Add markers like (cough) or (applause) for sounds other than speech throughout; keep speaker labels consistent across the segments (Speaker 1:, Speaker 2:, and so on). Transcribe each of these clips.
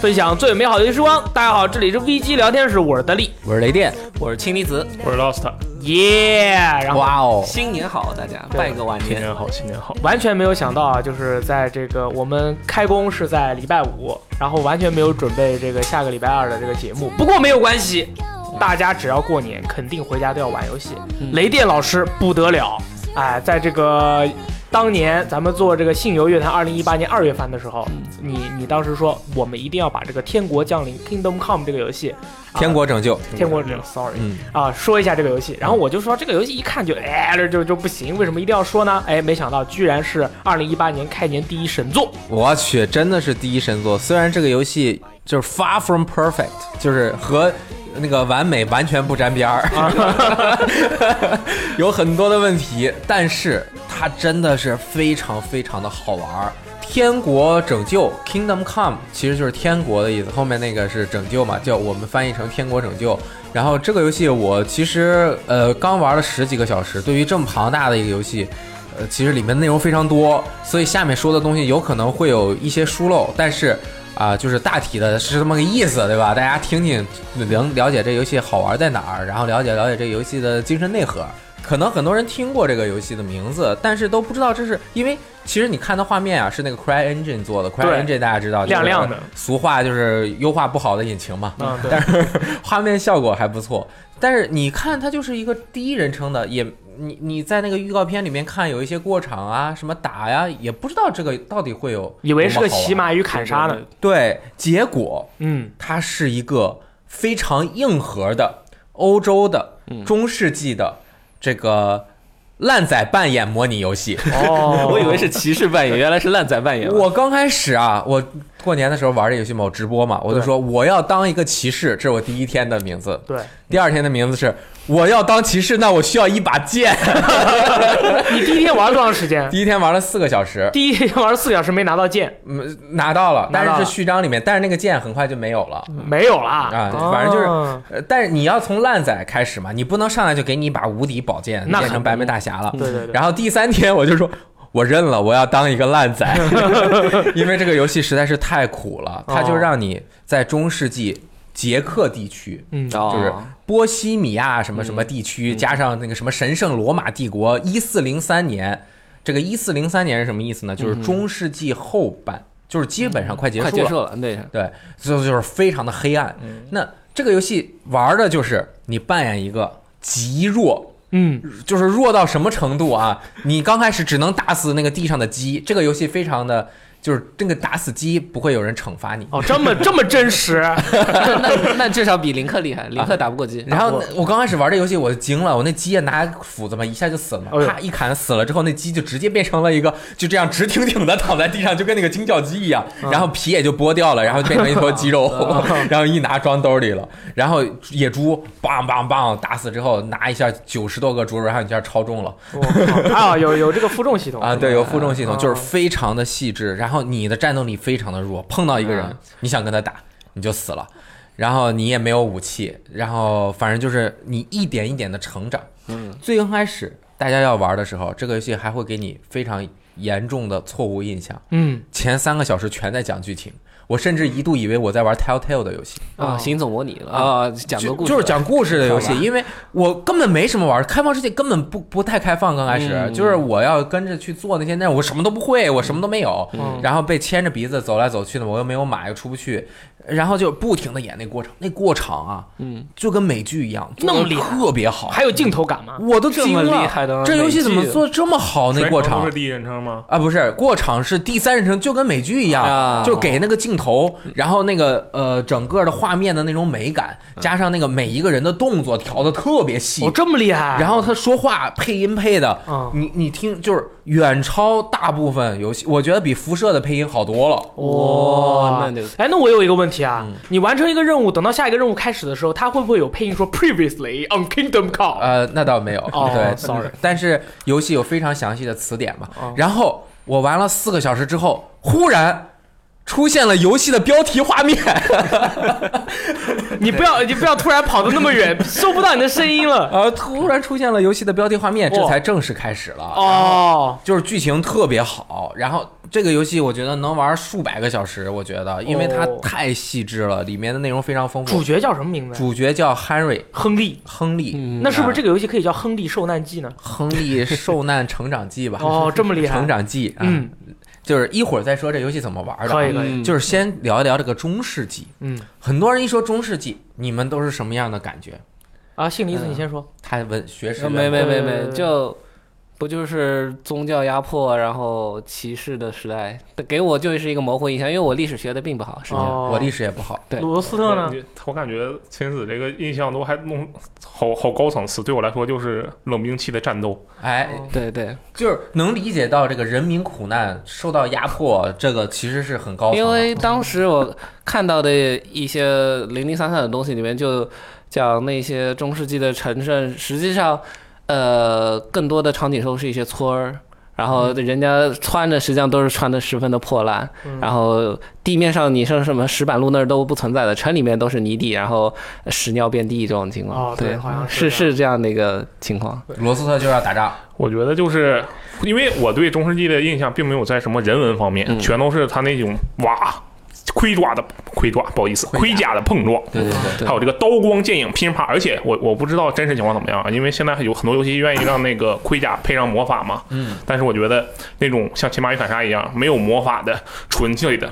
Speaker 1: 分享最美好的游戏时光。大家好，这里是 VG 聊天室，我是德利，
Speaker 2: 我是雷电，
Speaker 3: 我是氢离子。
Speaker 4: 我是 Lost，
Speaker 1: 耶、然后
Speaker 2: 哇哦，
Speaker 3: 新年好，大家拜个晚
Speaker 4: 新
Speaker 3: 年。
Speaker 4: 年好，新年好。
Speaker 1: 完全没有想到啊，就是在这个我们开工是在礼拜五，然后完全没有准备这个下个礼拜二的这个节目。不过没有关系，大家只要过年，肯定回家都要玩游戏。
Speaker 4: 嗯
Speaker 1: 雷电老师不得了，哎，在这个当年咱们做这个信游乐坛二零一八年二月份的时
Speaker 4: 嗯
Speaker 1: 候，你你当时说我们一定要把这个《天国降临》（Kingdom Come） 这个游戏，啊
Speaker 2: 天国拯救，
Speaker 1: 天国者，sorry，、
Speaker 2: 嗯
Speaker 1: 啊，说一下这个游戏。然后我就说这个游戏一看就哎这就就不行，为什么一定要说呢？哎，没想到居然是二零一八年开年第一神作，
Speaker 2: 我去，真的是第一神作。虽然这个游戏就是 far from perfect，就是和那个完美完全不沾边儿， (laughs) 有很多的问题，但是它真的是非常非常的好玩儿。天国拯救 （Kingdom Come） 其实就是天国的意思，后面那个是拯救嘛，叫我们翻译成天国拯救。然后这个游戏我其实呃刚玩了十几个小时，对于这么庞大的一个游戏，呃，其实里面内容非常多，所以下面说的东西有可能会有一些疏漏，但是啊、就是大体的是这么个意思，对吧？大家听听，能了解这游戏好玩在哪儿，然后了解了解这游戏的精神内核。可能很多人听过这个游戏的名字，但是都不知道这是因为其实你看的画面啊，是那个 CryEngine 做的，CryEngine 大家知道，
Speaker 1: 亮亮的，
Speaker 2: 俗话就是优化不好的引擎嘛，
Speaker 1: 嗯，对
Speaker 2: 但，是画面效果还不错。但是你看，它就是一个第一人称的，也你你在那个预告片里面看有一些过场啊，什么打呀，也不知道这个到底会有
Speaker 1: 以为是个
Speaker 2: 多么好玩
Speaker 1: 骑。马与砍杀呢，
Speaker 2: 对，结果 (laughs)
Speaker 1: 嗯，
Speaker 2: 它是一个非常硬核的欧洲的
Speaker 1: 嗯
Speaker 2: 中世纪的这个烂仔扮演模拟游戏。
Speaker 1: 哦
Speaker 3: (laughs) 我以为是骑士扮演，原来是烂仔扮演。
Speaker 2: 我刚开始啊，我过年的时候玩这游戏嘛，我直播嘛，我就说我要当一个骑士，这是我第一天的名字。
Speaker 1: 对，
Speaker 2: 第二天的名字是我要当骑士，那我需要一把
Speaker 1: (laughs)
Speaker 2: 剑。
Speaker 1: 你第一天玩了多长时
Speaker 2: (laughs)
Speaker 1: 间？
Speaker 2: 第一天玩了四个小时，
Speaker 1: 第一天玩了四个小时没拿到剑，
Speaker 2: 嗯，拿到了，
Speaker 1: 拿
Speaker 2: 但
Speaker 1: 到了
Speaker 2: 是是序章里面，但是那个剑很快就没有了。
Speaker 1: 没有啦，
Speaker 2: 啊反正就是
Speaker 1: 哦
Speaker 2: 呃，但是你要从烂仔开始嘛，你不能上来就给你一把无敌宝剑，
Speaker 1: 那
Speaker 2: 变
Speaker 1: 很
Speaker 2: 成白眉大侠了。
Speaker 1: 对对对，
Speaker 2: 嗯然后第三天我就说。我认了，我要当一个
Speaker 1: (laughs)
Speaker 2: 烂仔，因为这个游戏实在是太苦了，它就
Speaker 1: 哦
Speaker 2: 让你在中世纪捷克地区，
Speaker 1: 嗯，
Speaker 2: 就是
Speaker 3: 哦，
Speaker 2: 波西米亚什么什么地区，加上那个什么神圣罗马帝国，一四零三年，这个一四零三年是什么意思呢？就是中世纪后半，就是基本上快结
Speaker 3: 快
Speaker 2: 束
Speaker 3: 结
Speaker 2: 了，
Speaker 3: 束了， (laughs) 对，
Speaker 2: 对，所以就是非常的黑暗。那这个游戏玩的就是你扮演一个极弱。
Speaker 1: 嗯，
Speaker 2: 就是弱到什么程度啊？你刚开始只能打死那个地上的鸡，这个游戏非常的，就是这个打死鸡不会有人惩罚你，
Speaker 1: 哦，这么这么真实，
Speaker 2: (laughs)
Speaker 3: 那那那至少比林克厉害，林克打不过鸡。
Speaker 2: 啊然后我刚开始玩这游戏，我就惊了，我那鸡也拿斧子嘛，一下就死了嘛
Speaker 1: 哎呦，
Speaker 2: 啪一砍死了之后，那鸡就直接变成了一个就这样直挺挺的躺在地上，就跟那个惊叫鸡一样，
Speaker 1: 嗯
Speaker 2: 然后皮也就剥掉了，然后变成一
Speaker 3: (laughs)
Speaker 2: 坨鸡肉，
Speaker 3: 嗯
Speaker 2: (laughs) 然后一拿装兜里了，然后野猪梆梆梆打死之后，拿一下九十多个猪肉，然后你这样超重了
Speaker 1: 我靠，啊，有有这个负重系统
Speaker 2: 啊，对，有负重系
Speaker 1: 啊
Speaker 2: 统，就是非常的细致，然后你的战斗力非常的弱，碰到一个人
Speaker 3: 啊
Speaker 2: 你想跟他打你就死了。然后你也没有武器，然后反正就是你一点一点的成长，
Speaker 3: 嗯，
Speaker 2: 最刚开始大家要玩的时候，这个游戏还会给你非常严重的错误印象。
Speaker 1: 嗯，
Speaker 2: 前三个小时全在讲剧情，我甚至一度以为我在玩 Telltale 的游戏，
Speaker 3: 啊，行走模拟了啊，讲个
Speaker 2: 就
Speaker 3: 故事，
Speaker 2: 就是讲故事的游戏
Speaker 3: 好，吧
Speaker 2: 因为我根本没什么玩，开放世界根本不不太开放。刚开始、
Speaker 3: 嗯
Speaker 2: 就是我要跟着去做那些，那我什么都不会，我什么都没有，
Speaker 1: 嗯
Speaker 2: 然后被牵着鼻子走来走去的，我又没有马，又出不去，然后就不停的演那过场，那过场啊，
Speaker 3: 嗯，
Speaker 2: 就跟美剧一样，
Speaker 1: 那么
Speaker 2: 做得
Speaker 1: 厉害
Speaker 2: 特别好，
Speaker 1: 还有镜头感吗？
Speaker 2: 我都惊
Speaker 3: 这么
Speaker 2: 了
Speaker 3: 厉害的
Speaker 2: 这游戏怎么
Speaker 3: 美剧
Speaker 2: 做这么好？那过
Speaker 4: 全程都
Speaker 2: 场
Speaker 4: 是第一人称吗？
Speaker 2: 啊，不是过场是第三人称，就跟美剧一样，
Speaker 3: 啊
Speaker 2: 就给那个镜头，然后那个呃整个的画面的那种美感，加上那个每一个人的动作调的特别细
Speaker 1: 哦，，这么厉害，
Speaker 2: 然后他说话配音配的
Speaker 1: 嗯，
Speaker 2: 你你听就是远超大部分游戏，我觉得比辐射的配音好多了。
Speaker 1: 哇，
Speaker 3: 那就
Speaker 1: 哎，那我有一个问题啊，你完成一个任务，等到下一个任务开始的时候，它会不会有配音说 “previously on Kingdom Come”？、
Speaker 2: 呃，那倒没有，
Speaker 1: 哦
Speaker 2: 对
Speaker 1: sorry
Speaker 2: 但是游戏有非常详细的词典嘛
Speaker 1: 哦。
Speaker 2: 然后我玩了四个小时之后，忽然出现了游戏的标题画面，
Speaker 1: 你不要你不要突然跑得那么远，收不到你的声音了。
Speaker 2: 呃，突然出现了游戏的标题画面，这
Speaker 1: 哇
Speaker 2: 才正式开始了。
Speaker 1: 哦，
Speaker 2: 就是剧情特别好，然后这个游戏我觉得能玩数百个小时，我觉得，因为它
Speaker 1: 哦
Speaker 2: 太细致了，里面的内容非常丰富。
Speaker 1: 主角叫什么名字？
Speaker 2: 主嗯啊角叫 Henry
Speaker 1: 亨利。
Speaker 2: 亨利，
Speaker 1: 那是不是这个游戏可以叫《亨利受难记》呢？
Speaker 2: 亨利受难成长记吧？
Speaker 1: (laughs) 哦，这么厉害
Speaker 2: (laughs) 成。长记，啊
Speaker 1: 嗯，
Speaker 2: 就是一会儿再说这游戏怎么玩的。
Speaker 1: 可以可以。
Speaker 3: 嗯
Speaker 2: 就是先聊一聊这个中世纪。
Speaker 1: 嗯
Speaker 2: 很多人一说中世纪，你们都是什么样的感觉？
Speaker 1: 啊，姓李子，你先说。
Speaker 2: 他文学史
Speaker 3: 呃没没没
Speaker 1: 呃
Speaker 2: 嗯
Speaker 3: 没，就不就是宗教压迫，然后歧视的时代，给我就是一个模糊印象，因为我历史学的并不好，是这样。
Speaker 1: 哦，
Speaker 2: 我历史也不好。
Speaker 3: 对
Speaker 1: 鲁罗斯特呢？
Speaker 4: 我我感觉秦子这个印象都还弄好好高层次，对我来说就是冷兵器的战斗。
Speaker 2: 哎，
Speaker 1: 哦
Speaker 3: 对对，
Speaker 2: 就是能理解到这个人民苦难、受到压迫，这个其实是很高层的。
Speaker 3: 因为当时我看到的一些零零散散的东西里面，就讲那些中世纪的城镇，实际上，呃，更多的场景都是一些村儿，然后人家穿着实际上都是穿的十分的破烂，
Speaker 1: 嗯
Speaker 3: 然后地面上你像什么石板路那儿都不存在的，城里面都是泥地，然后屎尿遍地这种情况。
Speaker 1: 哦对
Speaker 3: 对，
Speaker 1: 好像是
Speaker 3: 是
Speaker 1: 这
Speaker 3: 是这样的一个情况。
Speaker 2: 罗斯特就是要打仗，
Speaker 4: 我觉得就是因为我对中世纪的印象并没有在什么人文方面，
Speaker 3: 嗯
Speaker 4: 全都是他那种哇盔爪的盔爪，不好意思，盔甲的碰撞。
Speaker 2: 对对对，
Speaker 3: 对
Speaker 4: 还有这个刀光剑影噼里啪啦，而且我我不知道真实情况怎么样啊，因为现在有很多游戏愿意让那个盔甲配上魔法嘛，
Speaker 2: 嗯，
Speaker 4: 但是我觉得那种像《骑马与反杀》一样没有魔法的纯粹的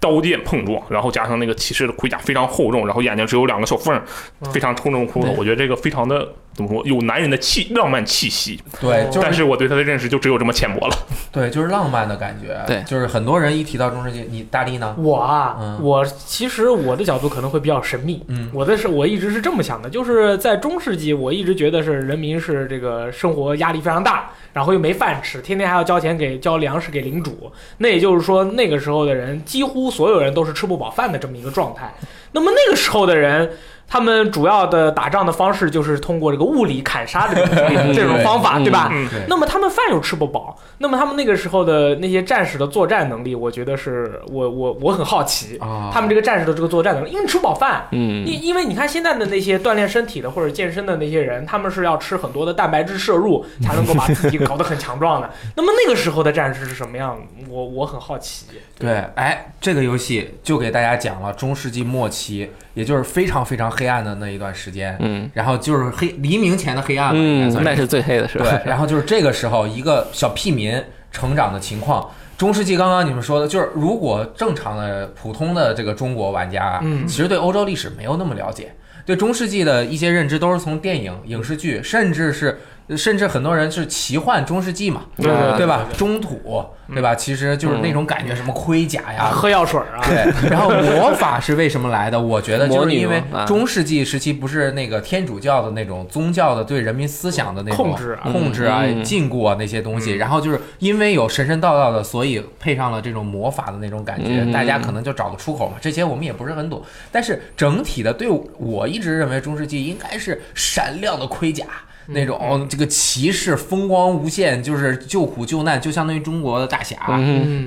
Speaker 4: 刀剑碰撞，然后加上那个骑士的盔甲非常厚重，然后眼睛只有两个小缝儿，非常抽中骷髅，
Speaker 3: 对
Speaker 4: 我觉得这个非常的怎么说，有男人的气浪漫气息，
Speaker 2: 对，就
Speaker 4: 但
Speaker 2: 是
Speaker 4: 是我对他的认识就只有这么浅薄了。
Speaker 2: 对，就是浪漫的感觉。
Speaker 3: 对
Speaker 2: 就是很多人一提到中世纪，你大力呢？
Speaker 1: 我啊
Speaker 2: 嗯，
Speaker 1: 我其实我的角度可能会比较神秘。
Speaker 2: 嗯
Speaker 1: 我的是我一直是这么想的，就是在中世纪，我一直觉得是人民是这个生活压力非常大，然后又没饭吃，天天还要交钱给交粮食给领主。那也就是说，那个时候的人几乎所有人都是吃不饱饭的这么一个状态。那么那个时候的人。他们主要的打仗的方式就是通过这个物理砍杀这种这种方法，
Speaker 3: 嗯
Speaker 1: 对吧？
Speaker 4: 嗯
Speaker 2: 对
Speaker 1: 那么他们饭又吃不饱，那么他们那个时候的那些战士的作战能力，我觉得是我我我很好奇，
Speaker 2: 啊，
Speaker 1: 他们这个战士的这个作战能力，因为吃不饱饭。
Speaker 3: 嗯
Speaker 1: 因因为你看现在的那些锻炼身体的或者健身的那些人，他们是要吃很多的蛋白质摄
Speaker 2: (laughs)
Speaker 1: 入，才能够把自己搞得很强壮的。那么那个时候的战士是什么样？我我很好奇。
Speaker 2: 对，哎，这个游戏就给大家讲了中世纪末期，也就是非常非常黑暗的那一段时间，
Speaker 3: 嗯
Speaker 2: 然后就是黑黎明前的黑暗吧，应该
Speaker 3: 嗯，
Speaker 2: 算
Speaker 3: 那是最黑的时候。
Speaker 2: 对， (laughs) 然后就是这个时候一个小屁民成长的情况。中世纪刚刚你们说的，就是如果正常的普通的这个中国玩家啊，
Speaker 1: 嗯
Speaker 2: 其实对欧洲历史没有那么了解，对中世纪的一些认知都是从电影、影视剧，甚至是甚至很多人是奇幻中世纪嘛，
Speaker 1: 对
Speaker 3: 对
Speaker 2: 对吧？中土对吧？其实就是那种感觉，什么盔甲哎呀，
Speaker 1: 喝药水啊，
Speaker 2: 对， (laughs) 然后魔法是为什么来的？我觉得就是因为
Speaker 3: 魔女吗啊
Speaker 2: 中世纪时期不是那个天主教的那种宗教的对人民思想的那种
Speaker 1: 控制啊
Speaker 2: 控制啊、
Speaker 3: 嗯
Speaker 2: 禁锢啊那些东西，然后就是因为有神神道道的，所以配上了这种魔法的那种感觉，
Speaker 3: 嗯
Speaker 2: 大家可能就找个出口嘛。这些我们也不是很懂，但是整体的对我一直认为中世纪应该是闪亮的盔甲。
Speaker 3: 嗯
Speaker 2: 那种、哦这个骑士风光无限，就是救苦救难，就相当于中国的大侠。
Speaker 3: 嗯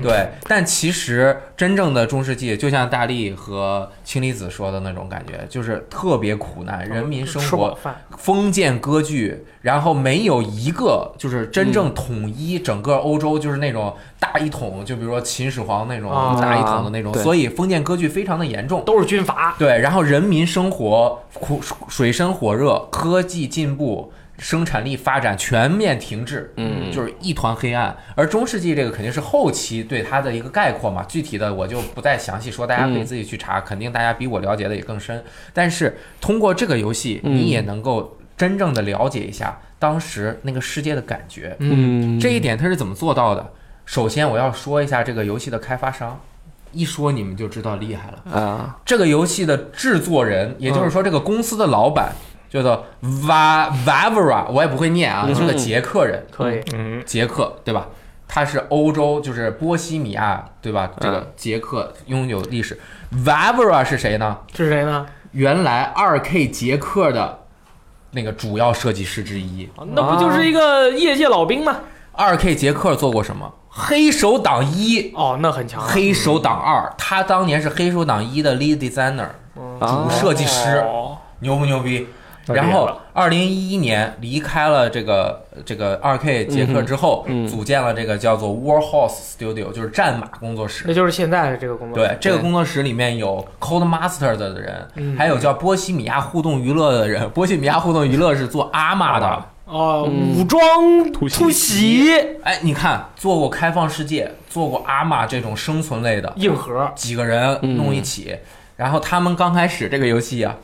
Speaker 1: 嗯，
Speaker 2: 对，但其实真正的中世纪，就像大力和氢离子说的那种感觉，就是特别苦
Speaker 1: 哦
Speaker 2: 难，人民生
Speaker 1: 吃不饱
Speaker 2: 活
Speaker 1: 饭，
Speaker 2: 封建割据，然后没有一个就是真正统一整个欧洲，就是那种大一统，就比如说秦始皇那种
Speaker 1: 啊
Speaker 2: 大一统的那种，
Speaker 3: 对
Speaker 2: 所以封建割据非常的严重。
Speaker 1: 都是军阀。
Speaker 2: 对，然后人民生活苦水深火热，科技进步，生产力发展全面停滞，
Speaker 3: 嗯
Speaker 2: 就是一团黑暗。而中世纪这个肯定是后期对它的一个概括嘛，具体的我就不再详细说，大家可以
Speaker 3: 嗯
Speaker 2: 自己去查，肯定大家比我了解的也更深。但是通过这个游戏，
Speaker 3: 嗯
Speaker 2: 你也能够真正的了解一下当时那个世界的感觉。
Speaker 3: 嗯，
Speaker 2: 这一点它是怎么做到的？首先，我要说一下这个游戏的开发商，一说你们就知道厉害了。
Speaker 3: 啊，
Speaker 2: 这个游戏的制作人，也就是说这个公司的老板，叫做 Va Vavra，我也不会念啊，
Speaker 3: 嗯
Speaker 2: 是个捷克人，
Speaker 1: 可以，
Speaker 4: 嗯，
Speaker 2: 捷克对吧？他是欧洲，就是波西米亚对吧？这
Speaker 3: 嗯
Speaker 2: 个捷克拥有历史。Vavra 是谁呢？
Speaker 1: 是谁
Speaker 2: 啊
Speaker 1: 呢？
Speaker 2: 原来二 K 捷克的那个
Speaker 1: 啊
Speaker 2: 主要设计师之一。
Speaker 1: 那不就是一个业界老兵吗？
Speaker 2: 二 K 捷克做过什么？黑手党一、
Speaker 1: 哦，那很强啊。
Speaker 2: 黑手党二，他当年是黑手党一的 lead designer
Speaker 3: 啊
Speaker 2: 主设计师，
Speaker 1: 嗯哦
Speaker 2: 牛不牛逼？
Speaker 4: 那厉害
Speaker 2: 然
Speaker 4: 了
Speaker 2: 后，二零一一年离开了这个这个二 K 杰克之后，
Speaker 3: 嗯嗯
Speaker 2: 组建了这个叫做 Warhorse Studio，就是战马工作室。
Speaker 1: 那就是现在的这个工作。
Speaker 2: 对，，这个工作室里面有 Code Masters 的人，
Speaker 1: 嗯
Speaker 2: 还有叫波西米亚互动娱乐的人。 (laughs) 波西米亚互动娱乐是做阿玛的，
Speaker 1: 哦，
Speaker 3: 嗯
Speaker 1: 武装
Speaker 4: 突袭
Speaker 1: 突袭
Speaker 2: 哎，你看做过开放世界，做过阿玛这种生存类的，
Speaker 1: 硬核，
Speaker 2: 几个人弄一起。然后他们刚开始这个游戏啊，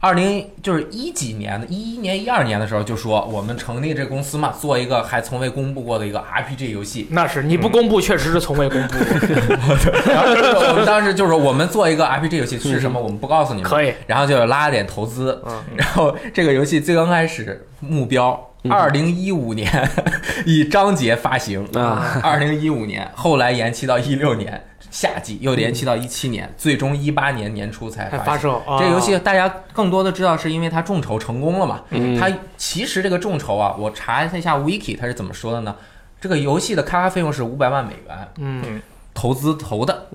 Speaker 2: 二零就是一几年的，一一年、一二年的时候就说我们成立这公司嘛，做一个还从未公布过的一个 RPG 游 (laughs) 戏。
Speaker 1: 那是你不公布，确实是从未公布。
Speaker 2: 嗯然后我们当时就是我们做一个 RPG 游戏是什么，我们不告诉你们。
Speaker 1: 可以，
Speaker 2: 然后就拉点投资，
Speaker 1: 嗯
Speaker 2: 然后这个游戏最刚开始目标。二零一五年 (laughs) 以章节发行
Speaker 3: 啊，
Speaker 2: 二零一五年后来延期到一六年夏季，又延期到一七年，最终一八年年初才
Speaker 1: 还
Speaker 2: 哎发
Speaker 1: 发
Speaker 2: 行。
Speaker 1: 售啊
Speaker 2: 这个游戏大家更多的知道是因为它众筹成功了嘛？
Speaker 3: 嗯
Speaker 2: 它其实这个众筹啊，我查了一下 wiki 它是怎么说的呢？这个游戏的开发费用是五百万美元，
Speaker 1: 嗯，
Speaker 2: 投资投的，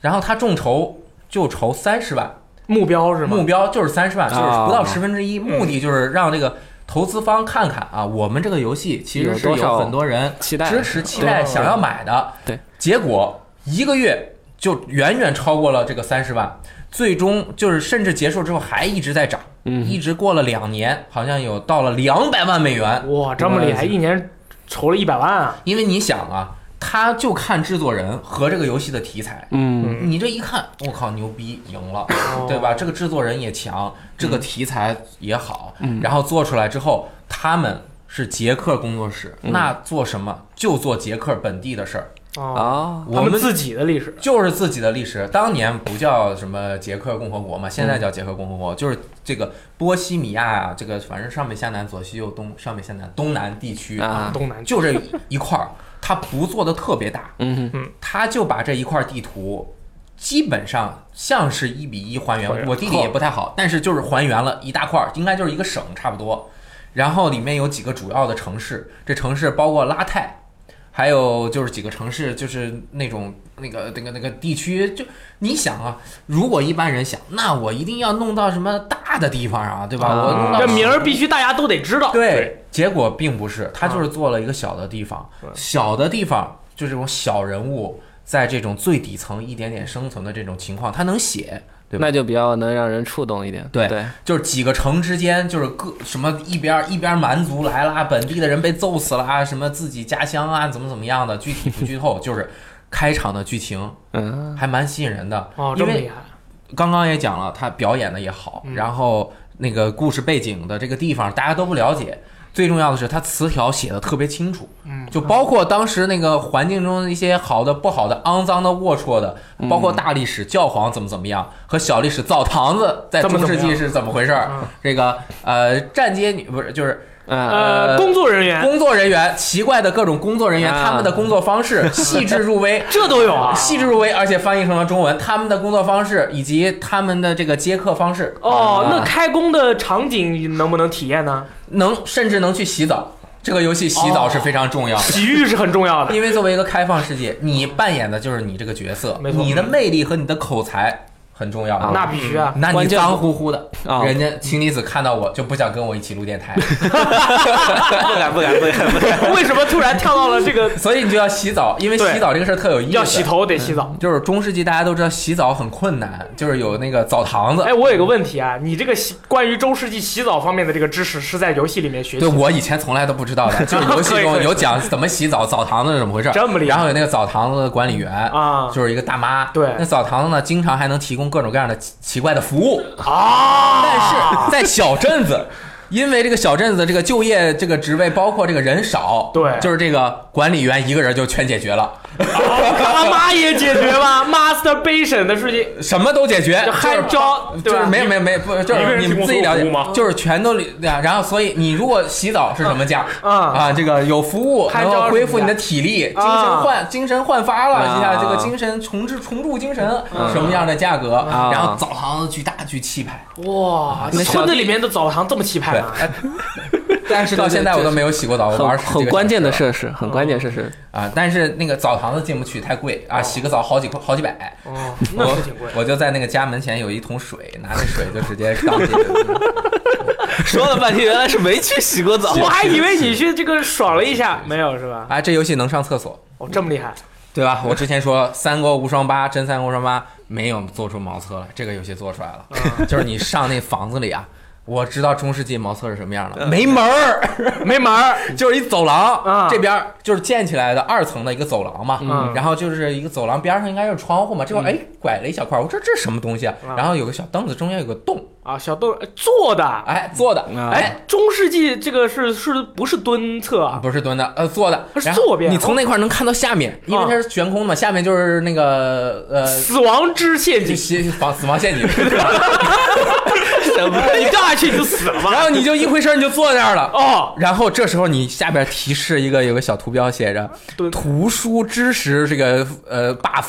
Speaker 2: 然后它众筹就筹三十万，
Speaker 1: 目标是吗
Speaker 2: 目？标就是三十万，就是
Speaker 3: 啊
Speaker 2: 不到十分之一，目的就是让这个投资方看看啊，我们这个游戏其实是
Speaker 3: 有多少
Speaker 2: 有很多人
Speaker 3: 期待
Speaker 2: 支持、期待、
Speaker 1: 对
Speaker 2: 想要买的。
Speaker 3: 对，嗯
Speaker 2: 结果一个月就远远超过了这个三十万，最终就是甚至结束之后还一直在涨，
Speaker 3: 嗯
Speaker 2: 一直过了两年，好像有到了两百万美元。
Speaker 1: 哇，这么厉害，一年筹了一百万啊！
Speaker 2: 因为你想啊，他就看制作人和这个游戏的题材，
Speaker 3: 嗯
Speaker 2: 你这一看，我靠，牛逼，赢了。
Speaker 1: 哦
Speaker 2: 对吧？这个制作人也强，这
Speaker 1: 嗯
Speaker 2: 个题材也好，然后做出来之后，他们是捷克工作室，
Speaker 1: 嗯
Speaker 2: 那做什么就做捷克本地的事儿。
Speaker 1: 哦，
Speaker 3: 啊，
Speaker 2: 我
Speaker 1: 他们
Speaker 2: 们
Speaker 1: 自己的历史
Speaker 2: 就是自己的历史，当年不叫什么捷克共和国嘛，现在
Speaker 1: 嗯
Speaker 2: 叫捷克共和国，就是这个波西米亚啊，这个反正上北下南、左西右东、上北下南、东南地区
Speaker 3: 啊
Speaker 1: 东南
Speaker 2: 就这一块儿，它不做的特别大，
Speaker 3: 嗯
Speaker 2: 他就把这一块地图基本上像是一比一还
Speaker 4: 还
Speaker 2: 原，
Speaker 4: 原
Speaker 2: 我地理也不太好，但是就是还原了一大块儿，应该就是一个省差不多。然后里面有几个主要的城市，这城市包括拉泰，还有就是几个城市，就是那种那个那个那个地区，就你想啊，如果一般人想，那我一定要弄到什么大的地方啊，对吧？
Speaker 3: 啊
Speaker 2: 我弄到
Speaker 1: 这名儿必须大家都得知道。
Speaker 2: 对
Speaker 4: 对，
Speaker 2: 结果并不是，他就是做了一个小的地方，小的地方就这种小人物在这种最底层一点点生存的这种情况，他能写。对吧
Speaker 3: 那就比较能让人触动一点。
Speaker 2: 对
Speaker 3: 对，
Speaker 2: 就是几个城之间，就是各什么一边一边蛮族来啦，本地的人被揍死啦，什么自己家乡啊，怎么怎么样的，具体不剧透，就是开场的剧情
Speaker 3: 嗯
Speaker 2: 还蛮吸引人的。
Speaker 1: 哦，这
Speaker 2: 因
Speaker 1: 么
Speaker 2: 为
Speaker 1: 厉害，
Speaker 2: 刚刚也讲了，他表演的也好，
Speaker 1: 嗯
Speaker 2: 然后那个故事背景的这个地方大家都不了解，最重要的是他词条写的特别清楚，
Speaker 1: 嗯
Speaker 2: 就包括当时那个环境中的一些好的、不好的、肮脏的、龌龊的，
Speaker 1: 嗯
Speaker 2: 包括大历史教皇怎么怎么样，和小历史澡堂子在
Speaker 1: 怎么
Speaker 2: 中
Speaker 1: 怎
Speaker 2: 世
Speaker 1: 么
Speaker 2: 纪
Speaker 1: 样
Speaker 2: 是怎么回事儿
Speaker 1: 嗯，
Speaker 2: (laughs) 这个呃站街女不是就是
Speaker 1: 呃，工作人员
Speaker 2: 工作人员奇怪的各种工作人员
Speaker 3: 啊
Speaker 2: 他们
Speaker 1: 嗯
Speaker 2: 的工作方
Speaker 1: (laughs)
Speaker 2: 式细致入微，
Speaker 1: 这都有啊。
Speaker 2: 细致入微，而且翻译成了中文，他们的工作方式以及他们的这个接客方式，
Speaker 1: 哦，
Speaker 2: 啊
Speaker 1: 那开工的场景能不能体验呢？
Speaker 2: 能甚至能去洗澡。这个游戏洗澡是非常重要的，
Speaker 1: 洗浴是很重要的。
Speaker 2: 因为作为一个开放世界，你扮演的就是你这个角色
Speaker 1: 没，错
Speaker 2: 你的魅力和你的口才很重要。
Speaker 1: 那必须啊！
Speaker 2: 那你
Speaker 3: 关键是
Speaker 2: 脏乎乎的，
Speaker 3: 啊，
Speaker 2: 人家氢离子看到我就不想跟我一起录
Speaker 1: (laughs)
Speaker 2: 电台，
Speaker 3: 不敢不敢不敢不敢，
Speaker 1: 为什么突然跳到了这个？
Speaker 2: 所以你就要洗澡，因为
Speaker 1: 对
Speaker 2: 洗澡这个事儿特有意思。
Speaker 1: 要洗，头得洗澡。
Speaker 2: 就是中世纪大家都知道洗澡很困难，就是有那个澡堂子
Speaker 1: 哎，。我有个问题啊，你这个洗关于中世纪洗澡方面的这个知识是在游戏里面学习
Speaker 2: 对
Speaker 1: 的？
Speaker 2: 我以前从来都不
Speaker 1: (laughs)
Speaker 2: 知道的，就是游戏
Speaker 1: 可以可
Speaker 2: 中
Speaker 1: 以
Speaker 2: 有讲怎么洗澡，澡堂子是怎么回事儿，
Speaker 1: 这么厉害
Speaker 2: 然后有那个澡堂子的管理员
Speaker 1: 啊
Speaker 2: 就是一个大妈。
Speaker 1: 对
Speaker 2: 那澡堂子呢，经常还能提供各种各样的奇奇怪的服务，
Speaker 1: 啊，
Speaker 2: 但是在小镇子。因为这个小镇子这个就业这个职位，包括这个人少，
Speaker 1: 对
Speaker 2: 就是这个管理员一个人就全解决了，
Speaker 1: 他妈也解决吧，masturbation 的事情，
Speaker 2: 什么都解决，
Speaker 1: 就
Speaker 2: (laughs) 就是
Speaker 1: 酣交
Speaker 2: 就
Speaker 1: 对
Speaker 2: 是
Speaker 1: 吧？
Speaker 2: 没有没有没有，不就
Speaker 4: 一个
Speaker 2: 是
Speaker 4: 人
Speaker 2: 你们自己了
Speaker 4: 提供服务
Speaker 2: 解，
Speaker 4: 吗
Speaker 2: 就是全都对啊。然后所以你如果洗澡是什么价
Speaker 1: 嗯
Speaker 2: 啊？这个有服务
Speaker 1: 拍
Speaker 2: 能
Speaker 1: 照什
Speaker 2: 够
Speaker 1: 么
Speaker 2: 恢复你
Speaker 1: 价
Speaker 2: 的体力，精
Speaker 1: 啊
Speaker 2: 神焕精神焕发了一下，
Speaker 3: 啊
Speaker 2: 这个精神重置重铸精神什么样的价格？
Speaker 3: 啊
Speaker 2: 然后澡堂子巨大巨气派，
Speaker 1: 哇，
Speaker 3: 那小
Speaker 1: 村子里面的澡堂这么气派啊
Speaker 2: 对，
Speaker 1: 吗？
Speaker 2: 哎但是到现在我都没有洗过 (laughs) 澡，我玩
Speaker 3: 很
Speaker 2: 儿
Speaker 3: 很关键的
Speaker 2: 是
Speaker 3: 设施，很关键
Speaker 2: (laughs)
Speaker 3: 设施。
Speaker 2: 啊，但是那个澡堂子进不去，太贵啊，洗个澡好几块好几百。
Speaker 1: 哦，那
Speaker 2: 我
Speaker 1: 是挺贵。
Speaker 2: 我就在那个家门前有一桶水，拿那水就直接倒进去。
Speaker 3: 说了半天，原来是没去 (laughs) 洗过澡
Speaker 1: 我还以为你去这个爽了一下，没有是吧？
Speaker 2: 啊，这游戏能上厕所，
Speaker 1: 哦，这么厉害，
Speaker 2: 对吧？我之前说三国无双八，真三国无双八没有做出茅厕来，这个游戏做出来了，
Speaker 1: 嗯
Speaker 2: (laughs) 就是你上那房子里啊，我知道中世纪茅厕是什么样了，没门儿，
Speaker 1: 嗯没门儿。
Speaker 2: (laughs) 就是一走
Speaker 1: 啊
Speaker 2: 廊，这边儿就是建起来的二层的一个走廊嘛
Speaker 1: 嗯，
Speaker 2: 然后就是一个走廊边上应该就是窗户嘛，这块儿哎拐了一小块儿，我说这什么东西啊
Speaker 1: 啊？
Speaker 2: 然后有个小凳子，中间有个洞，
Speaker 1: 啊，小豆坐的，
Speaker 2: 哎，坐的，
Speaker 1: 嗯
Speaker 3: 啊
Speaker 2: 哎，
Speaker 1: 中世纪这个是是不是蹲厕啊？
Speaker 2: 不是蹲的，呃，坐的，
Speaker 1: 它是
Speaker 2: 然后
Speaker 1: 坐嗯便
Speaker 2: 你从那块儿能看到下面，因为它是悬空的嘛，下面就是那个呃，
Speaker 1: 死亡之陷阱，
Speaker 2: 死防死亡
Speaker 1: (laughs)
Speaker 2: 陷阱，
Speaker 1: 什么？你掉下去你就死了吗？
Speaker 2: 然后你就一回身你就坐那儿了。
Speaker 1: 哦，
Speaker 2: 然后这时候你下边提示一个有个小图标写着
Speaker 1: 蹲
Speaker 2: “图书知识”这个呃 buff，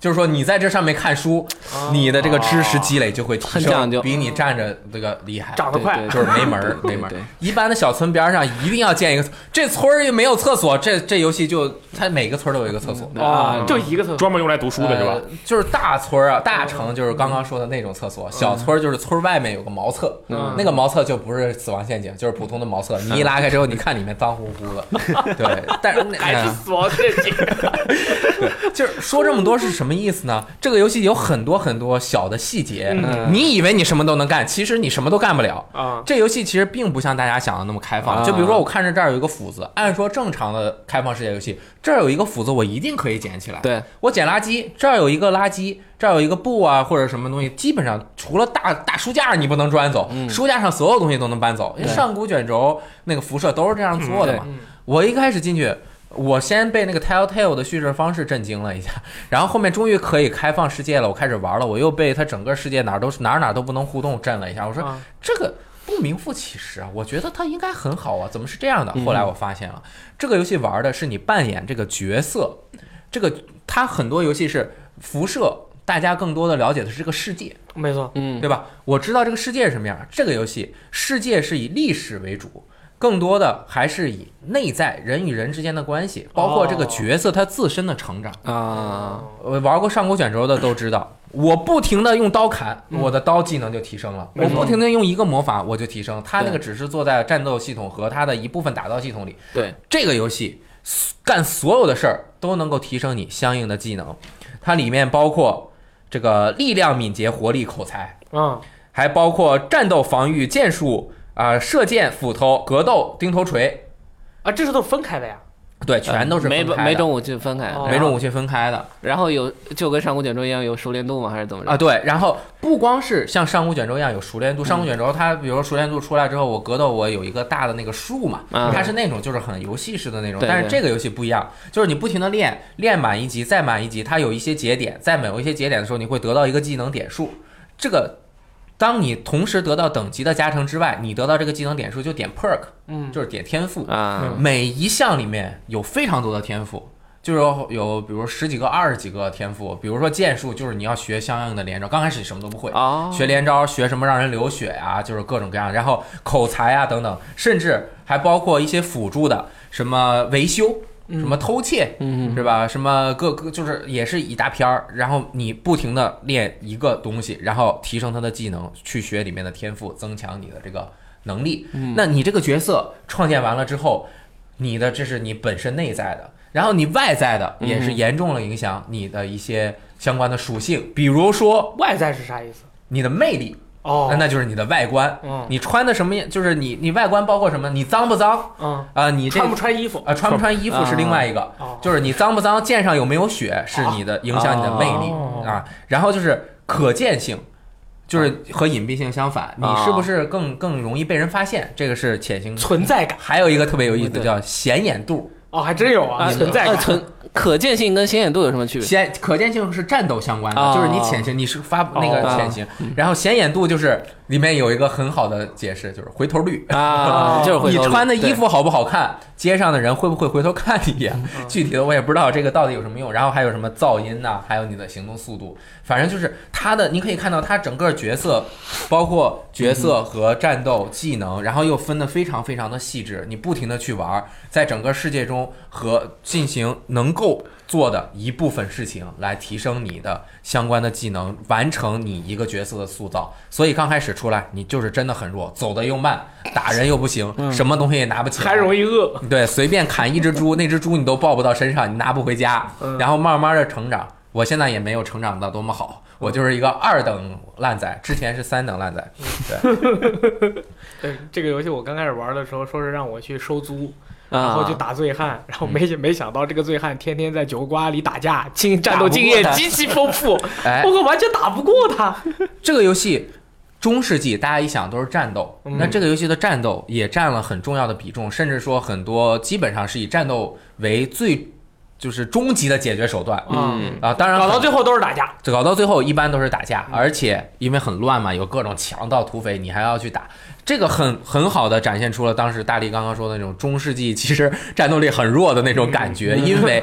Speaker 2: 就是说你在这上面看书，你的这
Speaker 3: 啊
Speaker 2: 个知识积累就会提
Speaker 3: 很
Speaker 2: 升，
Speaker 3: 讲究
Speaker 2: 比你站着这个厉害。
Speaker 1: 长得快
Speaker 3: 对
Speaker 2: (laughs)
Speaker 3: 对
Speaker 2: 就是没门儿，
Speaker 3: 对
Speaker 2: 没门儿
Speaker 3: 对。
Speaker 2: 一般的小村边上一定要建一个，这村儿也没有厕所，这这游戏就它每个村儿都有一个厕所。
Speaker 1: 哦
Speaker 3: 啊，
Speaker 1: 就一个厕所。
Speaker 4: 专门用来读书的是吧？
Speaker 2: 呃就是大村儿啊，大城就是刚刚说的那种厕所，小村儿就是村儿外面有个茅厕，
Speaker 1: 嗯
Speaker 2: 那个茅厕就不是死亡陷阱，就是普通的茅厕。你一拉开之后，你看里面脏乎乎的，对。但是那
Speaker 1: 还是死亡陷阱，
Speaker 2: 就是说这么多是什么意思呢？这个游戏有很多很多小的细节，
Speaker 3: 嗯
Speaker 2: 你以为你什么都能干，其实你什么都干不了。
Speaker 1: 啊，
Speaker 2: 这游戏其实并不像大家想的那么开放。
Speaker 3: 啊
Speaker 2: 就比如说，我看着这儿有一个斧子，按说正常的开放世界游戏，这儿有一个斧子，我一定可以捡起来。
Speaker 3: 对，
Speaker 2: 我捡垃圾，这儿有一个垃圾，这儿有一个布啊或者什么东西，基本上除了大大书架你不能转走，书架上所有东西都能搬走。因为
Speaker 3: 对
Speaker 2: 上古卷轴那个辐射都是这样做的嘛。
Speaker 1: 嗯对
Speaker 2: 我一开始进去。我先被那个 Telltale 的叙事方式震惊了一下，然后后面终于可以开放世界了，我开始玩了，我又被它整个世界哪儿都是哪儿哪儿都不能互动震了一下，我说
Speaker 1: 啊
Speaker 2: 这个不名副其实啊，我觉得它应该很好啊，怎么是这样的？后来我发现了，这个游戏玩的是你扮演这个角色，这个它很多游戏是辐射，大家更多的了解的是这个世界，
Speaker 1: 没错，
Speaker 3: 嗯，
Speaker 2: 对吧？我知道这个世界是什么样，这个游戏世界是以历史为主。更多的还是以内在人与人之间的关系，包括这个
Speaker 1: 哦
Speaker 2: 角色他自身的成长。
Speaker 3: 啊，
Speaker 2: 我玩过上古卷轴的都知道，我不停的用刀砍，我的刀技能就提升了；
Speaker 1: 没
Speaker 2: 我
Speaker 1: 错
Speaker 2: 不停的用一个魔法，我就提升。它那个
Speaker 3: 嗯对
Speaker 2: 只是做在战斗系统和它的一部分打造系统里。
Speaker 3: 对，
Speaker 2: 这个游戏干所有的事儿都能够提升你相应的技能，它里面包括这个力量、敏捷、活力、口才，
Speaker 1: 嗯，
Speaker 2: 还包括战斗、防御、剑术啊、射箭、斧头、格斗、钉头锤，
Speaker 1: 啊，这是都分开的呀，
Speaker 2: 对，全都是
Speaker 3: 每
Speaker 2: 分开
Speaker 3: 每
Speaker 2: 的
Speaker 3: 种武器分开，
Speaker 1: 哦
Speaker 2: 每种武器分开的。
Speaker 3: 然后有就跟上古卷轴一样有熟练度吗？还是怎么着？
Speaker 2: 啊，对，然后不光是像上古卷轴一样有熟练度，上古卷
Speaker 3: 嗯
Speaker 2: 轴它比如说熟练度出来之后，我格斗我有一个大的那个树嘛，
Speaker 3: 嗯
Speaker 2: 它是那种就是很游戏式的那种，
Speaker 3: 对
Speaker 2: 但是
Speaker 3: 对
Speaker 2: 这个游戏不一样，就是你不停的练，练满一级再满一级，它有一些节点，在某一些节点的时候，你会得到一个技能点数，这个。当你同时得到等级的加成之外，你得到这个技能点数就点 perk，
Speaker 1: 嗯，
Speaker 2: 就是点天赋。
Speaker 3: 啊，
Speaker 2: 每一项里面有非常多的天赋，就是有有比如十几个、二十几个天赋，比如说剑术，就是你要学相应的连招，刚开始你什么都不会。
Speaker 3: 哦，
Speaker 2: 学连招，学什么让人流血啊，就是各种各样，然后口才啊等等，甚至还包括一些辅助的，什么维修，什么偷窃，
Speaker 3: 嗯
Speaker 2: 是吧？什么各各就是也是一大片儿，然后你不停的练一个东西，然后提升他的技能，去学里面的天赋，增强你的这个能力。
Speaker 3: 嗯
Speaker 2: 那你这个角色创建完了之后，你的这是你本身内在的，然后你外在的也
Speaker 3: 嗯
Speaker 2: 是严重了影响你的一些相关的属性，比如说
Speaker 1: 外在是啥意思？
Speaker 2: 你的魅力，
Speaker 1: 哦
Speaker 2: 那，啊那就是你的外观
Speaker 1: 嗯，
Speaker 2: 你穿的什么样，就是你你外观包括什么，你脏不脏
Speaker 1: 嗯，
Speaker 2: 啊？你这
Speaker 1: 穿不穿衣服？
Speaker 2: 啊，穿不穿衣服是另外一个
Speaker 1: 哦，
Speaker 2: 就是你脏不脏，溅上有没有血是你的影响你的魅力
Speaker 1: 哦
Speaker 2: 啊。然后就是可见性，就是和隐蔽性相反，你
Speaker 3: 啊
Speaker 2: 是不是更更容易被人发现？这个是潜行。
Speaker 1: 存在感
Speaker 2: 还有一个特别有意思的
Speaker 3: 对
Speaker 2: 叫显眼度，
Speaker 1: 哦哦，还真有啊，
Speaker 3: 啊
Speaker 1: 存在
Speaker 3: 呃
Speaker 1: 感。 (laughs)
Speaker 3: 存可见性跟显眼度有什
Speaker 2: (laughs)
Speaker 3: 么区别？
Speaker 2: 显可见性是战斗相关的，
Speaker 3: 哦
Speaker 2: 就是你潜行，你是发那个潜行，然后显眼度就是里面有一个很好的解释，就是回头率。
Speaker 3: 啊，就是回
Speaker 2: 你
Speaker 3: 头率
Speaker 2: 穿的
Speaker 3: 对
Speaker 2: 衣服好不好看，街上的人会不会回头看你呀？(laughs)
Speaker 3: 嗯
Speaker 2: 具体的我也不知道这个到底有什么用。然后还有什么噪音呐、还有你的行动速度，反正就是他的，你可以看到他整个角色，包括角色和战斗技能，然后又分得非常非常的细致。你不停的去玩，在整个世界中和进行能够做的一部分事情，来提升你的相关的技能，完成你一个角色的塑造。所以刚开始出来，你就是真的很弱，走的又慢，打人又不行，什么东西也拿不起来，
Speaker 1: 还容易饿，
Speaker 2: 对，随便砍一只猪，那只猪你都抱不到身上，你拿不回家
Speaker 1: 嗯，
Speaker 2: 然后慢慢的成长。我现在也没有成长到多么好，我就是一个二等烂仔，之前是三等烂仔。对，
Speaker 1: 对这个游戏我刚开始玩的时候，说是让我去收租，然后
Speaker 3: 啊
Speaker 1: 就，打醉汉，然后没没想到这个醉汉天天在酒吧里打架，经战斗经验
Speaker 3: 打不过他
Speaker 1: 极其丰富，
Speaker 2: 哎
Speaker 1: 我，可完全打不过他。
Speaker 2: 这个游戏中世纪大家一想都是战斗，
Speaker 1: 嗯
Speaker 2: 那这个游戏的战斗也占了很重要的比重，甚至说很多基本上是以战斗为最就是终极的解决手段
Speaker 1: 嗯，
Speaker 2: 啊。当然
Speaker 1: 搞
Speaker 2: 很，
Speaker 1: 到最后都是打架，
Speaker 2: 搞到最后一般都是打架，而且因为很乱嘛，有各种强盗土匪，你还要去打，这个很很好的展现出了当时大力刚刚说的那种中世纪其实战斗力很弱的那种感觉，因为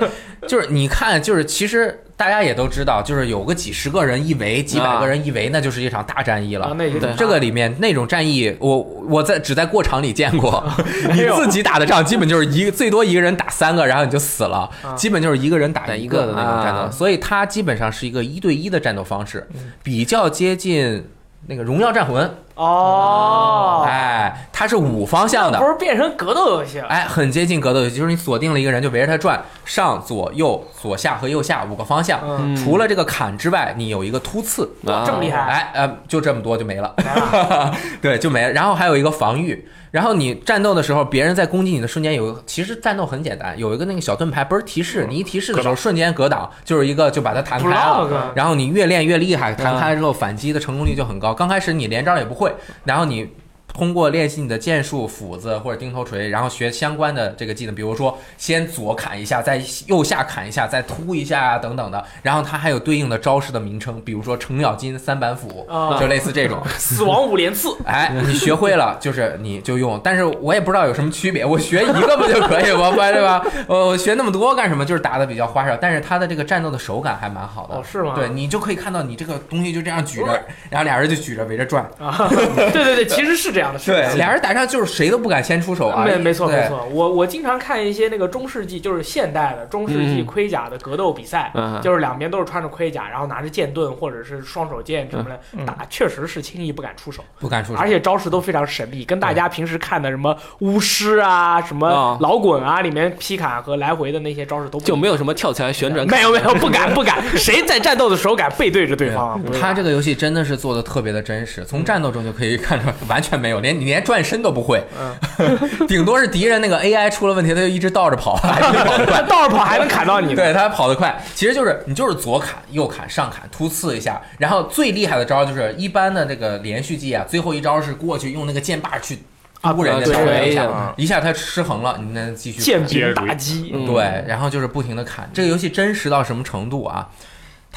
Speaker 2: 就是你看，就是其实大家也都知道，就是有个几十个人一围，几百个人一围，那就是一场大战役
Speaker 1: 然后
Speaker 2: 了。
Speaker 1: 啊那些
Speaker 3: 对
Speaker 1: 警察
Speaker 2: 这个里面那种战役，我我在只在过场里见
Speaker 1: (laughs)
Speaker 2: 过，
Speaker 1: 没
Speaker 2: 你
Speaker 1: 有
Speaker 2: 自己打的仗基本就是一个最多一个人打三个，然后你就死了
Speaker 1: 啊，
Speaker 2: 基本就是一个人打
Speaker 3: 打
Speaker 2: 一
Speaker 3: 一
Speaker 2: 个
Speaker 3: 个
Speaker 2: 的那种战斗，
Speaker 3: 啊
Speaker 2: 所以它基本上是一个一对一的战斗方式，
Speaker 1: 嗯
Speaker 2: 比较接近那个《荣耀战魂》，
Speaker 1: 哦，
Speaker 2: 哎，它是五方向的
Speaker 1: 不，是变成格斗游戏了，
Speaker 2: 哎，很接近格斗游戏，就是你锁定了一个人就围着他转，上左右左下和右下五个方向，
Speaker 1: 嗯，
Speaker 2: 除了这个砍之外，你有一个突刺，
Speaker 3: 啊
Speaker 1: 这么厉害
Speaker 2: 哎，呃，就这么多就没了。
Speaker 1: 来了
Speaker 2: 对，就没了。然后还有一个防御，然后你战斗的时候，别人在攻击你的瞬间有，其实战斗很简单，有一个那个小盾牌，不是提示，你一提示的时候瞬间格挡，就是一个就把它弹开了。
Speaker 1: ，vlog
Speaker 2: 然后你越练越厉害，弹开之后反击的成功率就很高。刚开始你连招也不会，然后你。通过练习你的剑术、斧子或者钉头锤，然后学相关的这个技能，比如说先左砍一下，再右下砍一下，再突一下啊等等的。然后它还有对应的招式的名称，比如说程咬金三板斧，
Speaker 1: 啊
Speaker 2: 就类似这种。
Speaker 1: 死亡五连刺，
Speaker 2: 哎，你学会了就是你就用，但是我也不知道有什么区别， (laughs) 我学一个不就可以吗？对吧？ (laughs) 我我学那么多干什么？就是打的比较花哨，但是它的这个战斗的手感还蛮好的。
Speaker 1: 哦是吗哦
Speaker 2: 对你就可以看到你这个东西就这样举着，然后俩人就举着围着转，
Speaker 1: 啊，对对对，其实是这样的，是这样的
Speaker 2: 俩人打仗就是谁都不敢先出手啊。
Speaker 1: 没没错
Speaker 2: 对
Speaker 1: 没。错，我我经常看一些那个中世纪，就是现代的中世纪
Speaker 3: 嗯
Speaker 1: 盔甲的格斗比赛，
Speaker 3: 嗯
Speaker 1: 就是两边都是穿着盔甲，然后拿着剑盾或者是双手剑什么的、
Speaker 4: 嗯
Speaker 1: 打，确实是轻易不敢出手，
Speaker 2: 不敢出手
Speaker 1: 而。且招式都非常神秘，跟大家平时看的什么巫师啊、什么
Speaker 3: 啊
Speaker 1: 老滚啊里面劈砍和来回的那些招式都不
Speaker 3: 就没有什么跳起来旋转。
Speaker 1: 没有没有不敢不敢，谁在战斗的时候敢背对着对方啊？不是
Speaker 2: 他这个游戏真的是做的特别的真实，从战斗中就可以看出来，完全没有，连你连转身都不会，
Speaker 1: 嗯
Speaker 2: (laughs) 顶多是敌人那个 AI 出了问题，他就一直倒着跑，还没跑出来。
Speaker 1: 倒着跑还能砍到你呢。
Speaker 2: 对他跑得快，其实就是你就是左砍右砍上砍突刺一下，然后最厉害的招就是一般的这个连续技啊，最后一招是过去用那个剑把去
Speaker 1: 啊
Speaker 2: 突人家
Speaker 3: 啊对
Speaker 2: 稍微一
Speaker 3: 对
Speaker 2: 下，一下他失衡了，你那继续砍
Speaker 1: 剑柄打击，
Speaker 3: 嗯
Speaker 2: 对，然后就是不停的砍。这个游戏真实到什么程度啊？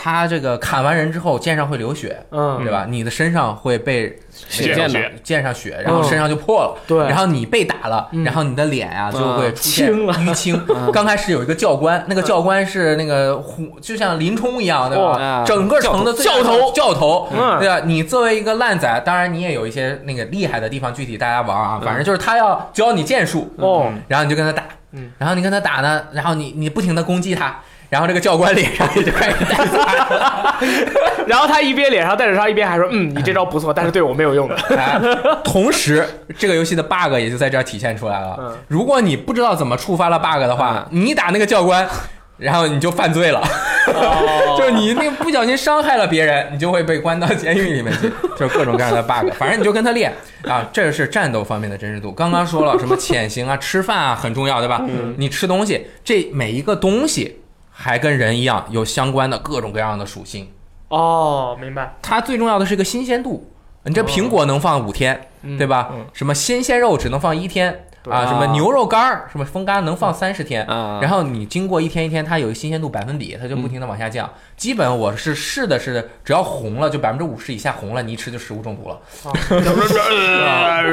Speaker 2: 他这个砍完人之后，剑上会流血，
Speaker 1: 嗯，
Speaker 2: 对吧？你的身上会被
Speaker 3: 血
Speaker 2: 那个
Speaker 3: 溅的
Speaker 2: 溅上血，然后身上就破了。
Speaker 1: 嗯对
Speaker 2: 然后你被打了，
Speaker 1: 嗯
Speaker 2: 然后你的脸啊就会出现
Speaker 1: 青了嗯 (laughs)
Speaker 2: 淤青。刚开始有一个教官，那个教官是那个虎，就像林冲一样，对吧
Speaker 3: 哇？
Speaker 2: 整个城的最
Speaker 1: 教头
Speaker 2: 教头
Speaker 1: 嗯，
Speaker 2: 对吧？你作为一个烂仔，当然你也有一些那个厉害的地方，具体大家玩
Speaker 1: 嗯
Speaker 2: 啊，反正就是他要教你剑术，
Speaker 1: 哦，
Speaker 2: 然后你就跟他打，
Speaker 1: 嗯，
Speaker 2: 然后你跟他打呢，然后你你不停的攻击他。然后这个教官脸上也就开始带刺
Speaker 1: (laughs) 然后他一边脸上带着伤，一边还说：“嗯，你这招不错，但是对我没有用的。
Speaker 2: (laughs) 哎，同时，这个游戏的 bug 也就在这儿体现出来了
Speaker 1: 嗯。
Speaker 2: 如果你不知道怎么触发了 bug 的话，你打那个教官，然后你就犯罪了， (laughs) 就是你那个不小心伤害了别人，你就会被关到监狱里面去，就是各种各样的 bug。反正你就跟他练啊，这是战斗方面的真实度。刚刚说了什么潜行啊、吃饭啊很重要，对吧？
Speaker 1: 嗯
Speaker 2: 你吃东西，这每一个东西还跟人一样有相关的各种各样的属性。”
Speaker 1: 哦，明白。
Speaker 2: 它最重要的是一个新鲜度。你这苹果能放五天，
Speaker 1: 嗯
Speaker 2: 对吧？
Speaker 4: 嗯
Speaker 2: 什么新鲜肉只能放一天，
Speaker 1: 对
Speaker 2: 啊，什么
Speaker 3: 啊
Speaker 2: 牛肉干儿，什么风干能放三十天，
Speaker 3: 啊，
Speaker 2: 然后你经过一天一天，它有新鲜度百分比，它就不停的往下降。基本我是试的是，只要红了就百分之五十以下红了，你一吃就食物中毒了。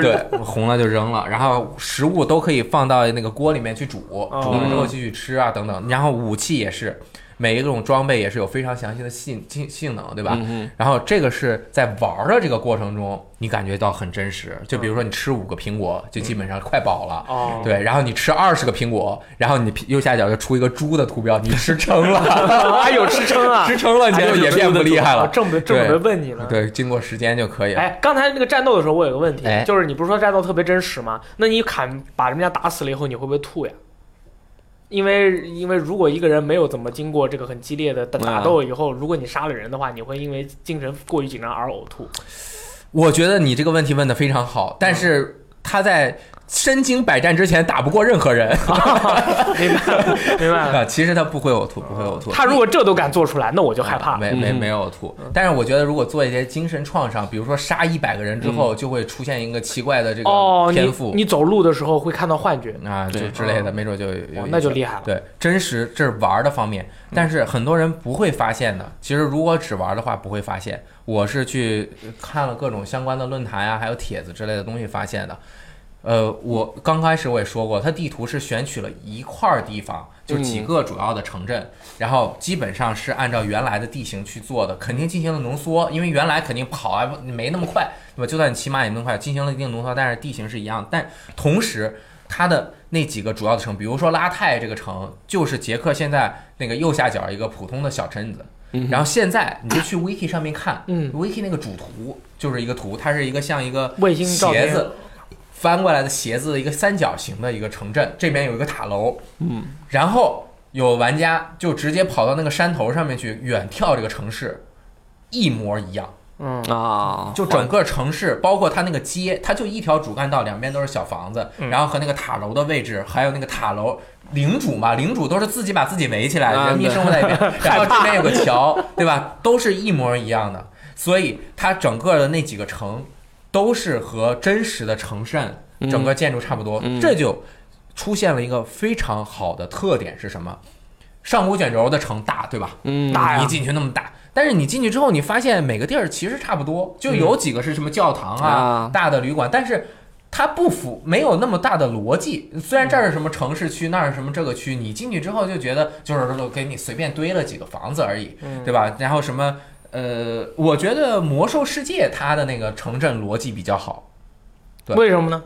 Speaker 2: 对，红了就扔了。然后食物都可以放到那个锅里面去煮，煮了之后继续吃啊等等。然后武器也是，每一种装备也是有非常详细的性性性能，对吧？
Speaker 3: 嗯
Speaker 2: 然后这个是在玩儿的这个过程中，你感觉到很真实。就比如说你吃五个苹果，就基本上快饱了。
Speaker 1: 哦， (laughs)
Speaker 2: 对，然后你吃二十个苹果，然后你右下角就出一个猪的图标，你吃撑了，
Speaker 1: 还有支撑啊，
Speaker 2: 吃撑了你
Speaker 1: 还
Speaker 2: (laughs) 就
Speaker 1: 有
Speaker 2: 也变不厉害
Speaker 1: 哦
Speaker 2: 了。
Speaker 1: 这么这
Speaker 2: 对
Speaker 1: 么问你了。
Speaker 2: 对，经过时间就可以了。
Speaker 1: 哎，刚才那个战斗的时候，我有个问题
Speaker 2: 哎，
Speaker 1: 就是你不是说战斗特别真实吗？那你砍把人家打死了以后，你会不会吐呀？因为因为如果一个人没有怎么经过这个很激烈的打打斗以后，如果你杀了人的话，你会因为精神过于紧张而呕吐。
Speaker 2: 我觉得你这个问题问的非常好，但是他在身经百战之前打不过任何人
Speaker 1: 明白了，明
Speaker 2: (laughs)
Speaker 1: 白了。
Speaker 2: 啊。其实他不会呕吐，不会呕吐。
Speaker 1: 嗯他如果这都敢做出来，那我就害怕
Speaker 2: 没没
Speaker 3: 嗯
Speaker 2: 没有呕吐，但是我觉得如果做一些精神创伤，比如说杀一百个人之后，就会出现一个奇怪的
Speaker 1: 嗯
Speaker 2: 这
Speaker 1: 哦
Speaker 2: 个，
Speaker 1: 你
Speaker 2: 天赋
Speaker 1: 你走路的时候会看到幻觉，
Speaker 2: 啊，就
Speaker 3: 对
Speaker 2: 之类的，
Speaker 1: 嗯
Speaker 2: 没准就有
Speaker 1: 哦
Speaker 2: 有
Speaker 1: 那就
Speaker 2: 影响
Speaker 1: 厉害了。
Speaker 2: 对，真实这是玩儿的方面，但是很多人不会发现的。其实如果只玩儿的话，不会发现。我是去看了各种相关的论坛啊，还有帖子之类的东西发现的。呃，我刚开始我也说过，它地图是选取了一块儿地方，就几个主要的城镇，然后基本上是按照原来的地形去做的，肯定进行了浓缩，因为原来肯定跑还不没那么快，对吧？就算你骑马也那么快，进行了一定浓缩，但是地形是一样的。但同时，它的那几个主要的城，比如说拉泰这个城，就是捷克现在那个右下角一个普通的小镇子。然后现在你就去 Wiki 上面看，
Speaker 1: 嗯
Speaker 2: ，Wiki 那个主图就是一个图，它是一个像一个
Speaker 1: 卫星照
Speaker 2: 鞋
Speaker 1: 片
Speaker 2: 子翻过来的鞋子的一个三角形的一个城镇，这边有一个塔楼，嗯，然后有玩家就直接跑到那个山头上面去远眺这个城市，一模一样，
Speaker 1: 嗯，
Speaker 3: 啊，
Speaker 2: 就整个城市，包括它那个街，它就一条主干道，两边都是小房子，
Speaker 4: 嗯
Speaker 2: 然后和那个塔楼的位置，还有那个塔楼。领主嘛，领主都是自己把自己围起来，
Speaker 3: 啊
Speaker 2: 人民生活在
Speaker 3: (laughs)
Speaker 2: 里面，然后这边有个桥，对吧？都是一模一样的，所以它整个的那几个城都是和真实的城镇
Speaker 3: 嗯
Speaker 2: 整个建筑差不多，
Speaker 3: 嗯
Speaker 2: 这就出现了一个非常好的特点是什么？上古卷轴的城大，对吧？
Speaker 3: 嗯
Speaker 1: 大
Speaker 2: 一
Speaker 1: 呀，
Speaker 2: 进去那么大，但是你进去之后，你发现每个地儿其实差不多，就有几个是什么教堂啊、
Speaker 1: 嗯
Speaker 3: 啊
Speaker 2: 大的旅馆，但是它不符，没有那么大的逻辑。虽然这儿是什么城市区，那儿是什么这个区，你进去之后就觉得就是给你随便堆了几个房子而已，
Speaker 1: 嗯
Speaker 2: 对吧？然后什么呃，我觉得魔兽世界它的那个城镇逻辑比较好，对
Speaker 1: 为什么呢？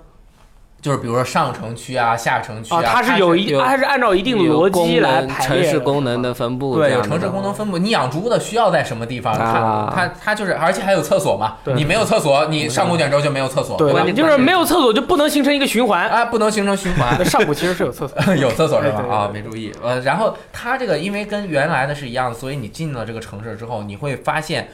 Speaker 2: 就是比如说上城区啊、下城区
Speaker 1: 啊，它是
Speaker 2: 是
Speaker 1: 有
Speaker 2: 有
Speaker 1: 一，
Speaker 3: 有
Speaker 1: 它是按照一定的
Speaker 3: 有
Speaker 1: 逻
Speaker 3: 功
Speaker 1: 辑来
Speaker 3: 能
Speaker 1: 排
Speaker 3: 城
Speaker 1: 列
Speaker 3: 市
Speaker 1: 的
Speaker 3: 功能的分布这
Speaker 2: 对，
Speaker 3: 样
Speaker 2: 有
Speaker 3: 的，
Speaker 2: 城市功能分布。你养猪的需要在什么地方？
Speaker 3: 啊
Speaker 2: 它它它就是，而且还有厕所嘛。
Speaker 1: 对
Speaker 2: 你没有厕所，你上古卷轴就没有厕所，
Speaker 1: 对
Speaker 2: 吧
Speaker 1: 吧？？就是没有厕所就不能形成一个循环。
Speaker 2: 啊，不能形成循环
Speaker 1: 那。上古其实是有厕所，
Speaker 2: (laughs) 有厕所是
Speaker 1: 对
Speaker 2: 吧
Speaker 1: 对？对
Speaker 2: 啊，没注意。呃，然后它这个因为跟原来的是一样，所以你进了这个城市之后，你会发现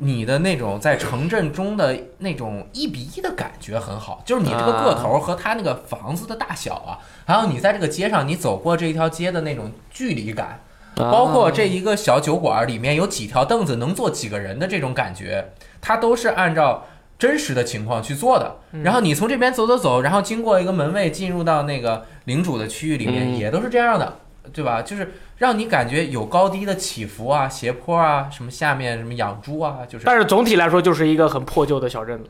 Speaker 2: 你的那种在城镇中的那种一比一的感觉很好，就是你这个个
Speaker 1: 啊
Speaker 2: 头和它那个房子的大小啊，还有你在这个街上你走过这一条街的那种距离感，
Speaker 3: 啊
Speaker 2: 包括这一个小酒馆里面有几条凳子能坐几个人的这种感觉，它都是按照真实的情况去做的。
Speaker 3: 嗯
Speaker 2: 然后你从这边走走走，然后经过一个门卫进入到那个领主的区域里面，
Speaker 3: 嗯
Speaker 2: 也都是这样的，对吧？就是让你感觉有高低的起伏啊、斜坡啊，什么下面什么养猪啊，就是
Speaker 1: (laughs) 但是总体来说就是一个很破旧的小镇子。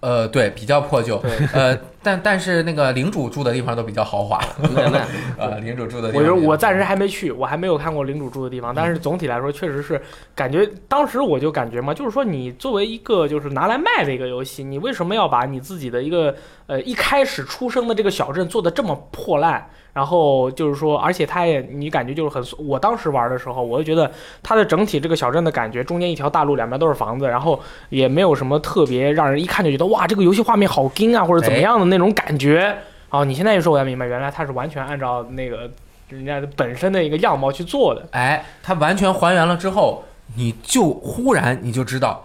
Speaker 2: 呃，对，比较破旧。
Speaker 1: 对，
Speaker 2: 呃，但但是那个领主住的地方都比较豪华， (laughs)
Speaker 3: 那那
Speaker 1: (laughs)
Speaker 2: 呃，领主住的地
Speaker 1: 我
Speaker 2: 方
Speaker 1: 就
Speaker 2: 比较
Speaker 1: 我暂时还没去，我还没有看过领主住的地方，但是总体来说确实是感觉，当时我就感觉嘛，就是说你作为一个就是拿来卖的一个游戏，你为什么要把你自己的一个呃一开始出生的这个小镇做的这么破烂？然后就是说，而且它也你感觉就是很，我当时玩的时候，我就觉得它的整体这个小镇的感觉，中间一条大路，两边都是房子，然后也没有什么特别让人一看就觉得哇，这个游戏画面好精啊，或者怎么样的那种感觉。哦，你现在一说我才明白，原来它是完全按照那个人家的本身的一个样貌去做的。
Speaker 2: 哎，它完全还原了之后，你就忽然你就知道，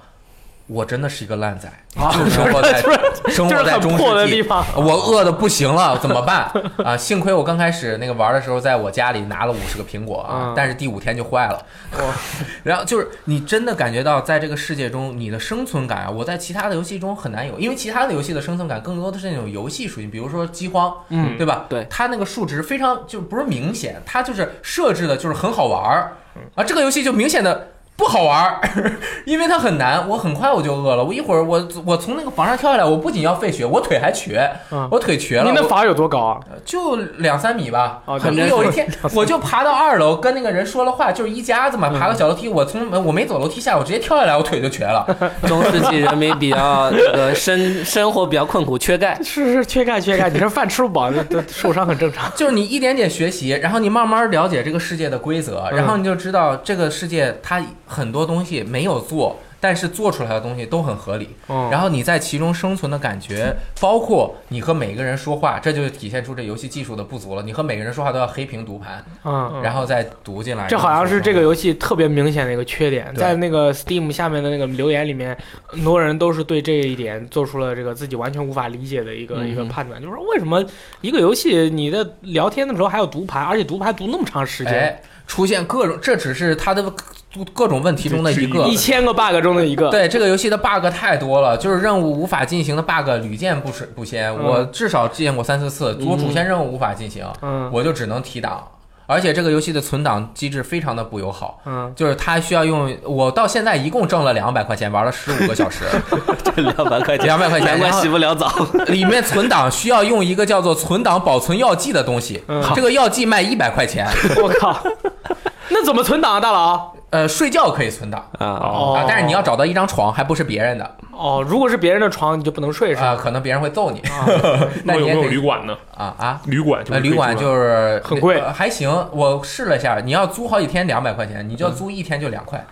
Speaker 2: 我真的是一个烂仔，就生活在生
Speaker 1: 啊 (laughs) 就是
Speaker 2: 活在
Speaker 1: 很
Speaker 2: 中
Speaker 1: 破的
Speaker 2: 世
Speaker 1: 地
Speaker 2: 纪。
Speaker 1: 方。
Speaker 2: 我饿的不行了，怎么办啊？幸亏我刚开始那个玩的时候，在我家里拿了五十个苹果啊
Speaker 1: 嗯，
Speaker 2: 但是第五天就坏了
Speaker 1: 哇。
Speaker 2: (laughs) 然后就是你真的感觉到，在这个世界中，你的生存感啊，我在其他的游戏中很难有，因为其他的游戏的生存感更多的是那种游戏属性，比如说饥荒，
Speaker 1: 嗯
Speaker 2: 对吧？
Speaker 3: 对
Speaker 2: 它那个数值非常就不是明显，它就是设置的就是很好玩儿啊，这个游戏就明显的。不好玩儿， (laughs) 因为它很难。我很快我就饿了，我一会儿我我从那个房上跳下来，我不仅要费血，我腿还瘸，
Speaker 1: 嗯
Speaker 2: 我腿瘸了。
Speaker 1: 您的
Speaker 2: 我呃
Speaker 1: 法有多高啊？
Speaker 2: 就两三米吧。
Speaker 1: 哦
Speaker 2: 可能
Speaker 1: 两三米嗯
Speaker 2: 有一天，我就爬到二楼，跟那个人说了话，就是一家子嘛，爬个小楼梯，我从我没走楼梯下，我直接跳下来，我腿就瘸了。
Speaker 1: (laughs)
Speaker 3: 中世纪人民比较这个生 (laughs) 生活比较困苦，
Speaker 1: (laughs)
Speaker 3: 缺钙。
Speaker 1: 是是，缺钙缺钙，你这饭吃不饱，这这受伤很正常。
Speaker 2: 就是你一点点学习，然后你慢慢了解这个世界的规则，
Speaker 1: 嗯
Speaker 2: 然后你就知道这个世界它很多东西没有做，但是做出来的东西都很合理。
Speaker 1: 嗯，
Speaker 2: (laughs) 然后你在其中生存的感觉，包括你和每个人说话，这就是体现出这游戏技术的不足了。你和每个人说话都要黑屏读盘，
Speaker 1: 嗯，
Speaker 2: 然后再读进来。
Speaker 1: 这好像是这个游戏特别明显的一个缺点，
Speaker 2: 对
Speaker 1: 在那个 Steam 下面的那个留言里面，很多人都是对这一点做出了这个自己完全无法理解的一个、
Speaker 3: 嗯
Speaker 1: 一个判断，就是说为什么一个游戏你在聊天的时候还有读盘，而且读盘读那么长时间，
Speaker 2: 哎，出现各种，这只是它的各种问题中的一个
Speaker 4: 哎
Speaker 1: 一。千个 bug 中的一个。
Speaker 2: 对这个游戏的 bug 太多了，就是任务无法进行的 bug 屡见不是不鲜。
Speaker 1: 嗯
Speaker 2: 我至少见过三四次，我主线任务无法进行，
Speaker 1: 嗯
Speaker 2: 我就只能提档。而且这个游戏的存档机制非常的不友好，
Speaker 1: 嗯，
Speaker 2: 就是它需要用我到现在一共挣了两百块钱，玩了十五个小
Speaker 4: (laughs)
Speaker 2: 时，
Speaker 3: 两百块钱，
Speaker 2: 两百块钱，
Speaker 3: 难怪
Speaker 2: 然后
Speaker 3: 洗不
Speaker 1: (laughs)
Speaker 3: 了澡。
Speaker 2: 里面存档需要用一个叫做存档保存药剂的东西，
Speaker 1: 嗯
Speaker 2: 这个药剂卖一百块钱，
Speaker 1: 我
Speaker 2: (laughs)
Speaker 1: 靠，那怎么存档啊，大佬？
Speaker 2: 呃，睡觉可以存档。
Speaker 3: 啊，
Speaker 1: 哦
Speaker 2: 啊，但是你要找到一张床，还不是别人的
Speaker 1: 哦，如果是别人的床，你就不能睡是吧？
Speaker 2: 啊，可能别人会揍你。 (laughs) 那
Speaker 4: 那
Speaker 2: 你
Speaker 4: 有没
Speaker 2: 也
Speaker 4: 啊有
Speaker 2: 可
Speaker 4: 旅
Speaker 2: 以
Speaker 4: 馆呢？
Speaker 2: 啊啊，
Speaker 4: 旅馆就
Speaker 2: 呃，
Speaker 4: 是
Speaker 2: 旅馆
Speaker 4: 可以住的
Speaker 2: 就是
Speaker 1: 很贵
Speaker 2: 呃还行。我试了一下，你要租好几天，两百块钱，你就要
Speaker 4: 嗯
Speaker 2: 租一天就两块，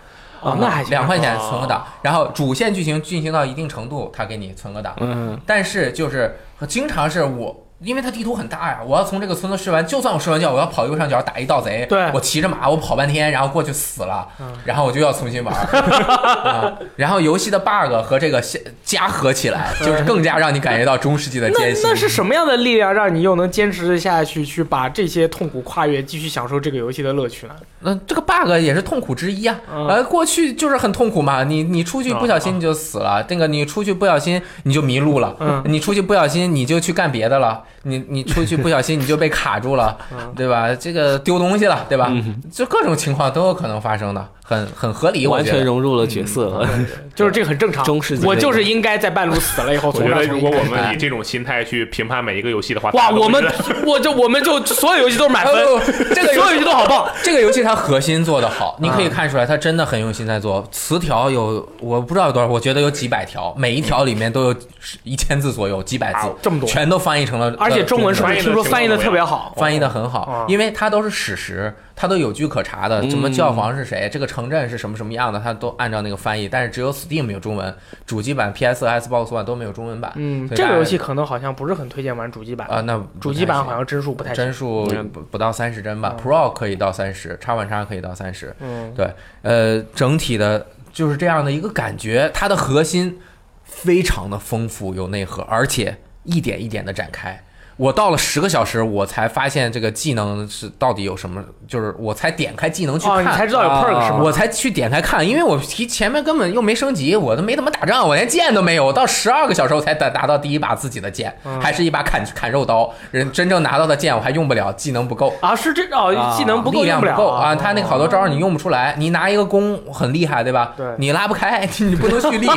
Speaker 1: 哦，那还行。
Speaker 2: 啊两块钱
Speaker 4: 哦
Speaker 2: 存个档，然后主线剧情进行到一定程度，他给你存个档。
Speaker 3: 嗯，
Speaker 2: 但是就是经常是我。因为它地图很大呀，我要从这个村子试完，就算我试完觉，我要跑右上角打一盗贼，
Speaker 1: 对
Speaker 2: 我骑着马，我跑半天，然后过去死了，
Speaker 1: 嗯
Speaker 2: 然后我就要重新玩、
Speaker 1: (laughs)
Speaker 2: 啊。然后游戏的 bug 和这个加加合
Speaker 1: (laughs)
Speaker 2: 起来，就是更加让你感觉到中世纪的
Speaker 1: 那
Speaker 2: 艰辛。
Speaker 1: 那是什么样的力量让你又能坚持的下去，去把这些痛苦跨越，继续享受这个游戏的乐趣呢？
Speaker 2: 那嗯这个 bug 也是痛苦之一啊。
Speaker 1: 嗯
Speaker 2: 呃，过去就是很痛苦嘛，你你出去不小心你就死了，这个你出去不小心你就迷路了，
Speaker 1: 嗯
Speaker 2: 你出去不小心你就去干别的了，你你出去不小心你就被卡住了，
Speaker 1: 嗯
Speaker 2: 对吧？这个丢东西了，对吧？
Speaker 3: 嗯
Speaker 2: 就各种情况都有可能发生的，很很合理，我
Speaker 3: 完
Speaker 2: 觉
Speaker 3: 全
Speaker 2: 得。
Speaker 3: 融入了角色了。
Speaker 1: 就是这个很正常。
Speaker 3: 中世纪
Speaker 1: 我就是应该在半路死了以后
Speaker 4: 我
Speaker 1: 从
Speaker 4: 觉
Speaker 1: 那
Speaker 4: 得
Speaker 1: 儿重
Speaker 4: 如
Speaker 1: 新
Speaker 4: 果
Speaker 1: 开
Speaker 4: 我
Speaker 1: 始。
Speaker 4: 们以这种心态去评判每一个游戏的话，
Speaker 1: 哇，
Speaker 4: 大家都
Speaker 1: 我们
Speaker 4: 是
Speaker 1: 我就我们就所有游戏都是满
Speaker 2: 呃
Speaker 3: (laughs) 哦
Speaker 1: 分，
Speaker 2: 不这个游
Speaker 1: 所有
Speaker 2: 戏
Speaker 1: 游戏都好棒。
Speaker 2: 这个游戏它核心做得好，
Speaker 1: 嗯
Speaker 2: 你可以看出来它真的很用心在做。词条有我不知道有多少，我觉得有几百条，每一条里面都有一千字左右，几百字
Speaker 4: 啊，
Speaker 1: 这么多
Speaker 2: 全都翻译成了，
Speaker 1: 而且
Speaker 2: 呃
Speaker 1: 中文是不是
Speaker 4: 翻译的
Speaker 1: 听说
Speaker 4: 情况
Speaker 1: 翻译的
Speaker 4: 怎么
Speaker 1: 特别好？
Speaker 2: 翻译的很好
Speaker 1: 哦，
Speaker 2: 因为它都是史实，它都有据可查的。
Speaker 3: 嗯
Speaker 2: 什么教皇是谁，这个城镇是什么什么样的，它都按照那个翻译。但是只有 Steam 有中文，主机版 PS、Xbox One 都没有中文版。
Speaker 1: 嗯，
Speaker 2: 所以
Speaker 1: 这
Speaker 2: 大家
Speaker 1: 个游戏可能好像不是很推荐玩主机版，
Speaker 2: 啊，那
Speaker 1: 主机版好
Speaker 2: 像。
Speaker 1: 像帧数不太行。
Speaker 2: 帧数
Speaker 3: 嗯
Speaker 2: 不不到三十帧吧
Speaker 1: 嗯
Speaker 2: ，Pro 可以到三十，叉万叉可以到三十，
Speaker 1: 嗯，
Speaker 2: 对，呃，整体的就是这样的一个感觉，它的核心非常的丰富有内核，而且一点一点的展开。我到了十个小时，我才发现这个技能是到底有什么，就是我才点开技能去看，啊
Speaker 1: 哦，你才知道有 perk 是吗？
Speaker 2: 我才去点开看，因为我提前面根本又没升级，我都没怎么打仗，我连剑都没有，我到十二个小时我才打打到第一把自己的剑，
Speaker 1: 嗯
Speaker 2: 还是一把砍砍肉刀，人真正拿到的剑我还用不了，技能不够。
Speaker 1: 啊，是这哦，
Speaker 3: 啊
Speaker 1: 技能不够
Speaker 2: 力
Speaker 1: 用
Speaker 2: 量
Speaker 1: 不了
Speaker 2: 够啊，他那个好多招儿你
Speaker 1: 用。
Speaker 2: 用不出来。你拿一个弓很厉害，对吧？
Speaker 1: 对
Speaker 2: 你拉不开，你不能
Speaker 1: (laughs)
Speaker 2: 蓄力，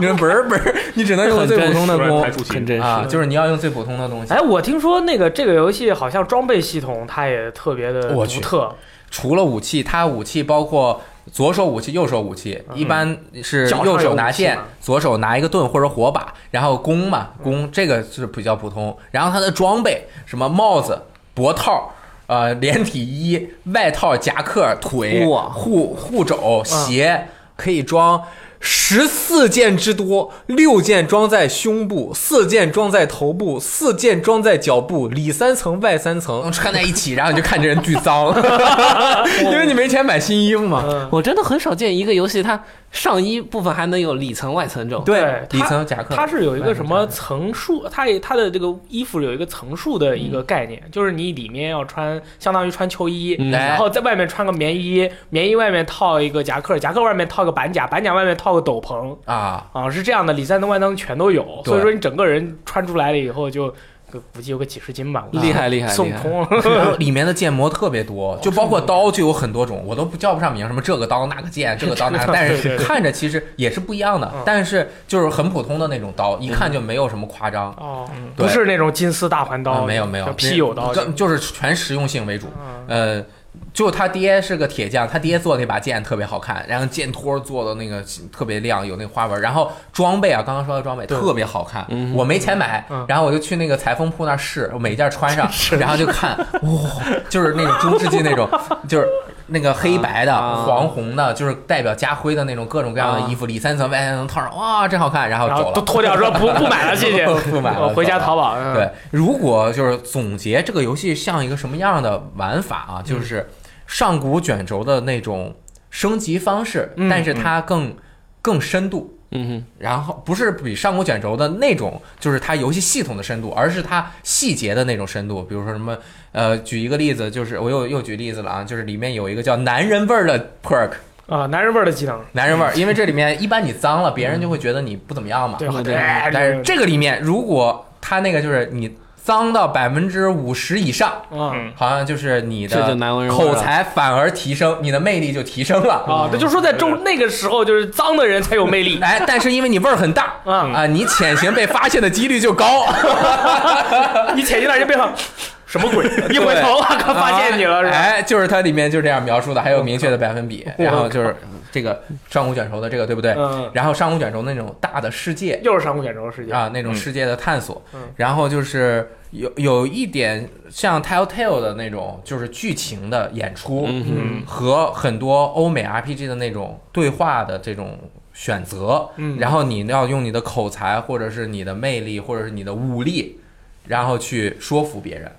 Speaker 2: 你不是不是，你只能用最普通的
Speaker 4: 突然排
Speaker 2: 弓
Speaker 4: 除
Speaker 3: 很
Speaker 4: 新
Speaker 3: 真实。
Speaker 2: 啊，就是你要用最普通的东西
Speaker 1: 哎，。我听说那个这个游戏好像装备系统它也特别的
Speaker 2: 我
Speaker 1: 独
Speaker 2: 去
Speaker 1: 特，
Speaker 2: 除了武器，它武器包括左手武器、右手武器，一般是
Speaker 1: 脚上
Speaker 2: 右手
Speaker 1: 有
Speaker 2: 拿
Speaker 1: 武器
Speaker 2: 剑
Speaker 1: 吗，
Speaker 2: 左手拿一个盾或者火把，然后弓嘛，弓这个是比较普通。然后它的装备，什么帽子、脖套。呃，连体衣、外套、夹克、腿、
Speaker 3: 哇
Speaker 2: 嗯护护肘、鞋，可以装十四件之多，六件装在胸部，四件装在头部，四件装在脚部，里三层外三层，嗯穿在一 (laughs) 起，然后你就看这人巨脏， (laughs) 因为你没钱买新衣服嘛。
Speaker 1: 嗯，
Speaker 3: 我真的很少见一个游戏它上衣部分还能有里层外层这种。
Speaker 1: 对
Speaker 2: 里层有夹克，
Speaker 1: 它是有一个什么层数，它也它的这个衣服有一个层数的一个概念，就是你里面要穿，相当于穿秋衣，
Speaker 2: 哎
Speaker 3: 嗯
Speaker 1: 然后在外面穿个棉衣，棉衣外面套一个夹克，夹克外面套个板甲，板甲外面套个斗篷， (laughs)
Speaker 2: 啊，
Speaker 1: 啊，是这样的，里三层外层全都有，
Speaker 2: 对
Speaker 1: 所以说你整个人穿出来了以后就，就估计有个几十斤吧，我
Speaker 3: 厉害厉害
Speaker 1: 送
Speaker 3: 厉害
Speaker 1: 空了。
Speaker 2: 然后里面的建模特别
Speaker 1: 哦
Speaker 2: 多，就包括刀就有很多种，我都不叫不上名，什么这个刀那个剑，这个
Speaker 1: (laughs)
Speaker 2: 刀那个，但
Speaker 1: 对
Speaker 2: 是
Speaker 1: 对对
Speaker 2: 看着其实也是不一样的
Speaker 1: 嗯，
Speaker 2: 但是就是很普通的那种刀，一看就没有什么夸张。
Speaker 1: (laughs) 哦，
Speaker 2: 对
Speaker 1: 不是那种金丝大环刀，
Speaker 2: 啊没有没有，
Speaker 1: 劈友刀。
Speaker 2: 更就是全实用性为主。
Speaker 1: 嗯
Speaker 2: 呃，就他爹是个铁匠，他爹做那把剑特别好看，然后剑托做的那个特别亮，有那个花纹。然后装备啊，刚刚说到装备
Speaker 1: 对
Speaker 2: 特别好看，
Speaker 3: 嗯
Speaker 2: 我没钱买
Speaker 1: 嗯，
Speaker 2: 然后我就去那个裁缝铺那儿试，我每件穿上，然后就
Speaker 1: (laughs)
Speaker 2: 看，哇、就是那种中世纪那种，就是。那个黑白的、
Speaker 3: 啊
Speaker 2: 黄红的，就是代表家徽的那种各种各样的
Speaker 3: 啊
Speaker 2: 衣服，里三层外三层套上，哇，真好看，然后
Speaker 1: 然
Speaker 2: 走
Speaker 1: 后
Speaker 2: 了，
Speaker 1: 都脱掉说
Speaker 2: (laughs)
Speaker 1: 不不买了，谢谢，
Speaker 2: 不买
Speaker 1: 我
Speaker 2: 了
Speaker 1: 回家
Speaker 2: 走了
Speaker 1: 淘宝。嗯，
Speaker 2: 对，如果就是总结这个游戏像一个什么样的玩法
Speaker 1: 嗯
Speaker 2: 啊，就是上古卷轴的那种升级方式，
Speaker 1: 嗯
Speaker 2: 但是它更更深度。
Speaker 3: 嗯
Speaker 2: 然后不是比上古卷轴的那种，就是它游戏系统的深度，而是它细节的那种深度。比如说什么，呃，举一个例子，就是我又又举例子了啊，就是里面有一个叫男人味儿的 perk，
Speaker 1: 啊，男人味儿的技能，
Speaker 2: 男人味儿，因为这里面一般你脏了，别人就会觉得你不怎么样嘛。
Speaker 1: 对
Speaker 3: 嗯
Speaker 1: 对
Speaker 3: 对
Speaker 1: 哎
Speaker 2: 但是
Speaker 1: 对
Speaker 2: 这个里面，如果他那个就是你脏到百分之五十以上，
Speaker 1: 嗯
Speaker 4: 嗯，
Speaker 2: 好像就是你
Speaker 3: 这就
Speaker 2: 的
Speaker 3: 难闻人味
Speaker 2: 口
Speaker 3: 了
Speaker 2: 才反而提升，你的魅力就提升了。
Speaker 1: 啊，这就说在
Speaker 2: 嗯
Speaker 1: 中那个时候，就是脏的人才有魅力
Speaker 2: (laughs) 哎，但是因为你味儿很大
Speaker 1: 啊。
Speaker 2: 啊，你潜行被发现的几率就高。
Speaker 1: 你啊潜进来就变
Speaker 2: (laughs)
Speaker 1: 成什么鬼？ (laughs) 一回头，我靠， (laughs) 发现你了是吧？
Speaker 2: 哎，就是它里面就这样描述的，还有明确的百分比，然后就是这个上古卷轴的这个对不对？
Speaker 1: 嗯，
Speaker 2: 然后上古卷轴那种大的世界，
Speaker 1: 又是上古卷轴的世界。
Speaker 2: 啊那种世界的探索，
Speaker 1: 嗯嗯
Speaker 2: 然后就是有有一点像 Telltale 的那种，就是剧情的演出、
Speaker 3: 嗯哼
Speaker 4: 嗯
Speaker 2: 和很多欧美 RPG 的那种对话的这种选择，
Speaker 1: 嗯
Speaker 2: 然后你要用你的口才或者是你的魅力或者是你的武力，然后去说服别人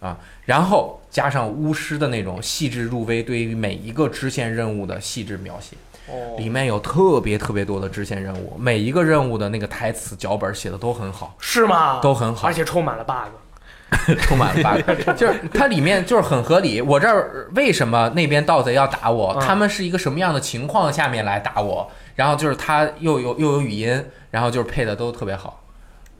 Speaker 2: 啊，然后加上巫师的那种细致入微，对于每一个支线任务的细致描写。
Speaker 1: 哦，
Speaker 2: 里面有特别特别多的支线任务，每一个任务的那个台词脚本写的都很好，
Speaker 1: 是吗？
Speaker 2: 都很 (laughs) 好
Speaker 1: 而，且充满了 bug。
Speaker 2: 啊哎充满 (laughs) 了 bug，就是它里面就是很合理。我这儿为什么那边盗贼要打我？
Speaker 1: 嗯
Speaker 2: 他们是一个什么样的情况下面来打我？然后就是它又有又有语音，然后就是配的都特别好。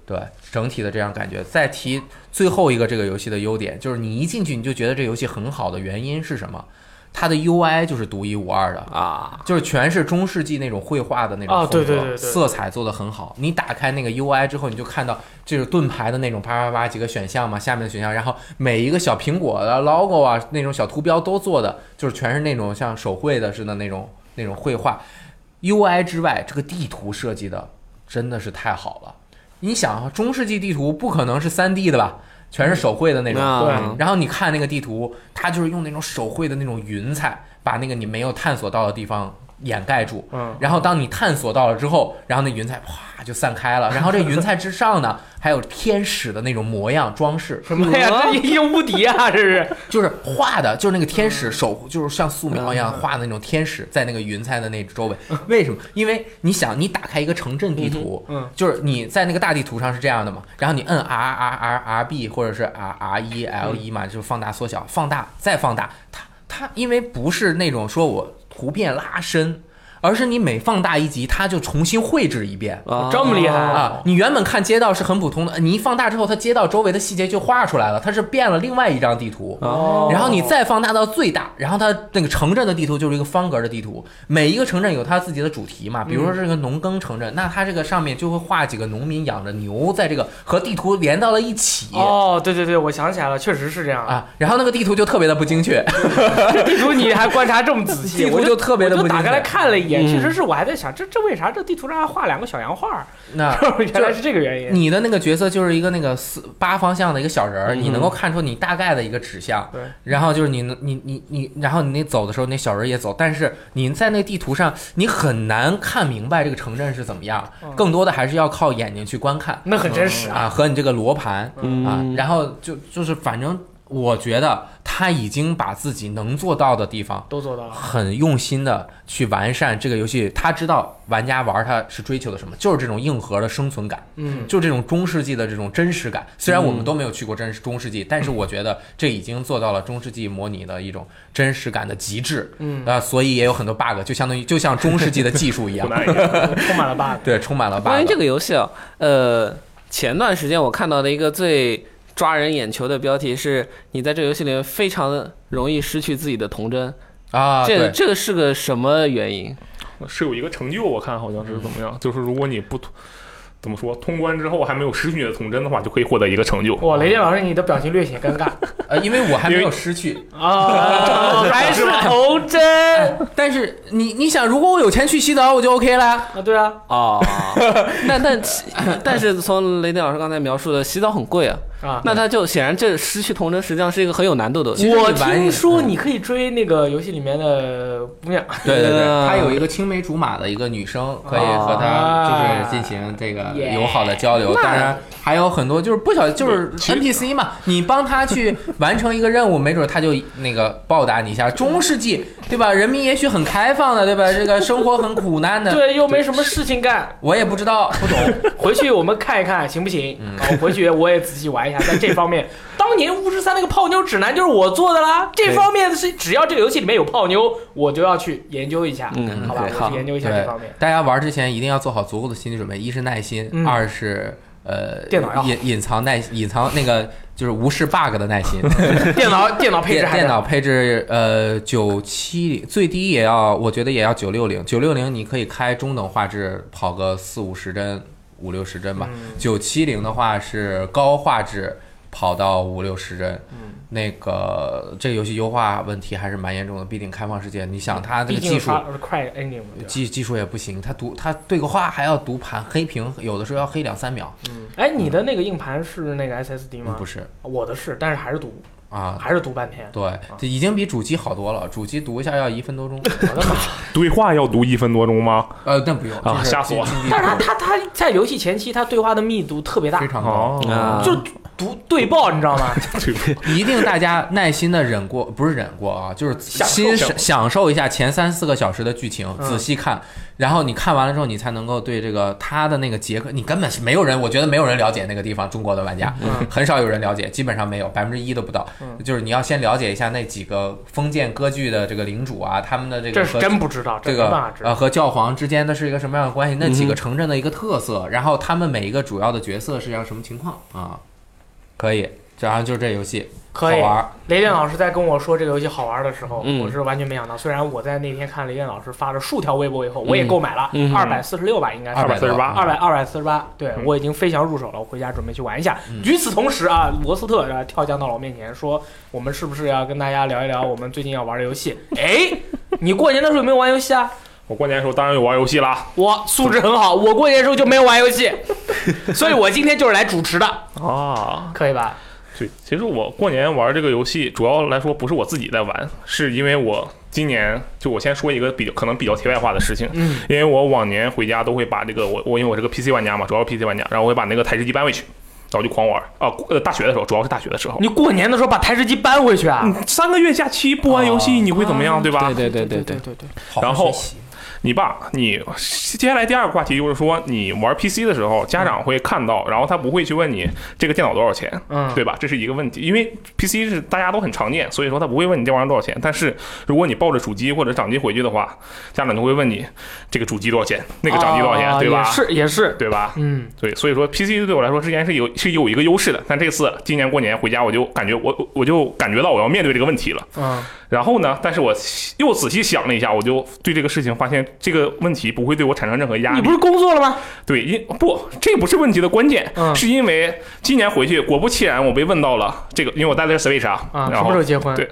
Speaker 2: 对，整体的这样感觉。再提最后一个这个游戏的优点，就是你一进去你就觉得这游戏很好的原因是什么？它的 UI 就是独一无二的，
Speaker 3: 啊，
Speaker 2: 就是全是中世纪那种绘画的那种
Speaker 1: 啊
Speaker 2: 风
Speaker 1: 对
Speaker 2: 格，
Speaker 1: 对对对
Speaker 2: 色彩做的很好。你打开那个 UI 之后，你就看到就是盾牌的那种啪啪啪几个选项嘛，下面的选项，然后每一个小苹果的 logo 啊，那种小图标都做的就是全是那种像手绘的似的那种那种绘画。UI 之外，这个地图设计的真的是太好了。你想啊，中世纪地图不可能是 3D 的吧？全是手绘的那种，嗯
Speaker 3: 啊
Speaker 2: 然后你看那个地图，它就是用那种手绘的那种云彩，把那个你没有探索到的地方掩盖住。
Speaker 1: 嗯，
Speaker 2: 然后当你探索到了之后，然后那云彩哗就散开了。然后这云彩之上呢，还有天使的那种模样装饰，
Speaker 1: 什么呀？
Speaker 2: 嗯
Speaker 1: 这一无敌啊，这是。
Speaker 2: 就是画的，就是那个天
Speaker 1: 嗯
Speaker 2: 使手，就是像素描一样画的那种天使，在那个云彩的那周围。为什么？因为你想，你打开一个城镇地图，
Speaker 1: 嗯嗯
Speaker 2: 就是你在那个大地图上是这样的嘛，然后你摁 R R R R B 或者是 R R 一 L 一嘛，就是放大缩小，放大再放大。它它因为不是那种说我图片拉伸，而是你每放大一级，它就重新绘制一遍。
Speaker 3: 啊
Speaker 1: 这么厉害
Speaker 2: 啊！你原本看街道是很普通的，你一放大之后，它街道周围的细节就画出来了，它是变了另外一张地图。
Speaker 3: 哦
Speaker 2: 嗯然后你再放大到最大，然后它那个城镇的地图就是一个方格的地图，每一个城镇有它自己的主题嘛，比如说这个农耕城镇，那它这个上面就会画几个农民养着牛，在这个和地图连到了一起。
Speaker 1: 哦，对对对，我想起来了，确实是这样。
Speaker 2: 啊，然后那个
Speaker 1: 哦
Speaker 2: 地图就特别的不精确，
Speaker 1: 地图你还观察这么仔细，
Speaker 2: (laughs) 地
Speaker 1: 我
Speaker 2: 图
Speaker 1: 就
Speaker 2: 特别的
Speaker 1: 我
Speaker 2: 不
Speaker 1: 就
Speaker 2: 精确。
Speaker 1: 打开来看了一也
Speaker 3: 嗯
Speaker 1: 确实是我还在想，这这为啥这地图上还画两个小洋画儿？
Speaker 2: 那
Speaker 1: (laughs) 原来是这个原因。
Speaker 2: 你的那个角色就是一个那个四八方向的一个小人儿，
Speaker 3: 嗯
Speaker 2: 你能够看出你大概的一个指向。
Speaker 1: 对，
Speaker 2: 然后就是你能你你你，然后你那走的时候，那小人儿也走，但是你在那地图上，你很难看明白这个城镇是怎么样，
Speaker 1: 嗯
Speaker 2: 更多的还是要靠眼睛去观看
Speaker 1: 那很真实啊。
Speaker 2: 啊，和你这个罗盘
Speaker 3: 嗯
Speaker 2: 啊，然后就就是反正我觉得他已经把自己能做到的地方。
Speaker 1: 都做到了。
Speaker 2: 很用心的去完善这个游戏，他知道玩家玩它是追求的什么，就是这种硬核的生存感，
Speaker 1: 嗯，
Speaker 2: 就这种中世纪的这种真实感。虽然我们都没有去过真实中世纪，但是我觉得这已经做到了中世纪模拟的一种真实感的极致。
Speaker 1: 嗯
Speaker 2: 啊、所以也有很多 bug，就相当于就像中世纪的技术一
Speaker 1: (laughs)
Speaker 2: 样
Speaker 4: (laughs) 不，难以言。
Speaker 1: 充满了 bug。
Speaker 2: 对，充满了
Speaker 3: (laughs)
Speaker 2: bug。
Speaker 3: 关于这个游戏啊，呃，前段时间我看到的一个最抓人眼球的标题是：你在这游戏里面非常容易失去自己的童真。
Speaker 2: 啊，
Speaker 3: 这个
Speaker 2: 对，
Speaker 3: 这个是个什么原因？
Speaker 4: 是有一个成就，我看好像是怎么样，就是如果你不怎么说通关之后还没有失去你的童真的话，就可以获得一个成就。
Speaker 1: 哇，雷电老师，你的表情略显尴尬
Speaker 2: 呃，因为我还
Speaker 4: 因
Speaker 2: 没
Speaker 4: 为
Speaker 2: 有失
Speaker 3: (laughs)
Speaker 2: 去，
Speaker 1: (laughs)
Speaker 2: 哎
Speaker 1: 啊，还是头针
Speaker 2: 但是你你想，如果我有钱去洗澡，我就 OK 啦。
Speaker 1: 啊？对啊，
Speaker 3: 哦，那但但是从雷电老师刚才描述的，洗澡很贵啊，
Speaker 1: 啊，
Speaker 3: 那他就显然这失去童真实际上是一个很有难度的游戏。
Speaker 2: 其实
Speaker 1: 我
Speaker 2: 你玩
Speaker 1: 听说
Speaker 2: 嗯
Speaker 1: 你可以追那个游戏里面的姑娘，
Speaker 2: 对对对，
Speaker 3: 呃
Speaker 1: 嗯
Speaker 2: 他有一个青梅竹马的一个女生，可以和他
Speaker 1: 啊
Speaker 2: 就是进行这个
Speaker 1: 耶
Speaker 2: 友好的交流。
Speaker 3: 那
Speaker 2: 当然还有很多就是不小就是 NPC 嘛，你帮他去完成一个任务，没准他就那个报答你一下。中世纪对吧？人民也许很开放的对吧？这个生活很苦难的，
Speaker 1: (laughs) 对，又没什么事情干，
Speaker 2: 我也不知道不懂。
Speaker 1: 回去我们看一看行不行？啊我回去我也仔细玩一下，在这方面，当年巫师三那个泡妞指南就是我做的啦。这方面是只要这个游戏里面有泡妞，我就要去研究一下，
Speaker 3: 嗯
Speaker 1: 好吧，
Speaker 3: 对
Speaker 1: 我
Speaker 3: 好
Speaker 1: 去研究一下
Speaker 2: 对
Speaker 1: 这方面。，
Speaker 2: 大家玩之前一定要做好足够的心理准备，一是耐心，
Speaker 1: 嗯
Speaker 2: 二是呃
Speaker 1: 电脑要好
Speaker 2: 隐隐藏耐隐藏那个就是无视 bug 的耐
Speaker 1: (laughs)
Speaker 2: 心。
Speaker 1: 电脑电脑配置
Speaker 2: 电
Speaker 1: 还
Speaker 2: 电
Speaker 1: 是
Speaker 2: 脑配置呃九七零最低也要，我觉得也要九六零，九六零你可以开中等画质跑个四五十帧、五六十帧吧。
Speaker 1: 嗯
Speaker 2: 九七零的话是高画质跑到五六十帧。
Speaker 1: 嗯
Speaker 2: 那个这个游戏优化问题还是蛮严重的，毕竟开放世界，你想它这
Speaker 1: 嗯毕
Speaker 2: 个
Speaker 1: 竟
Speaker 2: 技术
Speaker 1: 刷快 ending 了，对吧
Speaker 2: 技技术也不行，它读它对个话还要读盘黑屏，有的时候要黑两三秒。
Speaker 1: 哎，你的那个硬盘是那个 SSD 吗？
Speaker 2: 嗯不是
Speaker 1: 我的是，但是还是读，
Speaker 2: 啊，
Speaker 1: 还是读半
Speaker 2: (laughs)
Speaker 1: 天。
Speaker 2: 对，这已经比主机好多了，主机读一下要一分多钟。
Speaker 1: 我的妈！
Speaker 4: 对话要读一分多钟吗？
Speaker 2: 呃，那不用
Speaker 4: 啊
Speaker 2: 就是
Speaker 4: 吓死我
Speaker 2: 进进
Speaker 1: 但是他他他在游戏前期他对话的密度特别大
Speaker 2: 非，常高，
Speaker 4: 哦，
Speaker 3: 啊
Speaker 1: 就读对爆，你知道
Speaker 2: (laughs)
Speaker 1: 吗？
Speaker 4: 对
Speaker 2: 一定大家耐心的忍过，不是忍过啊，就是
Speaker 1: 享受
Speaker 2: 欣赏享受一下前三四个小时的剧情，
Speaker 1: 嗯
Speaker 2: 仔细看，然后你看完了之后，你才能够对这个他的那个杰克，你根本是没有人，我觉得没有人了解那个地方，中国的玩家
Speaker 1: 嗯
Speaker 2: 很少有人了解，基本上没有，百分之一都不到。
Speaker 1: 嗯
Speaker 2: 就是你要先了解一下那几个封建割据的这个领主啊，他们的这
Speaker 1: 这
Speaker 2: 个
Speaker 1: 是
Speaker 2: 和
Speaker 1: 真不知道，
Speaker 2: 这
Speaker 1: 没
Speaker 2: 个
Speaker 1: 办法知道。
Speaker 2: 呃和教皇之间的是一个什么样的关系？那几
Speaker 3: 嗯
Speaker 2: 个
Speaker 3: 哼
Speaker 2: 城镇的一个特色，然后他们每一个主要的角色是一样什么情况啊？可以，这好像就是这游戏
Speaker 1: 可以
Speaker 2: 好，玩儿。
Speaker 1: 雷电老师在跟我说这个游戏好玩的时候，
Speaker 3: 嗯
Speaker 1: 我是完全没想到。虽然我在那天看雷电老师发了数条微博以后，我也购买了
Speaker 3: 嗯
Speaker 1: 二百四十六吧，应该是
Speaker 2: 248
Speaker 1: 啊二百二百四十八。对
Speaker 4: 嗯
Speaker 1: 我已经飞翔入手了，我回家准备去玩一下
Speaker 2: 嗯。
Speaker 1: 与此同时啊，罗斯特啊跳降到了我面前，说我们是不是要跟大家聊一聊我们最近要玩的游 (laughs) 戏？哎，你过年的时候有没有玩游戏啊？
Speaker 4: 我过年的时候当然有玩游戏啦。
Speaker 1: 我素质很好，我过年的时候就没有玩游 (laughs) 戏，所以我今天就是来主持的，
Speaker 4: 啊，
Speaker 1: 可以吧？
Speaker 4: 对，其实我过年玩这个游戏，主要来说不是我自己在玩，是因为我今年就我先说一个比较可能比较题外话的事情，
Speaker 1: 嗯，
Speaker 4: 因为我往年回家都会把这个我我因为我是个 PC 玩家嘛，主要是 PC 玩家，然后我会把那个台式机搬回去，然后就狂玩啊。呃，大学的时候，主要是大学的时候，
Speaker 1: 你过年的时候把台式机搬回去啊？
Speaker 4: 你三个月假期不玩游戏，你会怎么啊样，对吧？
Speaker 3: 对
Speaker 1: 对
Speaker 3: 对对对，
Speaker 1: 对对，
Speaker 2: 好好
Speaker 4: 然后
Speaker 2: 学习
Speaker 4: 你爸，你接下来第二个话题就是说，你玩 PC 的时候，家长会看到，然后他不会去问你这个电脑多少钱，
Speaker 1: 嗯，
Speaker 4: 对吧？这是一个问题，因为 PC 是大家都很常见，所以说他不会问你这玩意儿多少钱。但是如果你抱着主机或者掌机回去的话，家长就会问你这个主机多少钱，那个掌机多少钱，
Speaker 1: 啊
Speaker 4: 对吧
Speaker 1: 也？是也是，
Speaker 4: 对吧？
Speaker 1: 嗯，
Speaker 4: 对，所以说 PC 对我来说之前是有是有一个优势的，但这次今年过年回家，我就感觉我我我就感觉到我要面对这个问题了。
Speaker 1: 嗯，
Speaker 4: 然后呢，但是我又仔细想了一下，我就对这个事情发现这个问题不会对我产生任何压
Speaker 1: 你
Speaker 4: 力
Speaker 1: 不。是工作了吗？
Speaker 4: 对，因不，这不是问题的关键，
Speaker 1: 嗯
Speaker 4: 是因为今年回去，果不其然，我被问到了这个，因为我带的是 Switch 啊，
Speaker 1: 啊，什
Speaker 4: 然
Speaker 1: 么时
Speaker 4: 后
Speaker 1: 候结婚？
Speaker 4: 对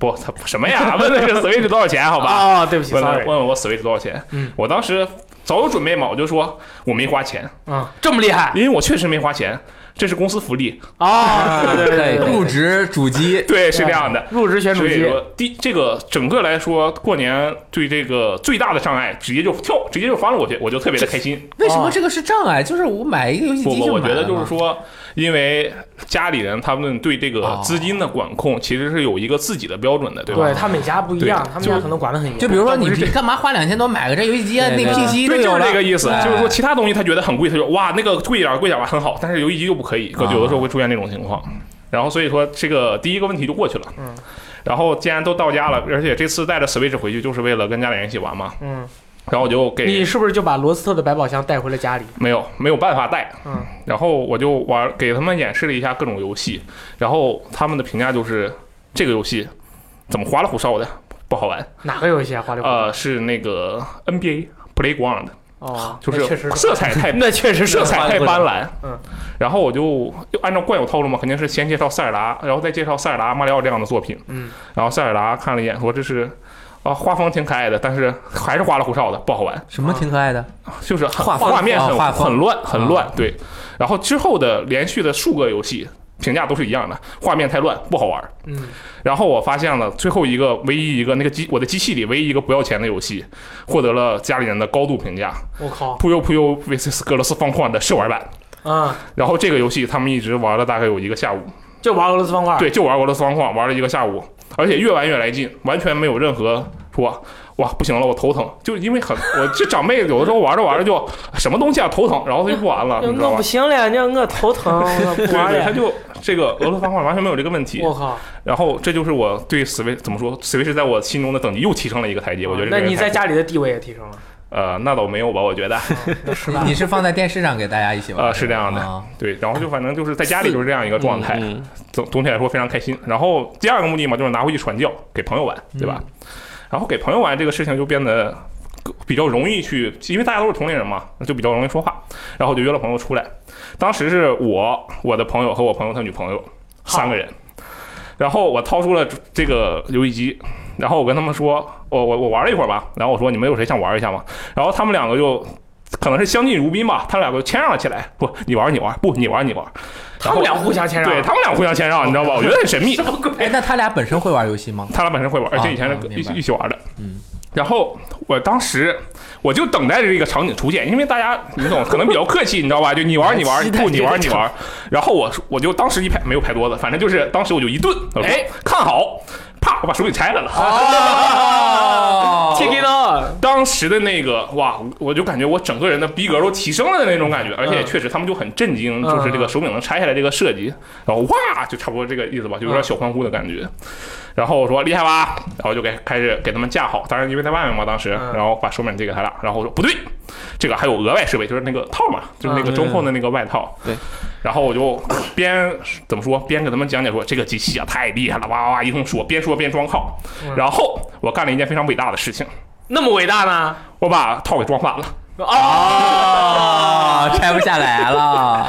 Speaker 4: 不，他什么呀？问的是 Switch 多少钱？好吧，
Speaker 1: 啊，对不起
Speaker 4: 问问
Speaker 1: ，sorry，
Speaker 4: 问我 Switch 多少钱？
Speaker 1: 嗯，
Speaker 4: 我当时早有准备嘛，我就说我没花钱，
Speaker 1: 啊，这么厉害
Speaker 4: 因为我确实没花钱，这是公司福利，
Speaker 1: 啊！ (laughs) 对对对对
Speaker 2: 入职主机，
Speaker 4: 对，是这样
Speaker 2: 啊
Speaker 4: 的。
Speaker 1: 入职选主
Speaker 4: 所以
Speaker 1: 机，
Speaker 4: 说，第这个整个来说，过年对这个最大的障碍，直接就跳，直接就翻了过去，我就特别的开心。
Speaker 2: 为什么这个是障碍？就是我买一个游戏
Speaker 4: 不
Speaker 2: 机
Speaker 4: 不，
Speaker 2: 就
Speaker 4: 我
Speaker 2: 买
Speaker 4: 觉得
Speaker 2: 了
Speaker 4: 就是
Speaker 2: 嘛
Speaker 4: 说，因为家里人他们对这个
Speaker 2: 哦
Speaker 4: 资金的管控其实是有一个自己的标准的，对吧？
Speaker 1: 对他每家不一样，
Speaker 4: 对
Speaker 1: 他们家可能管得很严。
Speaker 2: 就比如说
Speaker 1: 但
Speaker 2: 你
Speaker 1: 不是这
Speaker 2: 你干嘛花两千多买个这游戏机啊？
Speaker 3: 对
Speaker 2: 那
Speaker 3: 对
Speaker 2: P 机都
Speaker 4: 对，就
Speaker 2: 有
Speaker 4: 是
Speaker 2: 了
Speaker 4: 这个意思，
Speaker 2: 哎
Speaker 4: 就是说其他东西他觉得很贵，他说哇那个贵点儿贵点儿吧很好，但是游戏机就不可以，可
Speaker 2: 啊
Speaker 4: 有的时候会出现这种情况。然后所以说这个第一个问题就过去了。
Speaker 1: 嗯。
Speaker 4: 然后既然都到家了，而且这次带着 Switch 回去就是为了跟家里人一起玩嘛，
Speaker 1: 嗯，
Speaker 4: 然后我就给
Speaker 1: 你是不是就把罗斯特的百宝箱带回了家里？
Speaker 4: 没有没有办法带，
Speaker 1: 嗯，
Speaker 4: 然后我就玩给他们演示了一下各种游戏，然后他们的评价就是这个游戏怎么花里胡哨的，不好玩。
Speaker 1: 哪个游戏啊？花里胡哨
Speaker 4: 呃，是那个 NBA Playground，
Speaker 1: 哦，
Speaker 4: 就
Speaker 1: 那确实
Speaker 4: 是色彩太
Speaker 1: (laughs) 那确实是
Speaker 4: 色彩太斑斓。
Speaker 1: 嗯，
Speaker 4: 然后我就就按照惯有套路嘛，肯定是先介绍塞尔达，然后再介绍塞尔达、马里奥这样的作品。
Speaker 1: 嗯，
Speaker 4: 然后塞尔达看了一眼，说这是。啊，画风挺可爱的，但是还是花里胡哨的，不好玩。
Speaker 2: 什么挺可爱的？
Speaker 4: 就是
Speaker 3: 画风
Speaker 4: 画面很、
Speaker 2: 哦画风
Speaker 4: 很乱，很
Speaker 2: 啊
Speaker 4: 乱。对，然后之后的连续的数个游戏评价都是一样的，画面太乱，不好玩。
Speaker 1: 嗯，
Speaker 4: 然后我发现了最后一个唯一一个那个机我的机器里唯一一个不要钱的游戏，获得了家里人的高度评价，
Speaker 1: 我
Speaker 4: 《
Speaker 1: 靠，
Speaker 4: p u y o p u y o vs 俄罗斯方块》的试玩版。
Speaker 1: 嗯，
Speaker 4: 然后这个游戏他们一直玩了大概有一个下午，
Speaker 1: 就玩俄罗斯方块，
Speaker 4: 对，就玩俄罗斯方块玩了一个下午，而且越玩越来劲，完全没有任何说哇不行了，我头疼，就因为很我这长辈有的时候玩着玩着就什么东西啊头疼，然后他就不玩了，
Speaker 1: 就
Speaker 4: 你知道
Speaker 1: 我
Speaker 4: 吗
Speaker 1: 不？行了，就我头 (laughs) 疼，我
Speaker 4: 对
Speaker 1: 不玩
Speaker 4: 对，他
Speaker 1: 了。
Speaker 4: 就这个俄罗斯方块完全没有这个问题。
Speaker 1: 我靠，
Speaker 4: 然后这就是我对 Switch 怎么说，Switch 在我心中的等级又提升了一个台阶。我觉得
Speaker 1: 那
Speaker 4: 这个
Speaker 1: 你
Speaker 4: 太
Speaker 1: 在家里的地位也提升 (laughs) 了，嗯
Speaker 4: 呃那倒没有吧，我觉得
Speaker 1: 那是
Speaker 2: 你
Speaker 1: 吧？
Speaker 2: 你是放在电视上给大家一起玩
Speaker 4: 呃啊是这样的。
Speaker 2: 啊？
Speaker 4: 对，然后就反正就是在家里就是这样一个状态。
Speaker 3: 嗯
Speaker 4: 总总体来说非常开心。然后第二个目的嘛，就是拿回去传教给朋友玩，对吧？然后给朋友玩这个事情就变得比较容易去，因为大家都是同龄人嘛，那就比较容易说话。然后我就约了朋友出来，当时是我、我的朋友和我朋友他女朋友
Speaker 1: 好
Speaker 4: 三个人。然后我掏出了这个游戏机，然后我跟他们说，我我我玩了一会儿吧。然后我说你们有谁想玩一下吗？然后他们两个就可能是相敬如宾吧，他们两个谦让了起来，不，你玩你玩，不你玩你玩。
Speaker 1: 他们俩互相谦让， (laughs)
Speaker 4: 对他们俩互相谦让，你知道吧？我觉得很神秘。
Speaker 2: 哎，那他俩本身会玩游戏吗？
Speaker 4: 他俩本身会玩，而且以前
Speaker 2: 啊
Speaker 4: 是
Speaker 2: 啊
Speaker 4: 一
Speaker 2: 明
Speaker 4: 起
Speaker 2: 白
Speaker 4: 一起玩的。
Speaker 2: 嗯。
Speaker 4: 然后我当时我就等待着这个场景出现，因为大家你懂，可能比较客气，你知道吧？就你玩你玩，不你玩你玩。然后我我就当时一拍没有拍桌子，反正就是当时我就一顿，我说
Speaker 1: 哎，
Speaker 4: 看好，啪，我把手给拆了了。
Speaker 1: 啊 (laughs)
Speaker 2: 哦
Speaker 1: Take it on，
Speaker 4: 当时的那个哇，我就感觉我整个人的逼格都提升了的那种感觉，而且确实他们就很震惊，
Speaker 1: 嗯
Speaker 4: 就是这个手柄能拆下来这个设计，然后哇，就差不多这个意思吧，就有点小欢呼的感觉。
Speaker 1: 嗯
Speaker 4: 然后我说厉害吧，然后就给开始给他们架好，当然因为在外面嘛，当时，
Speaker 1: 嗯
Speaker 4: 然后把手柄借给他俩，然后我说不对，这个还有额外设备，就是那个套嘛，就是那个
Speaker 3: 嗯
Speaker 4: 中控的那个外套，
Speaker 1: 嗯
Speaker 3: 对。
Speaker 4: 然后我就边怎么说边给他们讲解说这个机器啊太厉害了，哇哇哇一通说，边说边装号
Speaker 1: 嗯。
Speaker 4: 然后我干了一件非常伟大的事情，
Speaker 1: 那么伟大呢？
Speaker 4: 我把套给装反了。
Speaker 1: 啊
Speaker 2: 哦，拆不下来了，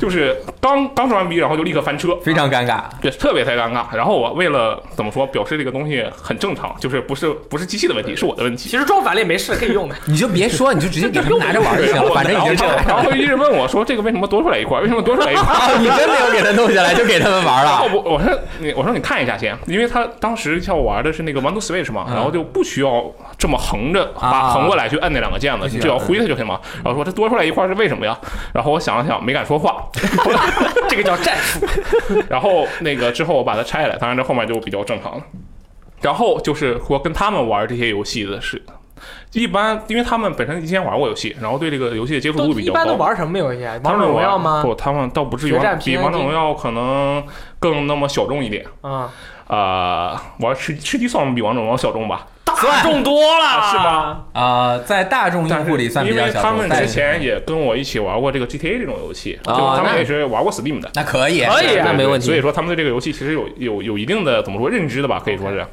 Speaker 4: 就是刚刚装完逼，然后就立刻翻车，
Speaker 2: (laughs) 非常尴尬。
Speaker 4: 对，特别太尴尬。然后我为了怎么说，表示这个东西很正常，就是不是不是机器的问题，是我的问题。
Speaker 1: 其实装反了也没事，可以用的。
Speaker 2: 你就别说，你就直接给他们拿着玩就
Speaker 4: 对，
Speaker 2: 行
Speaker 4: 然
Speaker 2: (laughs) 了，
Speaker 4: 后我
Speaker 2: 反正已经
Speaker 4: 然
Speaker 2: 这
Speaker 4: 后
Speaker 2: 样。
Speaker 4: 然后他们一直问我说：“这个为什么多出来一块儿？为什么多出来一块儿？”
Speaker 2: 哦，你真没有给他弄下来，就给他们玩
Speaker 4: 然后
Speaker 2: 了。
Speaker 4: 哦我我说你我说你看一下先，因为他当时叫我玩的是那个 One to Switch 嘛，
Speaker 2: 嗯
Speaker 4: 然后就不需要这么横着把
Speaker 2: 啊
Speaker 4: 横过来去摁那两个键子，
Speaker 2: 不需
Speaker 4: 你
Speaker 2: 要
Speaker 4: 只
Speaker 1: 嗯
Speaker 4: 要挥它就行嘛。然后说这多出来一块儿是为什么呀？然后我想了想，没敢说话。
Speaker 1: (laughs) 这个叫战术。
Speaker 4: (laughs) 然后那个之后我把它拆下来，当然这后面就比较正常了。然后就是说跟他们玩这些游戏的是，一般因为他们本身以前玩过游戏，然后对这个游戏的接触度比
Speaker 1: 一
Speaker 4: 较
Speaker 1: 般都
Speaker 4: 高。
Speaker 1: 玩什么游戏啊？
Speaker 4: 他
Speaker 1: 王者
Speaker 4: 们
Speaker 1: 荣
Speaker 4: 玩
Speaker 1: 耀吗？
Speaker 4: 不，他们倒不至于
Speaker 1: 决战
Speaker 4: 比
Speaker 1: PNG
Speaker 4: 王者荣耀可能更那么小众一点。
Speaker 1: 啊，
Speaker 4: 啊，玩吃吃鸡算比王者荣耀小众吧？
Speaker 1: 大众多了
Speaker 4: 是吧？
Speaker 2: 啊，在大众用户里算比
Speaker 4: 因
Speaker 2: 较
Speaker 4: 为
Speaker 2: 小
Speaker 4: 他
Speaker 2: 众，
Speaker 4: 们
Speaker 2: 但
Speaker 4: 之
Speaker 2: 是
Speaker 4: 前也跟我一起玩过这个 GTA 这种游戏，就
Speaker 3: 哦
Speaker 4: 他们
Speaker 3: 那
Speaker 4: 也是玩过 Steam 的。
Speaker 2: 哎那可以，
Speaker 1: 可以啊
Speaker 4: 对
Speaker 3: 那没问题
Speaker 1: 啊
Speaker 4: 所以说他们对这个游戏其实有有有一定的怎么说认知的吧，可以说是。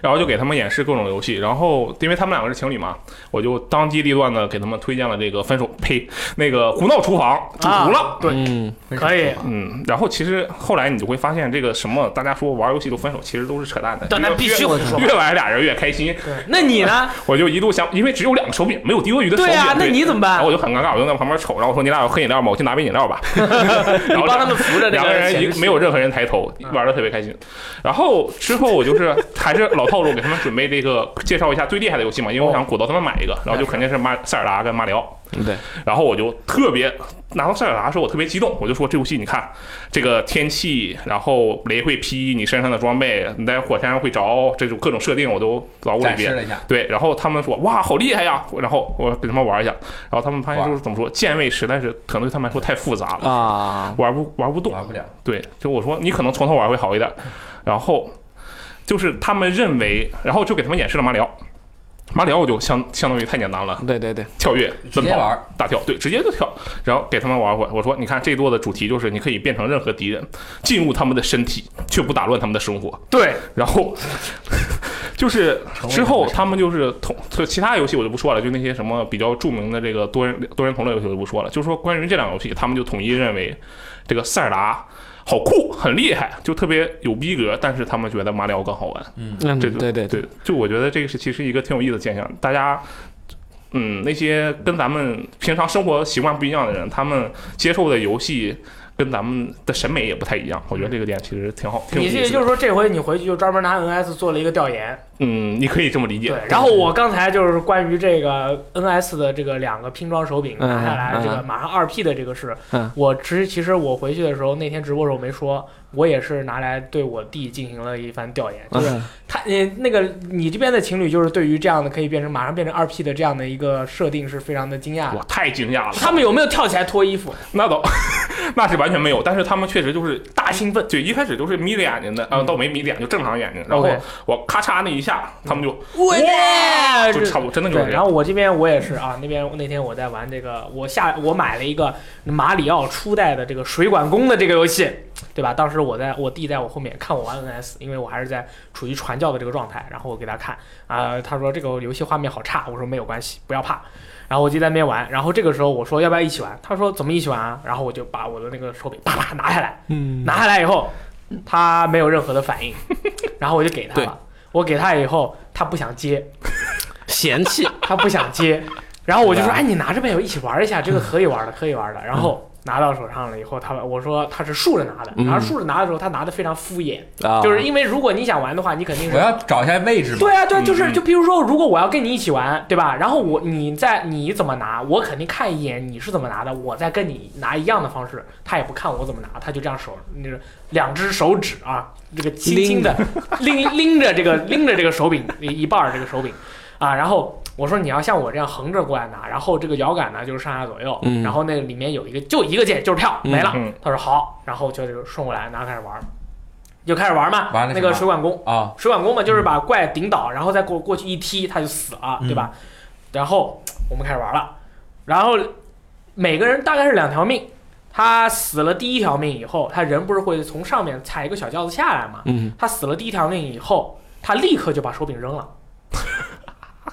Speaker 4: 然后就给他们演示各种游戏，然后因为他们两个是情侣嘛，我就当机立断的给他们推荐了这个分手，呸，那个胡闹厨房主
Speaker 1: 啊
Speaker 4: 厨了。
Speaker 1: 对
Speaker 3: 嗯，
Speaker 1: 可以
Speaker 4: 嗯，然后其实后来你就会发现，这个什么大家说玩游戏都分手，其实都是扯淡的。
Speaker 1: 但那必须
Speaker 4: 越
Speaker 1: 我说
Speaker 4: 越玩俩人越开心。
Speaker 1: 对，那你呢？
Speaker 4: 我就一度想，因为只有两个手柄，没有第鳄鱼的手柄。
Speaker 1: (laughs) 对啊，那你怎么
Speaker 4: 然
Speaker 1: 办
Speaker 4: 后？我就很尴尬，我就在旁边瞅，然后我说：“你俩有喝饮料吗？我去拿杯饮料
Speaker 1: (laughs)
Speaker 4: 吧。”然后
Speaker 1: 帮他们扶着这
Speaker 4: 两个人
Speaker 1: 前
Speaker 4: 一
Speaker 1: 置
Speaker 4: 个没有任何人抬头，玩的特别开心。然后之后我就是还是老套路，给他们准备这个介绍一下最厉害的游戏嘛，因为我想鼓捣他们买一个，然后就肯定是马塞尔达跟马里奥。
Speaker 3: 对，
Speaker 4: 然后我就特别拿到塞尔达的时候，我特别激动，我就说这游戏你看，这个天气，然后雷会劈你身上的装备，你在火山上会着，这种各种设定我都捣鼓了
Speaker 2: 展
Speaker 4: 一
Speaker 2: 示
Speaker 4: 遍。
Speaker 2: 了一下，
Speaker 4: 对，然后他们说哇好厉害呀，然后我给他们玩一下，然后他们发现就是怎么说，键位实在是可能对他们来说太复杂了，
Speaker 3: 啊，
Speaker 4: 玩不玩不动。
Speaker 2: 玩不了。
Speaker 4: 对，就我说你可能从头玩会好一点，然后就是他们认为，然后就给他们演示了马里奥，马里奥就相相当于太简单了，
Speaker 3: 对对对，
Speaker 4: 跳跃、
Speaker 2: 直
Speaker 4: 奔
Speaker 2: 接玩
Speaker 4: 跑
Speaker 2: 儿、
Speaker 4: 大跳，对，直接就跳，然后给他们玩会儿。我说，你看这一座的主题就是你可以变成任何敌人，进入他们的身体，却不打乱他们的生活。
Speaker 1: 对，
Speaker 4: 然后就是
Speaker 2: 成为
Speaker 4: 之
Speaker 2: 他们
Speaker 4: 后
Speaker 2: 的生活
Speaker 4: 他们就是同就其他游戏我就不说了，就那些什么比较著名的这个多人多人同乐游戏我就不说了，就是说关于这两个游戏，他们就统一认为这个塞尔达。好酷，很厉害，就特别有逼格，但是他们觉得马里奥更好玩。
Speaker 3: 嗯，
Speaker 4: 这
Speaker 3: 对
Speaker 4: 就
Speaker 3: 对对，
Speaker 4: 对，就我觉得这个是其实一个挺有意思的现象，大家。嗯，那些跟咱们平常生活习惯不一样的人，他们接受的游戏跟咱们的审美也不太一样。我觉得这个点其实挺好，挺有
Speaker 1: 你
Speaker 4: 意
Speaker 1: 是
Speaker 4: 思的。
Speaker 1: 就是说这回你回去就专门拿 NS 做了一个调研，
Speaker 4: 嗯，你可以这么理解
Speaker 1: 对。。然后我刚才就是关于这个 NS 的这个两个拼装手柄
Speaker 3: 嗯
Speaker 1: 拿下来，
Speaker 3: 嗯
Speaker 1: 这个马上二 P 的这个是
Speaker 3: 嗯，
Speaker 1: 我其实其实我回去的时候那天直播的时候没说，我也是拿来对我弟进行了一番调研，就是
Speaker 3: 嗯
Speaker 1: 他呃那个你这边的情侣就是对于这样的可以变成马上变成二 P 的这样的一个设定是非常的惊讶的
Speaker 4: 我。太惊讶了，
Speaker 1: 他们有没有跳起来脱衣服？
Speaker 4: 那倒 (laughs) 那是完全没有，但是他们确实就是大
Speaker 1: 大兴奋，
Speaker 4: 对，一开始就是眯着眼睛的，啊，
Speaker 1: 嗯
Speaker 4: 倒没眯着眼，就正常眼睛。然后
Speaker 1: OK
Speaker 4: 我咔嚓那一下，他们就
Speaker 1: 哇
Speaker 4: 就差不多，真的就是
Speaker 1: 对，
Speaker 4: 这
Speaker 1: 然
Speaker 4: 样。
Speaker 1: 后我这边我也是啊，那边那天我在玩这个，我下我买了一个马里奥初代的这个水管工的这个游戏，对吧？当时我在我弟在我后面看我玩 NS，因为我还是在处于传教的这个状态，然后我给他看啊、他说这个游戏画面好差，我说没有关系，不要怕。然后我就在那边玩，然后这个时候我说要不要一起玩？他说怎么一起玩啊？然后我就把我的那个手柄啪啪拿下来，
Speaker 3: 嗯
Speaker 1: 拿下来以后，他没有任何的反
Speaker 3: (laughs)
Speaker 1: 应，然后我就给他
Speaker 3: 对
Speaker 1: 了。我给他以后，他不想接，
Speaker 3: 嫌弃，
Speaker 1: 他不想接，然后我就说：“
Speaker 3: 对啊嗯
Speaker 1: 哎，你拿着呗，我一起玩一下，这个可以玩的，可以玩的。”然后拿到手上了以后，他我说他是竖着拿的，
Speaker 3: 嗯
Speaker 1: 然后竖着拿的时候，他拿的非常敷衍，
Speaker 3: 啊，
Speaker 1: (laughs) 就是因为如果你想玩的话，你肯定
Speaker 2: 我
Speaker 1: 是。
Speaker 2: 要找一下位置嘛。
Speaker 1: 对啊，对啊，就
Speaker 4: 嗯
Speaker 1: 是
Speaker 4: 嗯
Speaker 1: 就比如说，如果我要跟你一起玩，对吧？然后我你在你怎么拿，我肯定看一眼你是怎么拿的，我再跟你拿一样的方式，他也不看我怎么拿，他就这样手那个两只手指啊，这个轻轻
Speaker 4: (laughs)
Speaker 1: 的拎拎着这个拎着这个手柄一一半儿这个手柄啊，然后我说你要像我这样横着过来拿，然后这个摇杆呢就是上下左右，
Speaker 3: 嗯
Speaker 1: 然后那个里面有一个就一个键就是跳没了，
Speaker 4: 嗯嗯
Speaker 1: 他说好，然后就就顺过来，然后开始玩儿，就开始玩儿嘛，
Speaker 2: 玩了
Speaker 1: 那
Speaker 2: 什么
Speaker 1: 个水管工。
Speaker 2: 啊，
Speaker 1: 水管工嘛，就是把怪顶倒，然后再过过去一踢，他就死
Speaker 2: 嗯
Speaker 1: 了，对吧？然后我们开始玩了，然后每个人大概是两条命，他死了第一条命以后，他人不是会从上面踩一个小轿子下来嘛？
Speaker 3: 嗯，
Speaker 1: 他死了第一条命以后，他立刻就把手柄扔了。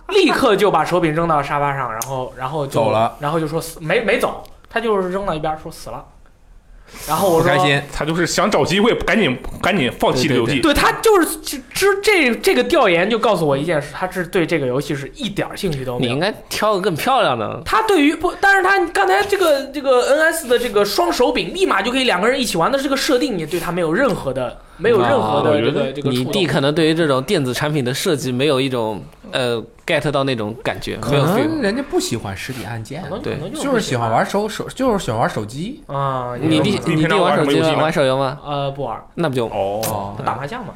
Speaker 1: 立刻就把手柄扔到沙发上，然后，然后就
Speaker 2: 走了，
Speaker 1: 然后就说死没没走，他就是扔到一边儿说死了，然后我
Speaker 2: 不
Speaker 1: 说
Speaker 2: 开心，
Speaker 4: 他就是想找机会，赶紧赶紧放弃这个游戏。
Speaker 1: 对他就是知知这这个调研就告诉我一件事，他是对这个游戏是一点儿兴趣都没
Speaker 3: 你应
Speaker 1: 有。
Speaker 3: 该挑个更漂亮的，
Speaker 1: 他对于不，但是他刚才这个这个 NS 的这个双手柄立马就可以两个人一起玩的这个设定，也对他没有任何的没有任何
Speaker 4: 啊
Speaker 1: 的
Speaker 4: 我
Speaker 1: 这
Speaker 4: 觉
Speaker 1: 个
Speaker 4: 得
Speaker 1: 这个
Speaker 3: 你
Speaker 1: 触动
Speaker 3: 弟可能对于这种电子产品的设计没有一种呃 get 到那种感觉，
Speaker 2: 可
Speaker 3: 没有 feel。
Speaker 2: 能人家不喜欢实体按键
Speaker 1: 可，能
Speaker 3: 对
Speaker 1: 可能
Speaker 2: 就是喜欢玩手手，就是喜欢玩手机。
Speaker 1: 玩啊，也
Speaker 3: 你
Speaker 1: 有
Speaker 3: 弟
Speaker 1: 可能
Speaker 4: 你
Speaker 3: 你
Speaker 4: 平
Speaker 3: 弟
Speaker 4: 常玩
Speaker 3: 玩
Speaker 4: 什
Speaker 3: 手
Speaker 4: 么
Speaker 3: 机
Speaker 4: 游戏
Speaker 3: 吗？
Speaker 4: 吗
Speaker 3: 玩手游吗？
Speaker 1: 呃不玩，
Speaker 3: 那不就
Speaker 4: 哦，
Speaker 1: 打麻将嘛。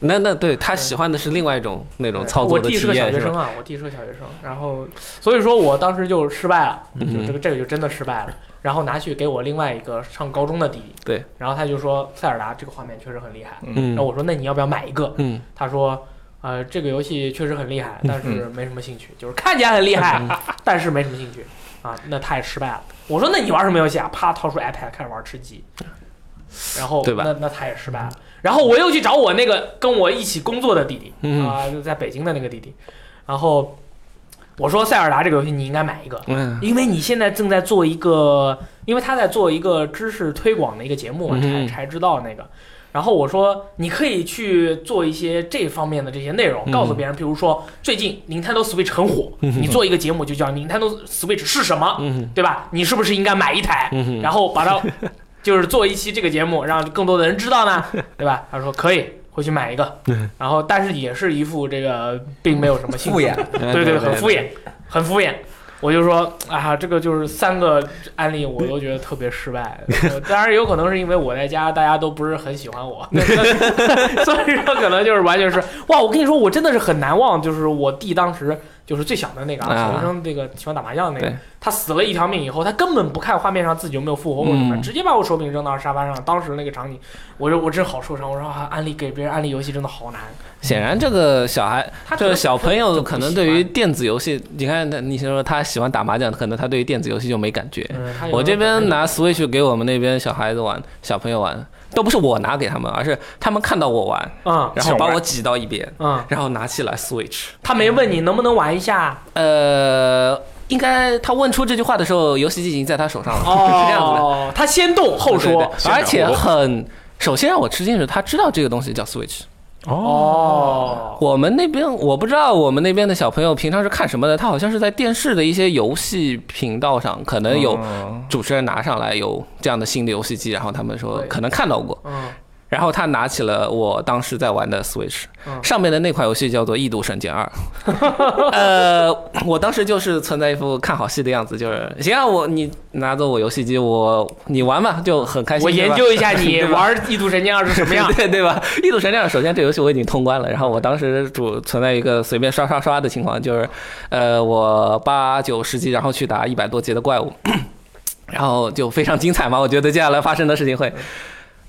Speaker 3: 那那对他喜欢的是另外一种那种操作
Speaker 1: 我
Speaker 3: 的
Speaker 1: 弟是
Speaker 3: 体
Speaker 1: 个小
Speaker 3: 验，
Speaker 1: 学
Speaker 3: 是
Speaker 1: 生
Speaker 3: 吧？
Speaker 1: 啊，我弟是个小学生，然后所以说我当时就失败了，就
Speaker 3: 嗯
Speaker 1: 这个这个就真的失败了，然后拿去给我另外一个上高中的弟弟，
Speaker 3: 对，
Speaker 1: 然后他就说塞尔达这个画面确实很厉害，
Speaker 3: 嗯
Speaker 1: 然后我说那你要不要买一个？
Speaker 3: 嗯，
Speaker 1: 他说。呃，这个游戏确实很厉害，但是没什么兴趣，就是看起来很厉害，
Speaker 3: 嗯
Speaker 1: 但是没什么兴趣啊。那他也失败了。我说那你玩什么游戏啊？啪，掏出 iPad 开始玩吃鸡，然后
Speaker 3: 对吧
Speaker 1: 那那他也失败了。然后我又去找我那个跟我一起工作的弟弟，
Speaker 3: 嗯
Speaker 1: 啊、就在北京的那个弟弟，然后我说塞尔达这个游戏你应该买一个，
Speaker 3: 嗯
Speaker 1: 因为你现在正在做一个，因为他在做一个知识推广的一个节目嘛，柴
Speaker 3: 嗯
Speaker 1: 柴知道那个。然后我说，你可以去做一些这方面的这些内容，
Speaker 3: 嗯
Speaker 1: 告诉别人，比如说最近 Nintendo Switch 很火，你做一个节目就叫 Nintendo Switch 是什么，
Speaker 3: 嗯
Speaker 1: 对吧？你是不是应该买一台？
Speaker 3: 嗯
Speaker 1: 然后把
Speaker 3: (laughs)
Speaker 1: 它就是做一期这个节目，让更多的人知道呢，对吧？他说可以，回去买一个，
Speaker 3: 嗯
Speaker 1: 然后但是也是一副这个并没有什么兴
Speaker 2: 敷
Speaker 1: 趣
Speaker 2: 衍，
Speaker 3: 后
Speaker 1: 对对，很敷衍，很敷衍。我就说啊，这个就是三个案例，我都觉得特别失败。呃当然，有可能是因为我在家，大家都不是很喜欢我， (laughs) 所以说可能就是完全是哇！我跟你说，我真的是很难忘，就是我弟当时就是最小的那个啊，
Speaker 3: 啊
Speaker 1: 小学生那个喜欢打麻将那个
Speaker 3: 对，
Speaker 1: 他死了一条命以后，他根本不看画面上自己有没有复活或者什么，
Speaker 3: 嗯
Speaker 1: 直接把我手柄扔到沙发上。当时那个场景，我就我真好受伤。我说啊，安利给别人安利游戏真的好难。
Speaker 3: 显然这个小孩，
Speaker 1: 他可
Speaker 3: 这
Speaker 1: 能
Speaker 3: 个小朋友可能对
Speaker 1: 就不
Speaker 3: 于
Speaker 1: 喜欢
Speaker 3: 电子游戏，你看他，你说他喜欢打麻将，可能他对于电子游戏就没感觉。
Speaker 1: 嗯他有
Speaker 3: 我这
Speaker 1: 那种
Speaker 3: 边拿 Switch 给我们那边小孩子玩，小朋友玩，都不是我拿给他们，而是他们看到我玩，
Speaker 1: 嗯
Speaker 3: 然后把我挤到一边，
Speaker 1: 嗯，
Speaker 3: 然后拿起来 Switch。
Speaker 1: 他没问你能不能玩一下
Speaker 3: 呃，应该他问出这句话的时候，游戏机已经在他手上了， (laughs) 是这样子的。
Speaker 1: 哦，他先动后
Speaker 3: 对对
Speaker 1: 说
Speaker 3: 对
Speaker 4: 现场
Speaker 3: 而且
Speaker 4: 活动
Speaker 3: 很。首先让我吃惊的是，他知道这个东西叫 Switch。
Speaker 1: 哦，
Speaker 3: 我们那边我不知道，我们那边的小朋友平常是看什么的？他好像是在电视的一些游戏频道上，可能有
Speaker 4: 嗯
Speaker 3: 主持人拿上来有这样的新的游戏机，然后他们说
Speaker 1: 对
Speaker 3: 可能看到过，
Speaker 1: 嗯
Speaker 3: 然后他拿起了我当时在玩的 Switch，、
Speaker 1: 嗯
Speaker 3: 上面的那款游戏叫做《异度神
Speaker 1: (laughs)
Speaker 3: 剑二》。呃，我当时就是存在一副看好戏的样子，就是行啊，我你拿走我游戏机，我你玩吧，就很开心。
Speaker 1: 我研
Speaker 3: 对吧。
Speaker 1: 究一下你玩《异度神剑二》是什么样
Speaker 3: (laughs) 对对吧？《异度神剑二》首先这游戏我已经通关了，然后我当时主存在一个随便刷刷刷的情况，就是呃我八九十级，然后去打一百多级的怪物， (clears throat) 然后就非常精彩嘛。我觉得接下来发生的事情会。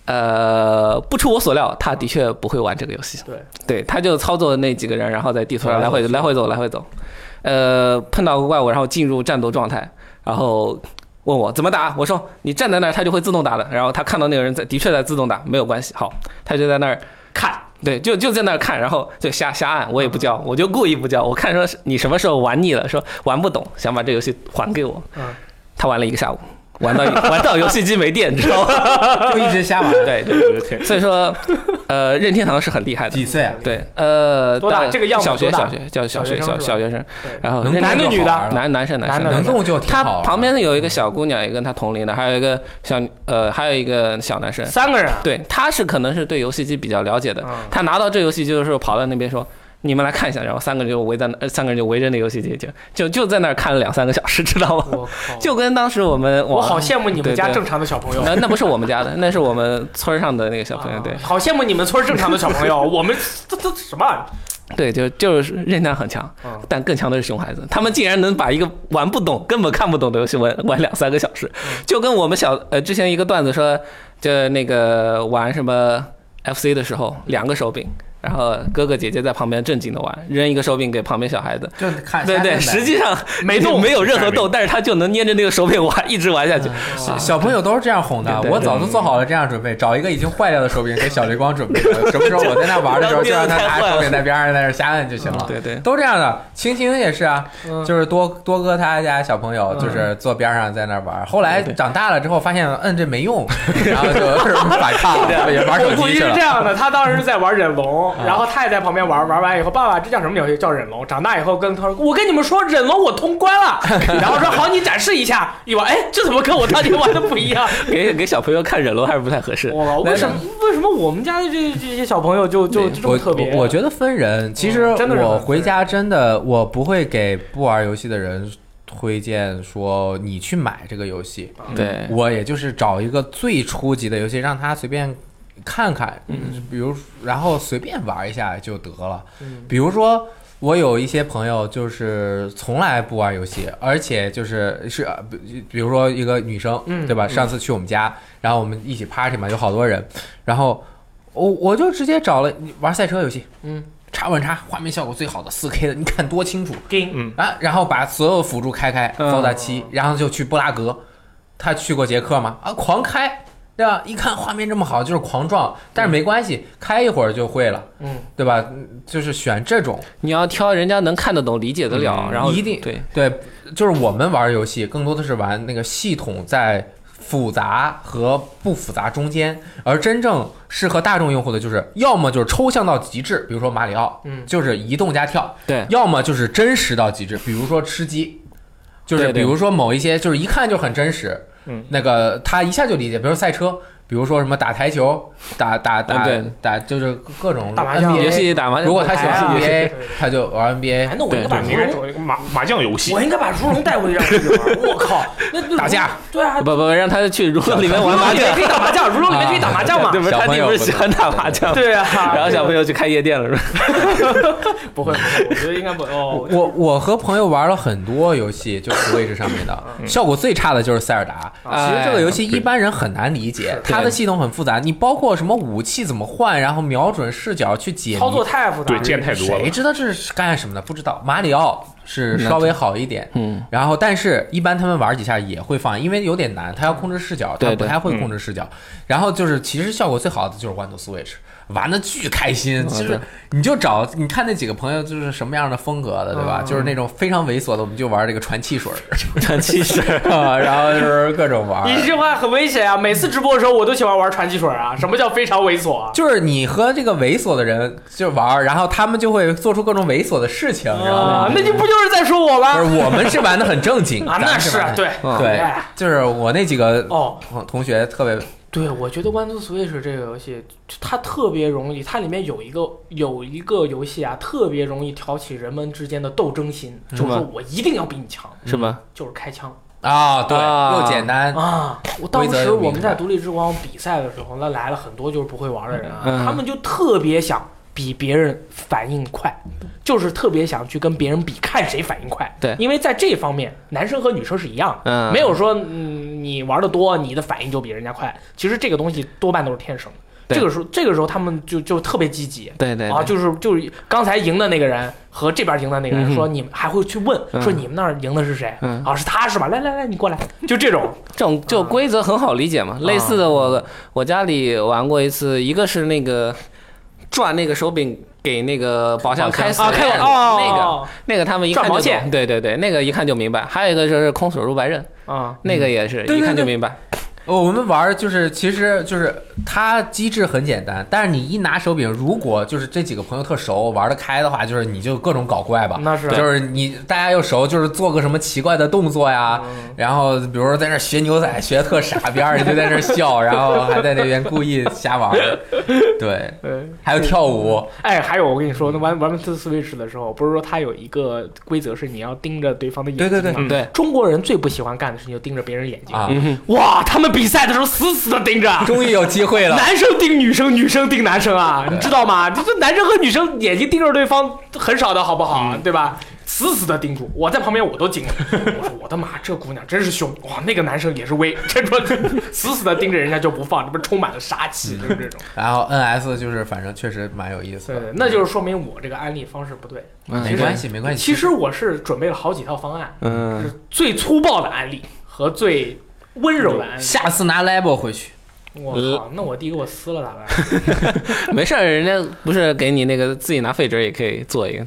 Speaker 3: 呃，不出我所料，他的确不会玩这个游戏。
Speaker 1: 对，
Speaker 3: 对，他就操作那几个人，然后在地图上来回来回走，来回走。呃，碰到个怪物，然后进入战斗状态，然后问我怎么打，我说你站在那儿，他就会自动打的。然后他看到那个人在的确在自动打，没有关系，好，他就在那儿
Speaker 1: 看，
Speaker 3: 对，就就在那儿看，然后就瞎瞎按，我也不教，我就故意不教， (laughs) 我看说是你什么时候玩腻了，说玩不懂，想把这游戏还给我。
Speaker 1: 嗯，
Speaker 3: 他玩了一个下午，玩到 (laughs) 玩到游戏机没电，你知道吗？ (laughs)
Speaker 2: 就一直瞎玩。
Speaker 3: 对对，
Speaker 4: 我觉得
Speaker 3: (laughs)
Speaker 4: 挺
Speaker 3: 所以说，呃，任天堂是很厉害的。
Speaker 2: 几岁啊？
Speaker 3: 对，呃，
Speaker 1: 多大
Speaker 3: 但
Speaker 1: 这个样本
Speaker 3: 小学
Speaker 1: 多大
Speaker 3: 小学叫小学
Speaker 1: 小学生
Speaker 3: 小
Speaker 1: 是吧
Speaker 3: 小学生
Speaker 1: 对，
Speaker 3: 然后
Speaker 2: 能
Speaker 3: 任
Speaker 1: 男
Speaker 3: 天
Speaker 1: 的
Speaker 3: 堂
Speaker 1: 女
Speaker 2: 好
Speaker 1: 的
Speaker 2: 玩儿，
Speaker 3: 男男生男
Speaker 1: 男
Speaker 3: 生
Speaker 1: 的
Speaker 2: 能动就挺
Speaker 3: 他
Speaker 2: 好玩儿。
Speaker 3: 旁边有一个小姑娘，也跟他同龄的，还有一个小呃，还有一个小男生。
Speaker 1: 三个人啊，
Speaker 3: 对，他是可能是对游戏机比较了解的
Speaker 1: 嗯，
Speaker 3: 他拿到这游戏机的时候，跑到那边说。你们来看一下，然后三个人就围在那，呃三个人就围着那游戏机，就就就在那儿看了两三个小时，知道吗？
Speaker 1: 我靠，
Speaker 3: 就跟当时我们
Speaker 1: 我好羡慕你们
Speaker 3: 对
Speaker 1: 家
Speaker 3: 对
Speaker 1: 正常的小朋友。
Speaker 3: 那那不是我们家的，那是我们村儿上的那个小朋友，对
Speaker 1: 啊好羡慕你们村儿正常的小朋友，我们这这这什么啊？
Speaker 3: 对，就就是任天堂很强
Speaker 1: 嗯，
Speaker 3: 但更强的是熊孩子，他们竟然能把一个玩不懂、根本看不懂的游戏玩玩两三个小时，就跟我们小呃之前一个段子说，就那个玩什么 FC 的时候，两个手柄，然后哥哥姐姐在旁边正经的玩，扔一个手柄给旁边小孩子。
Speaker 2: 就看
Speaker 3: 对对，实际上
Speaker 1: 没动
Speaker 3: 没有任何
Speaker 4: 没动
Speaker 3: 动，但是他就能捏着那个手柄玩，一直玩下去。
Speaker 1: 嗯
Speaker 2: 小朋友都是这样哄的。
Speaker 3: 对对对
Speaker 2: 我早就做好了这样准备，找一个已经坏掉的手柄给小雷光准备 (laughs) 了。什么时候我在那玩的时候，就让他拿手柄在边上在那瞎按就行了。
Speaker 3: 对对
Speaker 2: 都这样的，晴晴也是啊，
Speaker 1: 嗯
Speaker 2: 就是多多哥他家小朋友就是坐边上在那玩，后来长大了之后发现，嗯，这没用，然后就是反 (laughs) 抗了，啊也玩手
Speaker 1: (laughs) 我估
Speaker 2: 机
Speaker 1: 计
Speaker 2: 去
Speaker 1: 是
Speaker 2: 了
Speaker 1: 这。样的，他当时在玩忍龙，然后他也在旁边玩，玩完以后，爸爸这叫什么游戏？叫忍龙。长大以后跟他说，我跟你们说，忍龙我通关了，然后说好，你展示一下，一玩，哎，这怎么跟我当年玩的不一样？
Speaker 3: 给给小朋友看忍龙还是不太合适。
Speaker 1: 哇，为什么为什么我们家的这这些小朋友就就就这
Speaker 2: 我
Speaker 1: 么特别？
Speaker 2: 我我觉得分人，其实
Speaker 1: 嗯真的是分
Speaker 2: 我
Speaker 1: 人
Speaker 2: 回家真的我不会给不玩游戏的人推荐说你去买这个游戏，
Speaker 3: 对，
Speaker 2: 我也就是找一个最初级的游戏，让他随便看看，比如然后随便玩一下就得了。
Speaker 1: 嗯
Speaker 2: 比如说，我有一些朋友就是从来不玩游戏，而且就是是，呃比比如说一个女生，
Speaker 1: 嗯
Speaker 2: 对吧？上次去我们家，然后我们一起 party 嘛，有好多人，然后我我就直接找了玩赛车游戏，
Speaker 1: 嗯，
Speaker 2: 叉 One 叉画面效果最好的四 K 的，你看多清楚，
Speaker 1: 丁
Speaker 2: 啊，然后把所有辅助开开
Speaker 3: 嗯
Speaker 2: ，Fold 七，然后就去布拉格。他去过捷克吗？啊，狂开，对吧？一看画面这么好，就是狂撞，但是没关系，开一会儿就会了，
Speaker 1: 嗯，
Speaker 2: 对吧？嗯就是选这种，
Speaker 3: 你要挑人家能看得懂、理解得了，
Speaker 2: 嗯
Speaker 3: 然后
Speaker 2: 一定
Speaker 3: 对，
Speaker 2: 对，就是我们玩游戏更多的是玩那个系统在复杂和不复杂中间，而真正适合大众用户的就是要么就是抽象到极致，比如说马里奥，
Speaker 1: 嗯
Speaker 2: 就是移动加跳，
Speaker 3: 对
Speaker 2: 要么就是真实到极致，比如说吃鸡，就是比
Speaker 3: 对对
Speaker 2: 如说某一些就是一看就很真实，
Speaker 4: 嗯，
Speaker 2: 那个他一下就理解，比如说赛车。比如说什么打台球，打打打
Speaker 3: 嗯对
Speaker 2: 打，就是各种
Speaker 1: 打麻将
Speaker 2: NBA
Speaker 3: 游戏打麻将，哎
Speaker 2: 如果他喜欢
Speaker 1: 牌啊
Speaker 2: NBA，他就玩 NBA
Speaker 1: 哎，那我应该把
Speaker 4: 对，你
Speaker 1: 如
Speaker 4: 应该
Speaker 1: 龙，
Speaker 4: 整一个麻麻将游戏
Speaker 1: 我，应该把如龙带回去让他去玩。我靠，那那如
Speaker 2: 打架，
Speaker 1: 对啊，
Speaker 3: 不不不，让他去如龙里面玩
Speaker 1: 如龙
Speaker 3: 麻
Speaker 1: 里面
Speaker 3: 将
Speaker 1: 可，以打麻将，如龙里面可以打麻将嘛？
Speaker 3: 对不是
Speaker 2: 小
Speaker 3: 他
Speaker 2: 朋
Speaker 3: 弟
Speaker 2: 友
Speaker 3: 不是
Speaker 2: 不
Speaker 3: 喜欢打麻将，
Speaker 1: 对啊，
Speaker 3: 然后小朋友去开夜店了，是吧？
Speaker 1: 不会，不会，我觉得应该不会哦。
Speaker 2: 我我和朋友玩了很多游戏，就是 Switch 上面的，
Speaker 3: 嗯
Speaker 2: 嗯效果最差的就是塞尔达。其实这个游
Speaker 3: 哎
Speaker 2: 戏一般人很难理解，
Speaker 1: 是
Speaker 2: 它的系统很复杂，你包括什么武器怎么换，然后瞄准视角去解谜
Speaker 1: 操作太复杂
Speaker 4: 对
Speaker 1: 了，
Speaker 4: 键太多了
Speaker 2: 谁，知道这是干什么的？不知道。马里奥是稍微好一点，
Speaker 3: 嗯，
Speaker 2: 然后但是一般他们玩几下也会放，因为有点难，他要控制视角，他
Speaker 3: 对
Speaker 2: 不
Speaker 3: 对
Speaker 2: 太会
Speaker 4: 嗯
Speaker 2: 控制视角。然后就是其实效果最好的就是 One to Switch。玩的巨开心，其实
Speaker 3: 嗯对
Speaker 2: 你 (laughs) 就找你看那几个朋友就是什么样的风格的，对吧？
Speaker 1: 嗯
Speaker 2: 就是那种非常猥琐的，我们就玩这个传汽水儿
Speaker 3: 传 (laughs) 奇是
Speaker 4: (laughs)
Speaker 2: 啊，然后就是各种玩儿。
Speaker 1: 你这句话很危险啊！每次直播的时候，我都喜欢玩传奇水啊。什么叫非常猥琐啊？
Speaker 2: 就是你和这个猥琐的人就玩儿，然后他们就会做出各种猥琐的事情，然后
Speaker 1: 啊，那你不就是在说我
Speaker 2: 不
Speaker 1: 吗？
Speaker 2: 是我们是玩的很正经
Speaker 1: 啊，
Speaker 2: 咱
Speaker 1: 那
Speaker 2: 们
Speaker 1: 是
Speaker 2: 玩得
Speaker 1: 对
Speaker 2: 对
Speaker 1: 哎，
Speaker 2: 就是我那几个
Speaker 1: 哦，
Speaker 2: 同同学特别
Speaker 1: 对，我觉得《One to Switch》这个游戏，它特别容易，它里面有一个有一个游戏啊，特别容易挑起人们之间的斗争心，就是说我一定要比你强，
Speaker 3: 是吗？
Speaker 1: 就是开枪哦
Speaker 2: 啊，对，
Speaker 3: 啊
Speaker 2: 又简单，
Speaker 1: 啊！我当
Speaker 2: 规则
Speaker 1: 时
Speaker 2: 又明
Speaker 1: 我们在
Speaker 2: 白
Speaker 1: 独立之光比赛的时候，那来了很多就是不会玩的人啊，
Speaker 3: 嗯
Speaker 1: 他们就特别想比别人反应快，就是特别想去跟别人比，看谁反应快。
Speaker 3: 对
Speaker 1: 因为在这方面，男生和女生是一样的。
Speaker 3: 嗯，
Speaker 1: 没有说嗯你玩的多，你的反应就比人家快。其实这个东西多半都是天生的。
Speaker 3: 对
Speaker 1: 这个时候，这个时候他们就就特别积极
Speaker 3: 对对
Speaker 1: 啊，
Speaker 3: 对
Speaker 1: 就是就是刚才赢的那个人和这边赢的那个
Speaker 3: 嗯
Speaker 1: 人
Speaker 3: 哼
Speaker 1: 说，你们还会去问
Speaker 3: 嗯
Speaker 1: 说你们那儿赢的是谁
Speaker 3: 嗯
Speaker 1: 啊？是他是吧？来来来，你过来，就这种
Speaker 3: 这种就规则很好理解嘛。类似的我，我家里玩过一次，一个是那个转那个手柄给那个宝箱开锁
Speaker 1: 啊，
Speaker 2: 宝箱
Speaker 1: 开玩
Speaker 3: 那个、那个
Speaker 1: 哦
Speaker 3: 那个他们一看
Speaker 1: 转
Speaker 3: 就
Speaker 1: 毛
Speaker 3: 懂
Speaker 1: 线
Speaker 3: 对对对，那个一看就明白。还有一个就是空手入白刃，
Speaker 1: 那个啊，
Speaker 3: 那个也是、
Speaker 2: 对对
Speaker 3: 一看就
Speaker 2: 对
Speaker 3: 明白。
Speaker 2: 哦我们玩儿就是其实就是它机制很简单，但是你一拿手柄，如果就是这几个朋友特熟玩得开的话，就是你就各种搞怪吧。
Speaker 1: 那是啊
Speaker 2: 就是你大家又熟，就是做个什么奇怪的动作呀，
Speaker 1: 嗯
Speaker 2: 然后比如说在那儿学牛仔，学得特傻逼，二人就在那儿笑，然后还在那边故意瞎玩儿，对，
Speaker 1: 对。
Speaker 2: 还有跳舞，
Speaker 1: 嗯哎，还有我跟你说，那玩玩 Two Switch 的时候，不是说它有一个规则是你要盯着对方的眼睛
Speaker 2: 对
Speaker 1: 吗？
Speaker 2: 对对
Speaker 4: 嗯
Speaker 3: 对，
Speaker 1: 中国人最不喜欢干的事情就盯着别人眼睛
Speaker 2: 啊
Speaker 3: 嗯哼，
Speaker 1: 哇，他们比赛的时候死死的盯着，
Speaker 2: 终于有机会了，
Speaker 1: 男生盯女生，女生盯男生啊，你知道吗？这这男生和女生眼睛盯着对方很少的，好不好？
Speaker 2: 嗯
Speaker 1: 对吧？死死的盯住，我在旁边我都惊了，我说我的妈，这姑娘真是凶哇！那个男生也是威，这说 (laughs) 死死的盯着人家就不放，这不是充满了杀气，就是这种。
Speaker 2: 然后 NS 就是反正确实蛮有意思
Speaker 1: 对
Speaker 2: 的，
Speaker 1: 对，那就是说明我这个安利方式不对。
Speaker 3: 嗯
Speaker 2: 没关系没关系。
Speaker 1: 其实我是准备了好几套方案，
Speaker 3: 嗯，
Speaker 1: 最粗暴的安利和最温柔的安利。
Speaker 2: 下次拿 label 回去，
Speaker 1: 我靠，那我弟给我撕了咋办？ (laughs)
Speaker 3: 没事儿，人家不是给你那个自己拿废纸也可以做一个，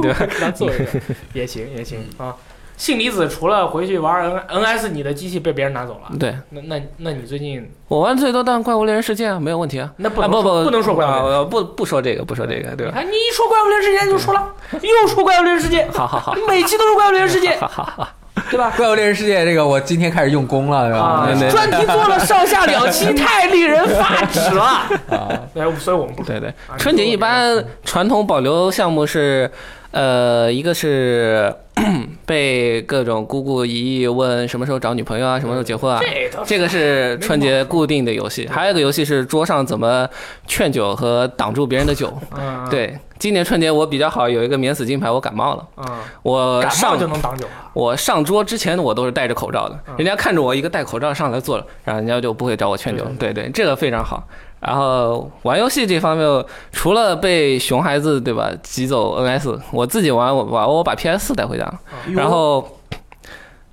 Speaker 3: 对吧？
Speaker 1: 给他做一个也行也行啊。信离子除了回去玩 N NS，你的机器被别人拿走了，
Speaker 3: 对
Speaker 1: 那那那你最近
Speaker 3: 我玩最多当然怪物猎人世界啊，没有问题啊。
Speaker 1: 那不
Speaker 3: 啊
Speaker 1: 能
Speaker 3: 不
Speaker 1: 说
Speaker 3: 不
Speaker 1: 不能说怪物
Speaker 3: 啊
Speaker 1: 猎人，
Speaker 3: 我不不说这个不说这个，对
Speaker 1: 你
Speaker 3: 吧？
Speaker 1: 看你一说怪物猎人世界就说了，又说怪物猎人世界，
Speaker 3: 好好好，
Speaker 1: 每期都是怪物猎人世界，
Speaker 3: 好好好。
Speaker 1: 对
Speaker 2: (laughs)
Speaker 1: 吧？
Speaker 2: 怪物猎人世界这个我今天开始用功了，是
Speaker 1: 啊
Speaker 2: 吧？
Speaker 3: 对对，
Speaker 1: 专题做了上下两期，太令人发指了。
Speaker 2: 啊，
Speaker 1: 对，所以我们不
Speaker 3: 对对
Speaker 1: 啊，
Speaker 3: 春节一般传统保留项目是，呃，一个是被各种姑姑姨姨问什么时候找女朋友啊，什么时候结婚啊，
Speaker 1: 这都
Speaker 3: 这个是春节固定的游戏。还有一个游戏是桌上怎么劝酒和挡住别人的酒。
Speaker 1: 嗯
Speaker 3: 对，今年春节我比较好，有一个免死金牌，我感冒了，
Speaker 1: 嗯，
Speaker 3: 我
Speaker 1: 感冒
Speaker 3: 呃上
Speaker 1: 就能嗯挡酒啊？
Speaker 3: 我上桌之前我都是戴着口罩的，人家看着我一个戴口罩上来坐了，然后人家就不会找我劝酒。对对，这个非常好。然后玩游戏这方面，除了被熊孩子对吧挤走 NS，我自己玩我玩我把 PS 带回家
Speaker 2: 哎
Speaker 3: 了。然后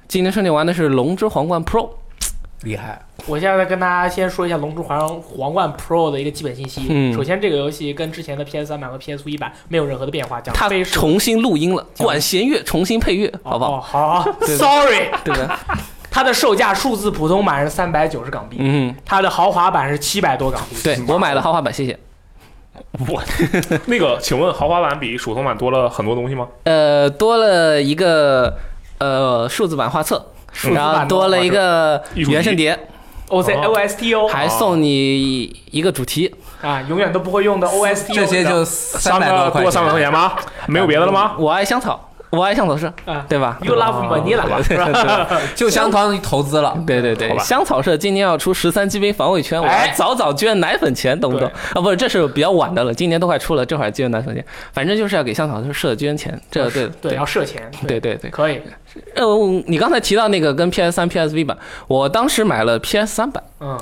Speaker 3: 今年春节玩的是《龙之皇冠 Pro》，
Speaker 2: 厉害，
Speaker 1: 我现在跟大家先说一下《龙珠皇皇冠 Pro》的一个基本信息。
Speaker 3: 嗯
Speaker 1: 首先这个游戏跟之前的 PS 三版和 PS 一版没有任何的变化，讲
Speaker 3: 他
Speaker 1: 非是
Speaker 3: 重新录音了，管弦乐重新配乐，好不好？
Speaker 1: 哦，好好
Speaker 3: 对
Speaker 1: ，Sorry， (laughs)
Speaker 3: 对的，
Speaker 1: 它的售价数字普通版是三百九十港币，
Speaker 3: 嗯，
Speaker 1: 它的豪华版是七百多港币。
Speaker 3: 对我买了豪华版，谢谢。
Speaker 4: 我那个，请问豪华版比普通版多了很多东西吗？
Speaker 3: 呃，多了一个呃数字版画册，
Speaker 1: 数字版
Speaker 3: 然
Speaker 1: 的
Speaker 3: 后多了一个
Speaker 4: 艺术
Speaker 3: 原声碟，
Speaker 1: OC
Speaker 4: 哦
Speaker 1: OST 哦，
Speaker 3: 还送你一个主题。
Speaker 1: 啊，永远都不会用的 OST 哦。
Speaker 2: 这些就三百多
Speaker 4: 个
Speaker 2: 块
Speaker 4: 多三百
Speaker 2: 钱。
Speaker 4: 块钱吗？没有别的了吗？
Speaker 3: 我爱香草，我爱香草社
Speaker 1: 啊，
Speaker 3: 对吧？
Speaker 1: You love Manila
Speaker 3: 哦
Speaker 1: 吧？是吧？
Speaker 2: (laughs) 就相当于投资了。
Speaker 3: 对对
Speaker 4: 好
Speaker 3: 对，
Speaker 4: 吧
Speaker 3: 香草社今年要出十三机兵防卫圈，我
Speaker 1: 哎
Speaker 3: 要早早捐奶粉钱，懂不懂？啊，不是，这是比较晚的了，今年都快出了，这会儿捐奶粉钱，反正就是要给香草社捐钱，这对
Speaker 1: 啊对，要设钱。
Speaker 3: 对对对。
Speaker 1: 可以，
Speaker 3: 呃，你刚才提到那个跟 PS 三、PSV 版，我当时买了 PS 三版，
Speaker 1: 嗯，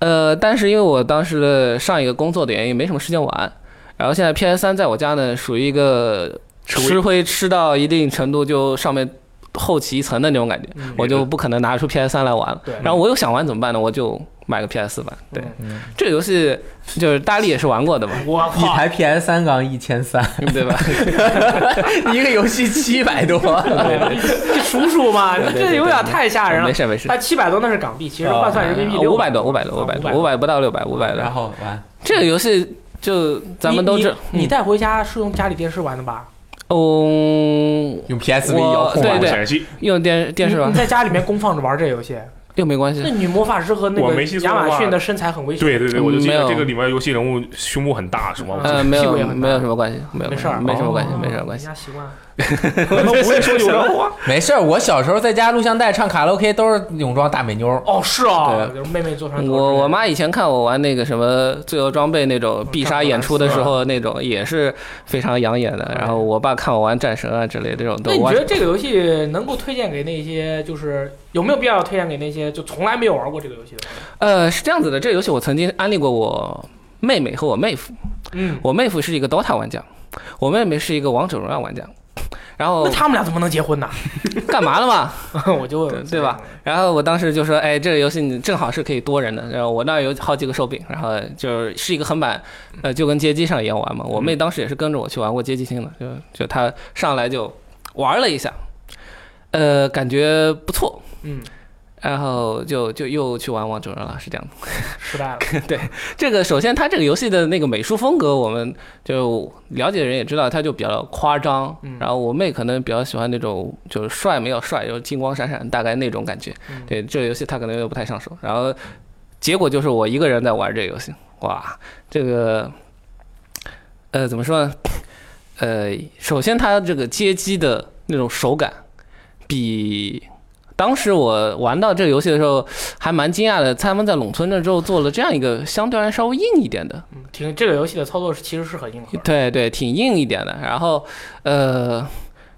Speaker 3: 呃，但是因为我当时的上一个工作的原因，没什么时间玩，然后现在 PS 三在我家呢，属于一个吃灰吃到一定程度就上面厚起一层的那种感觉，
Speaker 1: 嗯
Speaker 3: 我就不可能拿出 PS 三来玩了
Speaker 1: 对。嗯
Speaker 3: 然后我又想玩怎么办呢？我就买个 PS 四版。对，这个游戏就是大力也是玩过
Speaker 1: (laughs)
Speaker 3: 的嘛，
Speaker 1: 我
Speaker 2: (laughs) 一
Speaker 1: 靠，
Speaker 2: 台 PS 三刚一千三， (laughs)
Speaker 3: 对吧？一个游戏 (laughs) 七百
Speaker 2: (laughs)
Speaker 3: 多，
Speaker 1: 你数数嘛，
Speaker 3: 对对对
Speaker 1: 这有点太吓人了
Speaker 3: 没。事没事
Speaker 1: 它。七百多那是港币，其实换算人民币啊
Speaker 3: 五百
Speaker 1: 600
Speaker 3: 哦多，五百多，五百
Speaker 1: 啊
Speaker 3: 多，
Speaker 1: 500
Speaker 3: 五百不到六百，五百
Speaker 2: 然
Speaker 3: 的。
Speaker 2: 后完，
Speaker 3: 这个游戏就咱们都
Speaker 1: 你
Speaker 3: 知，
Speaker 1: 你你
Speaker 3: 嗯
Speaker 1: 带回家是用家里电视玩的吧？
Speaker 3: 嗯，
Speaker 2: 用 PSV
Speaker 3: 我
Speaker 2: 遥控
Speaker 3: 对
Speaker 2: 玩
Speaker 3: 对
Speaker 4: 显示器，
Speaker 3: 用电电视嗯
Speaker 1: 你
Speaker 3: 吧
Speaker 1: 你，在家里面公放着玩这游戏，
Speaker 3: 又没关系
Speaker 1: 那。女魔法师和那
Speaker 4: 我
Speaker 1: 个
Speaker 4: 没记错
Speaker 1: 亚
Speaker 4: 的话
Speaker 1: 马逊的身材很危险。
Speaker 4: 对对对，我就记
Speaker 3: 没
Speaker 4: 得
Speaker 3: 有
Speaker 4: 这个里面游戏人物胸部很大，是吗？
Speaker 3: 呃，
Speaker 1: 嗯屁股
Speaker 3: 没有，
Speaker 1: 也很大
Speaker 3: 没有什么关系，没有，
Speaker 1: 没事儿，
Speaker 3: 没什么关系，
Speaker 1: 哦
Speaker 3: 没什么关系。
Speaker 1: 人家习惯了。
Speaker 4: 我也说有人话，
Speaker 2: 没事儿，我小时候在家录像带唱卡拉 OK 都是泳装大美妞儿，
Speaker 1: 哦，是哦，
Speaker 3: 对
Speaker 1: 有妹妹坐船头之类的。
Speaker 3: 我我妈以前看我玩那个什么《最后装备》那种必杀演出的
Speaker 1: 嗯
Speaker 3: 时候，那种也是非常养眼的。然后我爸看我玩战神啊之类的这种
Speaker 1: 那
Speaker 3: 都
Speaker 1: 你
Speaker 3: 玩
Speaker 1: 觉得。这个游戏能够推荐给那些，就是有没有必要推荐给那些就从来没有玩过这个游戏的？
Speaker 3: 呃，是这样子的，这个游戏我曾经安利过我妹妹和我妹夫。
Speaker 1: 嗯，
Speaker 3: 我妹夫是一个 DOTA 玩家，我妹妹是一个王者荣耀玩家。
Speaker 1: (laughs)
Speaker 3: 然后
Speaker 1: 那他们俩怎么能结
Speaker 3: (laughs)
Speaker 1: 婚呢？
Speaker 3: 干嘛了嘛？
Speaker 1: 我就问
Speaker 3: 对对吧？然后我当时就说，哎，这个游戏你正好是可以多人的。然后我那儿有好几个手柄，然后就是是一个横版，呃，就跟街机上一样玩嘛。我妹当时也是跟着我去玩过街机厅的，就就她上来就玩了一下，呃，感觉不错，
Speaker 1: 嗯，
Speaker 3: 然后就就又去玩王者荣耀了，是这样的。
Speaker 1: 失败了。
Speaker 3: 这个首先它这个游戏的那个美术风格，我们就了解的人也知道，它就比较夸张
Speaker 1: 嗯。
Speaker 3: 然后我妹可能比较喜欢那种就是帅没有帅，就是金光闪闪，大概那种感觉
Speaker 1: 嗯。
Speaker 3: 对这个游戏她可能又不太上手。然后结果就是我一个人在玩这个游戏，哇，这个呃怎么说呢？呃，首先它这个街机的那种手感比。当时我玩到这个游戏的时候，还蛮惊讶的。他们在垄村这之后做了这样一个相对而言稍微硬一点的，
Speaker 1: 嗯，挺这个游戏的操作是其实是很硬核的。
Speaker 3: 对对，挺硬一点的。然后，呃，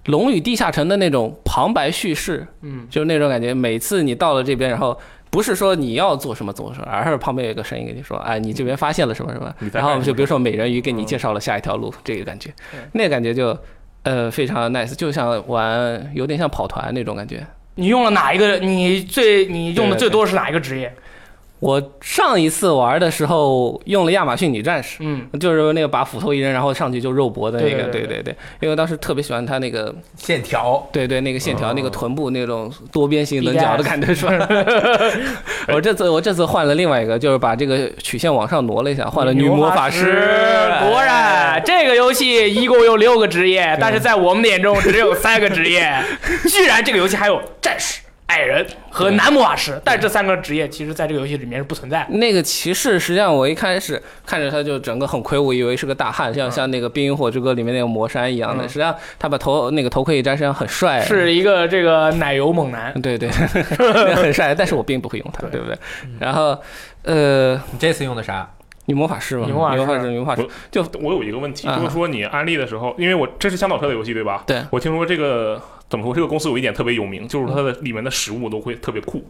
Speaker 3: 《龙与地下城》的那种旁白叙事，
Speaker 1: 嗯，
Speaker 3: 就是那种感觉，每次你到了这边，然后不是说你要做什么做什么，而是旁边有一个声音跟你说，哎，你这边发现了什么什么
Speaker 4: 你，在
Speaker 3: 然后
Speaker 4: 干
Speaker 3: 就比如说美人鱼给你介绍了下一条路，这个感觉
Speaker 1: 对，
Speaker 3: 那个感觉就。呃，非常 nice，就像玩，有点像跑团那种感觉。
Speaker 1: 你用了哪一个？你最你用的
Speaker 3: 对对
Speaker 1: 最多是哪一个职业？
Speaker 3: 我上一次玩的时候用了亚马逊女战士，
Speaker 1: 嗯，
Speaker 3: 就是那个把斧头一扔，然后上去就肉搏的那个，
Speaker 1: 对对对
Speaker 3: 对对对，因为我当时特别喜欢他那个，
Speaker 2: 线条
Speaker 3: 对对，那个线条、那个臀部那种多边形
Speaker 1: BDS
Speaker 3: 棱角的感觉是吧？ (laughs) 我这次我这次换了另外一个，就是把这个曲线往上挪了一下，换了女魔法师，
Speaker 1: 果然，这个游戏一共有六个职业，但是在我们的眼中只有三个职
Speaker 3: (laughs)
Speaker 1: 业。居然这个游戏还有战士、矮人和男魔法师，但这三个职业其实在这个游戏里面是不存在的。
Speaker 3: 那个骑士，实际上我一开始看着他就整个很魁梧，以为是个大汉，像像那个《冰与火之歌》里面那个魔山一样的。
Speaker 1: 嗯
Speaker 3: 实际上他把头那个头盔一摘，实际上很帅，
Speaker 1: 是一个这个奶油猛男，
Speaker 3: 对 (laughs) 对，那很帅，但是我并不会用它，对不对？然后，呃，
Speaker 2: 你这次用的啥？
Speaker 3: 女魔法师嘛，
Speaker 1: 女
Speaker 3: 女
Speaker 1: 魔法师
Speaker 3: 魔法师，女魔法师，
Speaker 4: 我有一个问题，
Speaker 3: 啊
Speaker 4: 就是说你安利的时候，因为我这是香草车的游戏对吧？
Speaker 3: 对
Speaker 4: 我听说这个怎么说，这个公司有一点特别有名，就是它的里面的食物都会特别酷，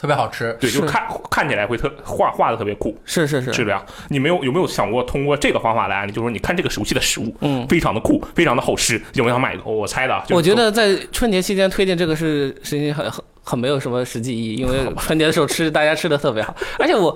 Speaker 2: 特别好吃。
Speaker 4: 对，就是看看起来会特画画的特别酷，
Speaker 3: 是是是，
Speaker 4: 是这样。你没有有没有想过通过这个方法来安利？就是说你看这个熟悉的食物，
Speaker 3: 嗯。
Speaker 4: 非常的酷，哦非常的好吃，有没有想买一个？我猜的啊，就是
Speaker 3: 我觉得在春节期间推荐这个是是一件很很很没有什么实际意义，因为春节的时候吃大家吃的特别好，而且我。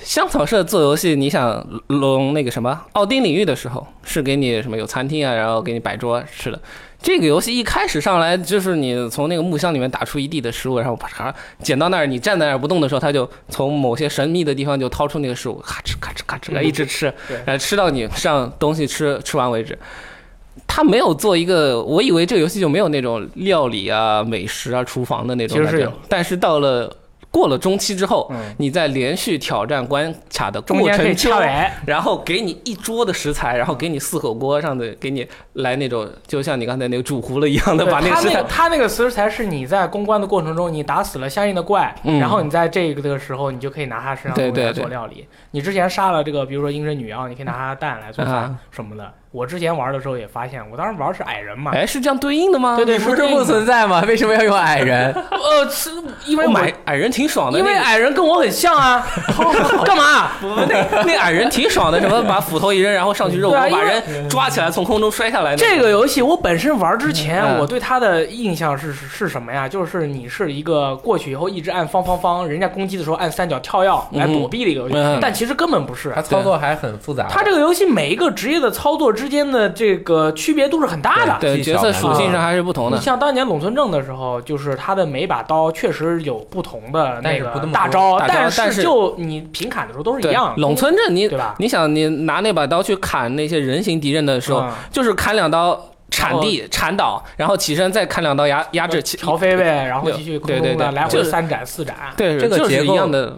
Speaker 3: 香草社做游戏，你想龙那个什么奥丁领域的时候，是给你什么有餐厅啊，然后给你摆桌吃的。这个游戏一开始上来就是你从那个木箱里面打出一地的食物，然后啪嚓捡到那儿，你站在那儿不动的时候，它就从某些神秘的地方就掏出那个食物，咔哧咔哧咔哧，一直吃，然后呃吃到你上东西吃吃完为止。它没有做一个，我以为这个游戏就没有那种料理啊、美食啊、厨房的那种
Speaker 1: 其
Speaker 3: 感
Speaker 1: 实
Speaker 3: 觉，
Speaker 1: 是有
Speaker 3: 但是到了过了中期之后，
Speaker 4: 嗯
Speaker 3: 你在连续挑战关卡的
Speaker 1: 中
Speaker 3: 过
Speaker 1: 间可以
Speaker 3: 程
Speaker 1: 跳，
Speaker 3: 中
Speaker 1: 尾，
Speaker 3: 然后给你一桌的食材，然后给你四口锅上的，给你来那种就像你刚才那个煮糊了一样的，
Speaker 1: 对
Speaker 3: 把那个
Speaker 1: 他
Speaker 3: 食
Speaker 1: 那
Speaker 3: 材
Speaker 1: 个他那个食材是你在攻关的过程中，你打死了相应的怪，
Speaker 3: 嗯
Speaker 1: 然后你在这个的时候，你就可以拿它身上的
Speaker 3: 对
Speaker 1: 东西来
Speaker 3: 对对
Speaker 1: 做料理。你之前杀了这个，比如说阴神女妖，你可以拿它的蛋来做饭
Speaker 3: 啊
Speaker 1: 什么的。我之前玩的时候也发现，我当时玩的是矮人嘛，
Speaker 3: 哎，是这样对应的吗？
Speaker 1: 对对
Speaker 2: 你不是不存在吗？为什么要用矮人？
Speaker 1: 呃，是因为
Speaker 3: 我
Speaker 1: 我
Speaker 3: 买矮人挺爽的，
Speaker 1: 因为
Speaker 3: 那个
Speaker 1: 矮人跟我很像
Speaker 3: (laughs)
Speaker 1: 啊，干嘛？啊
Speaker 3: 那那矮人挺
Speaker 1: (laughs)
Speaker 3: 爽的，什么把斧头一扔，然后上去肉
Speaker 1: 对啊
Speaker 3: 搏，把
Speaker 1: 因为
Speaker 3: 人抓起来从空中摔下来那种。
Speaker 1: 这个游戏我本身玩之前，
Speaker 3: 嗯
Speaker 1: 我对它的印象是是是什么呀？就是你是一个过去以后一直按方方方，人家攻击的时候按三角跳跃来躲避的一个游戏，
Speaker 3: 嗯
Speaker 1: 但其实根本不是
Speaker 2: 他。操作还很复杂。
Speaker 3: 啊
Speaker 1: 它这个游戏每一个职业的操作之间的这个区别都是很大的。
Speaker 3: 对
Speaker 2: 技巧
Speaker 3: 角色属性上还是不同
Speaker 1: 你
Speaker 3: 的。
Speaker 1: 像当年垄村证的时候，就是它的每把刀确实有不同的
Speaker 2: 但
Speaker 1: 那
Speaker 2: 是
Speaker 1: 个
Speaker 2: 不那么多
Speaker 1: 大招，
Speaker 3: 大招
Speaker 1: 但
Speaker 3: 但是
Speaker 1: 就你平砍的时候都是一
Speaker 3: 对
Speaker 1: 样，的，
Speaker 3: 陇村镇你
Speaker 1: 对吧？
Speaker 3: 你想你拿那把刀去砍那些人形敌人的时候，
Speaker 1: 嗯
Speaker 3: 就是砍两刀铲地铲倒，然后起身再砍两刀压压制，
Speaker 1: 调飞位，然后继续空
Speaker 3: 对对
Speaker 1: 中
Speaker 3: 对
Speaker 1: 的来
Speaker 3: 就
Speaker 1: 回
Speaker 3: 是哎
Speaker 1: 三斩四斩。
Speaker 3: 对
Speaker 2: 这个
Speaker 3: 就是
Speaker 2: 结
Speaker 3: 一
Speaker 2: 构
Speaker 3: 样的。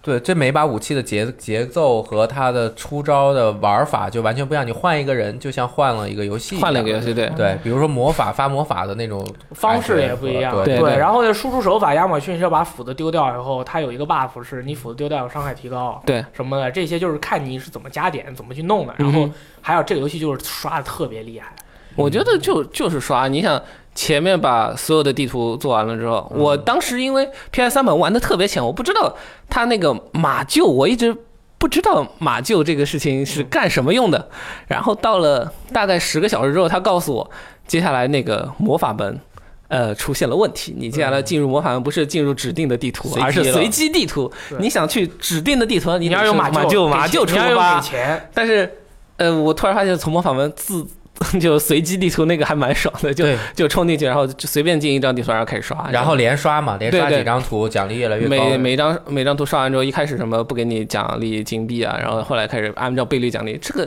Speaker 2: 对，这每把武器的节节奏和它的出招的玩法就完全不一样。你换一个人，就像换了一个游戏，
Speaker 3: 换了一个游。戏，对
Speaker 2: 对，比如说魔法发魔法的那种
Speaker 1: 方式也不一样，
Speaker 2: 感觉和
Speaker 3: 对
Speaker 2: 对
Speaker 3: 对
Speaker 1: 然后呢，输出手法，亚马逊是要把斧子丢掉以后，它有一个 buff 是你斧子丢掉有伤害提高，
Speaker 3: 对
Speaker 1: 什么的，这些就是看你是怎么加点，怎么去弄的。然
Speaker 3: 嗯哼
Speaker 1: 后还有这个游戏就是刷的特别厉害，
Speaker 3: 我觉得就就是刷。你想前面把所有的地图做完了之后，我
Speaker 1: 嗯
Speaker 3: 当时因为 PS 三版玩的特别浅，我不知道它那个马厩，我一直不知道马厩这个事情是
Speaker 1: 嗯
Speaker 3: 干什么用的。然后到了大概十个小时之后，他告诉我，接下来那个魔法门。呃，出现了问题。你接下
Speaker 1: 嗯
Speaker 3: 来进入魔法门不是进入指定的地图，
Speaker 2: 随机
Speaker 3: 而是
Speaker 2: 了
Speaker 3: 随机地图。
Speaker 1: 对
Speaker 3: 你想去指定的地图，你
Speaker 1: 要有马
Speaker 3: 马
Speaker 1: 厩
Speaker 3: 厩，马厩
Speaker 1: 给
Speaker 3: 出
Speaker 1: 钱你要有
Speaker 3: 发
Speaker 1: 给。钱，
Speaker 3: 但是，呃，我突然发现从魔法门自 (laughs) 就随机地图那个还蛮爽的，就
Speaker 2: 对
Speaker 3: 就冲进去，然后就随便进一张地图，然后开始刷，
Speaker 2: 然后连刷嘛，连刷
Speaker 3: 对对
Speaker 2: 几张图，奖励越来越
Speaker 3: 每
Speaker 2: 高。
Speaker 3: 每张每张图刷完之后，一开始什么不给你奖励金币啊，然后后来开始按照倍率奖励，这个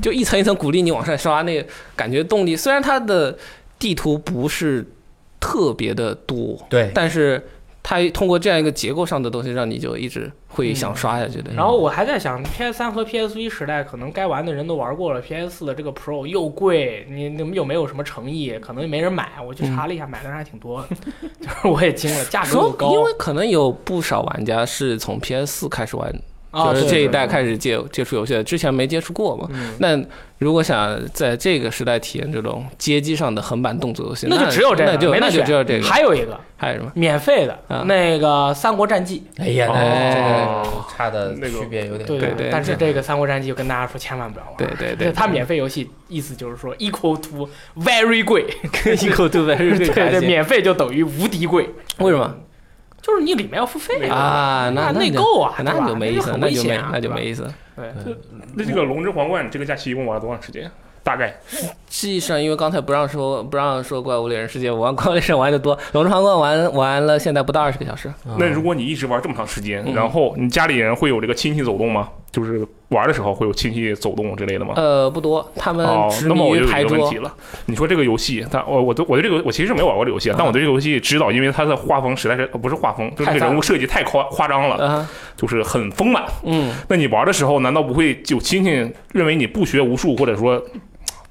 Speaker 3: 就一层一层鼓励你往上刷，那个感觉动力虽然它的地图不是特别的多，
Speaker 2: 对，
Speaker 3: 但是。它通过这样一个结构上的东西，让你就一直会想刷下去的。
Speaker 1: 嗯然后我还在想，PS 三和 PS 一时代可能该玩的人都玩过了，PS 四的这个 Pro 又贵，你你们有没有什么诚意？可能没人买，我去查了一下，买的人还挺多的，
Speaker 3: (laughs)
Speaker 1: (laughs) 就是我也惊了，价格又
Speaker 3: 说，
Speaker 1: 高，
Speaker 3: 因为可能有不少玩家是从 PS 四开始玩，
Speaker 1: 啊
Speaker 3: 就是
Speaker 1: 对
Speaker 3: 这一
Speaker 1: 对
Speaker 3: 代开始接接触游戏的，之前没接触过嘛。
Speaker 1: 嗯
Speaker 3: 那如果想在这个时代体验这种街机上的横版动作游戏，
Speaker 1: 那就只有这个，
Speaker 3: 那就
Speaker 1: 没得
Speaker 3: 那就
Speaker 1: 选
Speaker 3: 只有这个，
Speaker 1: 还有一个。
Speaker 3: 还有什么？
Speaker 1: 免费的、
Speaker 3: 啊
Speaker 1: 那个《三国战记
Speaker 2: 哎呀，
Speaker 3: 哎
Speaker 2: 那这个差的
Speaker 4: 那个
Speaker 2: 区别有》点，
Speaker 1: 对
Speaker 3: 对对
Speaker 1: 但是这个《三国战记》就跟大家说，千万不要玩。
Speaker 3: 对对对，
Speaker 1: 它免费游戏意思就是说 equal to very (laughs)
Speaker 3: (laughs)
Speaker 1: 贵，
Speaker 3: 一口吐白日
Speaker 1: 对对，免费就等于无敌贵，
Speaker 3: 为什么
Speaker 1: 就是你里面要付费啊。
Speaker 3: 啊？那
Speaker 1: 内
Speaker 3: 就
Speaker 1: 购啊
Speaker 3: 那
Speaker 1: 对吧
Speaker 3: 就没
Speaker 1: 那
Speaker 3: 意
Speaker 1: 就
Speaker 3: 思，
Speaker 1: 很
Speaker 3: 那
Speaker 1: 危
Speaker 3: 就
Speaker 1: 险
Speaker 3: 没
Speaker 1: 啊
Speaker 3: 那
Speaker 1: 对
Speaker 3: 就
Speaker 1: 吧
Speaker 3: 没嗯意思。
Speaker 1: 对，
Speaker 4: 那这个《龙之皇冠》，你这个假期一共玩了多长时间？大概
Speaker 3: 记忆上，因为刚才不让说不让说《怪物猎人世界》，我玩《怪物猎人》玩的多，《龙之皇冠》玩玩了，现在不到二十个小时。
Speaker 2: 嗯
Speaker 4: 那如果你一直玩这么长时间，
Speaker 3: 啊嗯
Speaker 4: 然后你家里人会有这个亲戚走动吗？就是玩的时候会有亲戚走动之类的吗？
Speaker 3: 呃，不多，他们
Speaker 4: 哦，
Speaker 3: 执
Speaker 4: 那么
Speaker 3: 迷
Speaker 4: 我就
Speaker 3: 于
Speaker 4: 有
Speaker 3: 牌
Speaker 4: 一个问
Speaker 3: 桌
Speaker 4: 题。了。你说这个游戏，但哦我我都我对这个我其实没有玩过这个游戏，啊，但我对这个游戏知道，因为它的画风实在是呃不是画风，就是
Speaker 3: 太赞
Speaker 4: 这个人
Speaker 3: 了
Speaker 4: 物设计太夸夸张了，
Speaker 3: 啊，
Speaker 4: 就是很丰满。
Speaker 3: 嗯，
Speaker 4: 那你玩的时候，难道不会有亲戚认为你不学无术，或者说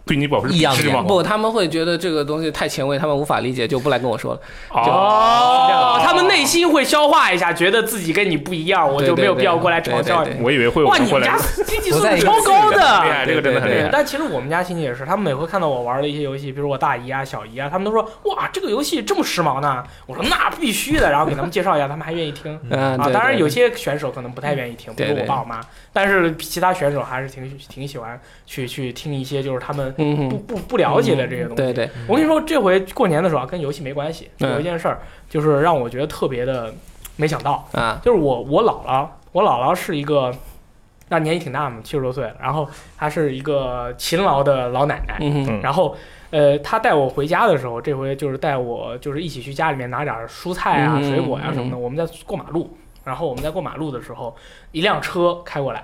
Speaker 4: 对你表示
Speaker 2: 异样
Speaker 4: 鄙视
Speaker 2: 眼
Speaker 4: 吗
Speaker 2: 光？
Speaker 3: 不，他们会觉得这个东西太前卫，他们无法理解，就不来跟我说了。
Speaker 4: 啊
Speaker 1: 哦，他们内心会消化一下，觉得自己跟你不一样，我
Speaker 3: 对
Speaker 1: 就没有
Speaker 3: 对
Speaker 1: 必要过来
Speaker 3: 对
Speaker 1: 嘲笑
Speaker 3: 对
Speaker 1: 你。
Speaker 4: 我以为会有
Speaker 1: 哇，
Speaker 4: 人
Speaker 1: 你
Speaker 4: 会
Speaker 1: 们
Speaker 4: 来
Speaker 1: 家。
Speaker 4: (laughs)
Speaker 1: 经济素
Speaker 2: 不在
Speaker 1: 质
Speaker 2: 一个
Speaker 1: 超高
Speaker 2: 次元
Speaker 1: 的
Speaker 4: 厉，害，这个真的很
Speaker 3: 对
Speaker 4: 厉
Speaker 1: 对
Speaker 4: 害，。
Speaker 1: 但其实我们家亲戚也是，他们每回看到我玩的一些游戏，比如我大姨啊、小姨啊，他们都说：“哇，这个游戏这么时髦呢！”我说：“那必须的。”然后给他们介绍一下，他们还愿意
Speaker 3: (laughs)
Speaker 1: 听
Speaker 3: 嗯，
Speaker 1: 啊。
Speaker 3: 对
Speaker 1: 当然，
Speaker 3: 对
Speaker 1: 有些选手可能不太愿意听，比
Speaker 3: 对
Speaker 1: 如我
Speaker 3: 对
Speaker 1: 爸我妈，但是其他选手还是挺挺喜欢去去听一些就是他们
Speaker 3: 嗯
Speaker 1: 不
Speaker 3: 哼，
Speaker 1: 不不了解的这些东西。
Speaker 3: 对对，
Speaker 1: 我跟你说，这回过年的时候啊，跟游戏没关系，
Speaker 3: 嗯
Speaker 1: 有一件事儿，就是让我觉得特别的没想到。
Speaker 3: 啊，
Speaker 1: 就是我我姥姥，我姥姥是一个，那年纪挺大嘛，七十多岁了，然后她是一个勤劳的老奶奶，
Speaker 3: 嗯哼
Speaker 4: 嗯
Speaker 1: 然后。呃，她带我回家的时候，这回就是带我，就是一起去家里面拿点儿蔬菜啊、
Speaker 3: 嗯
Speaker 1: 水果呀、什么的。我们在过马路，然后我们在过马路的时候，一辆车开过来，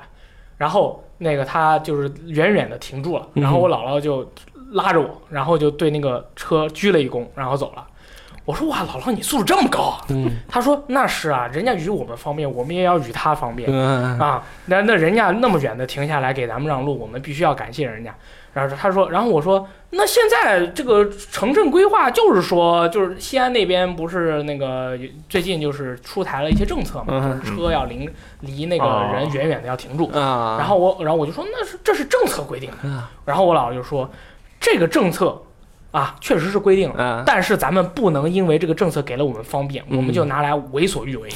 Speaker 1: 然后那个他就是远远的停住了，
Speaker 3: 嗯哼
Speaker 1: 然后我姥姥就拉着我，然后就对那个车鞠了一躬，然后走了。我说哇，姥姥你素质这么高啊！
Speaker 3: 嗯
Speaker 1: 他说那是啊，人家与我们方便，我们也要与他方便
Speaker 3: 嗯
Speaker 1: 啊。那那人家那么远的停下来给咱们让路，我们必须要感谢人家。然后他说，然后我说，那现在这个城镇规划就是说，就是西安那边不是那个最近就是出台了一些政策嘛，
Speaker 3: 嗯哦
Speaker 1: 车要离离那个人远远的要停住。
Speaker 3: 啊，
Speaker 1: 然后我，然后我就说那是这是政策规定的。
Speaker 3: 啊
Speaker 1: 然后我姥姥就说，这个政策啊确实是规定了，
Speaker 3: 啊，
Speaker 1: 但是咱们不能因为这个政策给了我们方便，
Speaker 3: 嗯
Speaker 1: 我们就拿来为所
Speaker 3: (laughs)
Speaker 1: 欲为。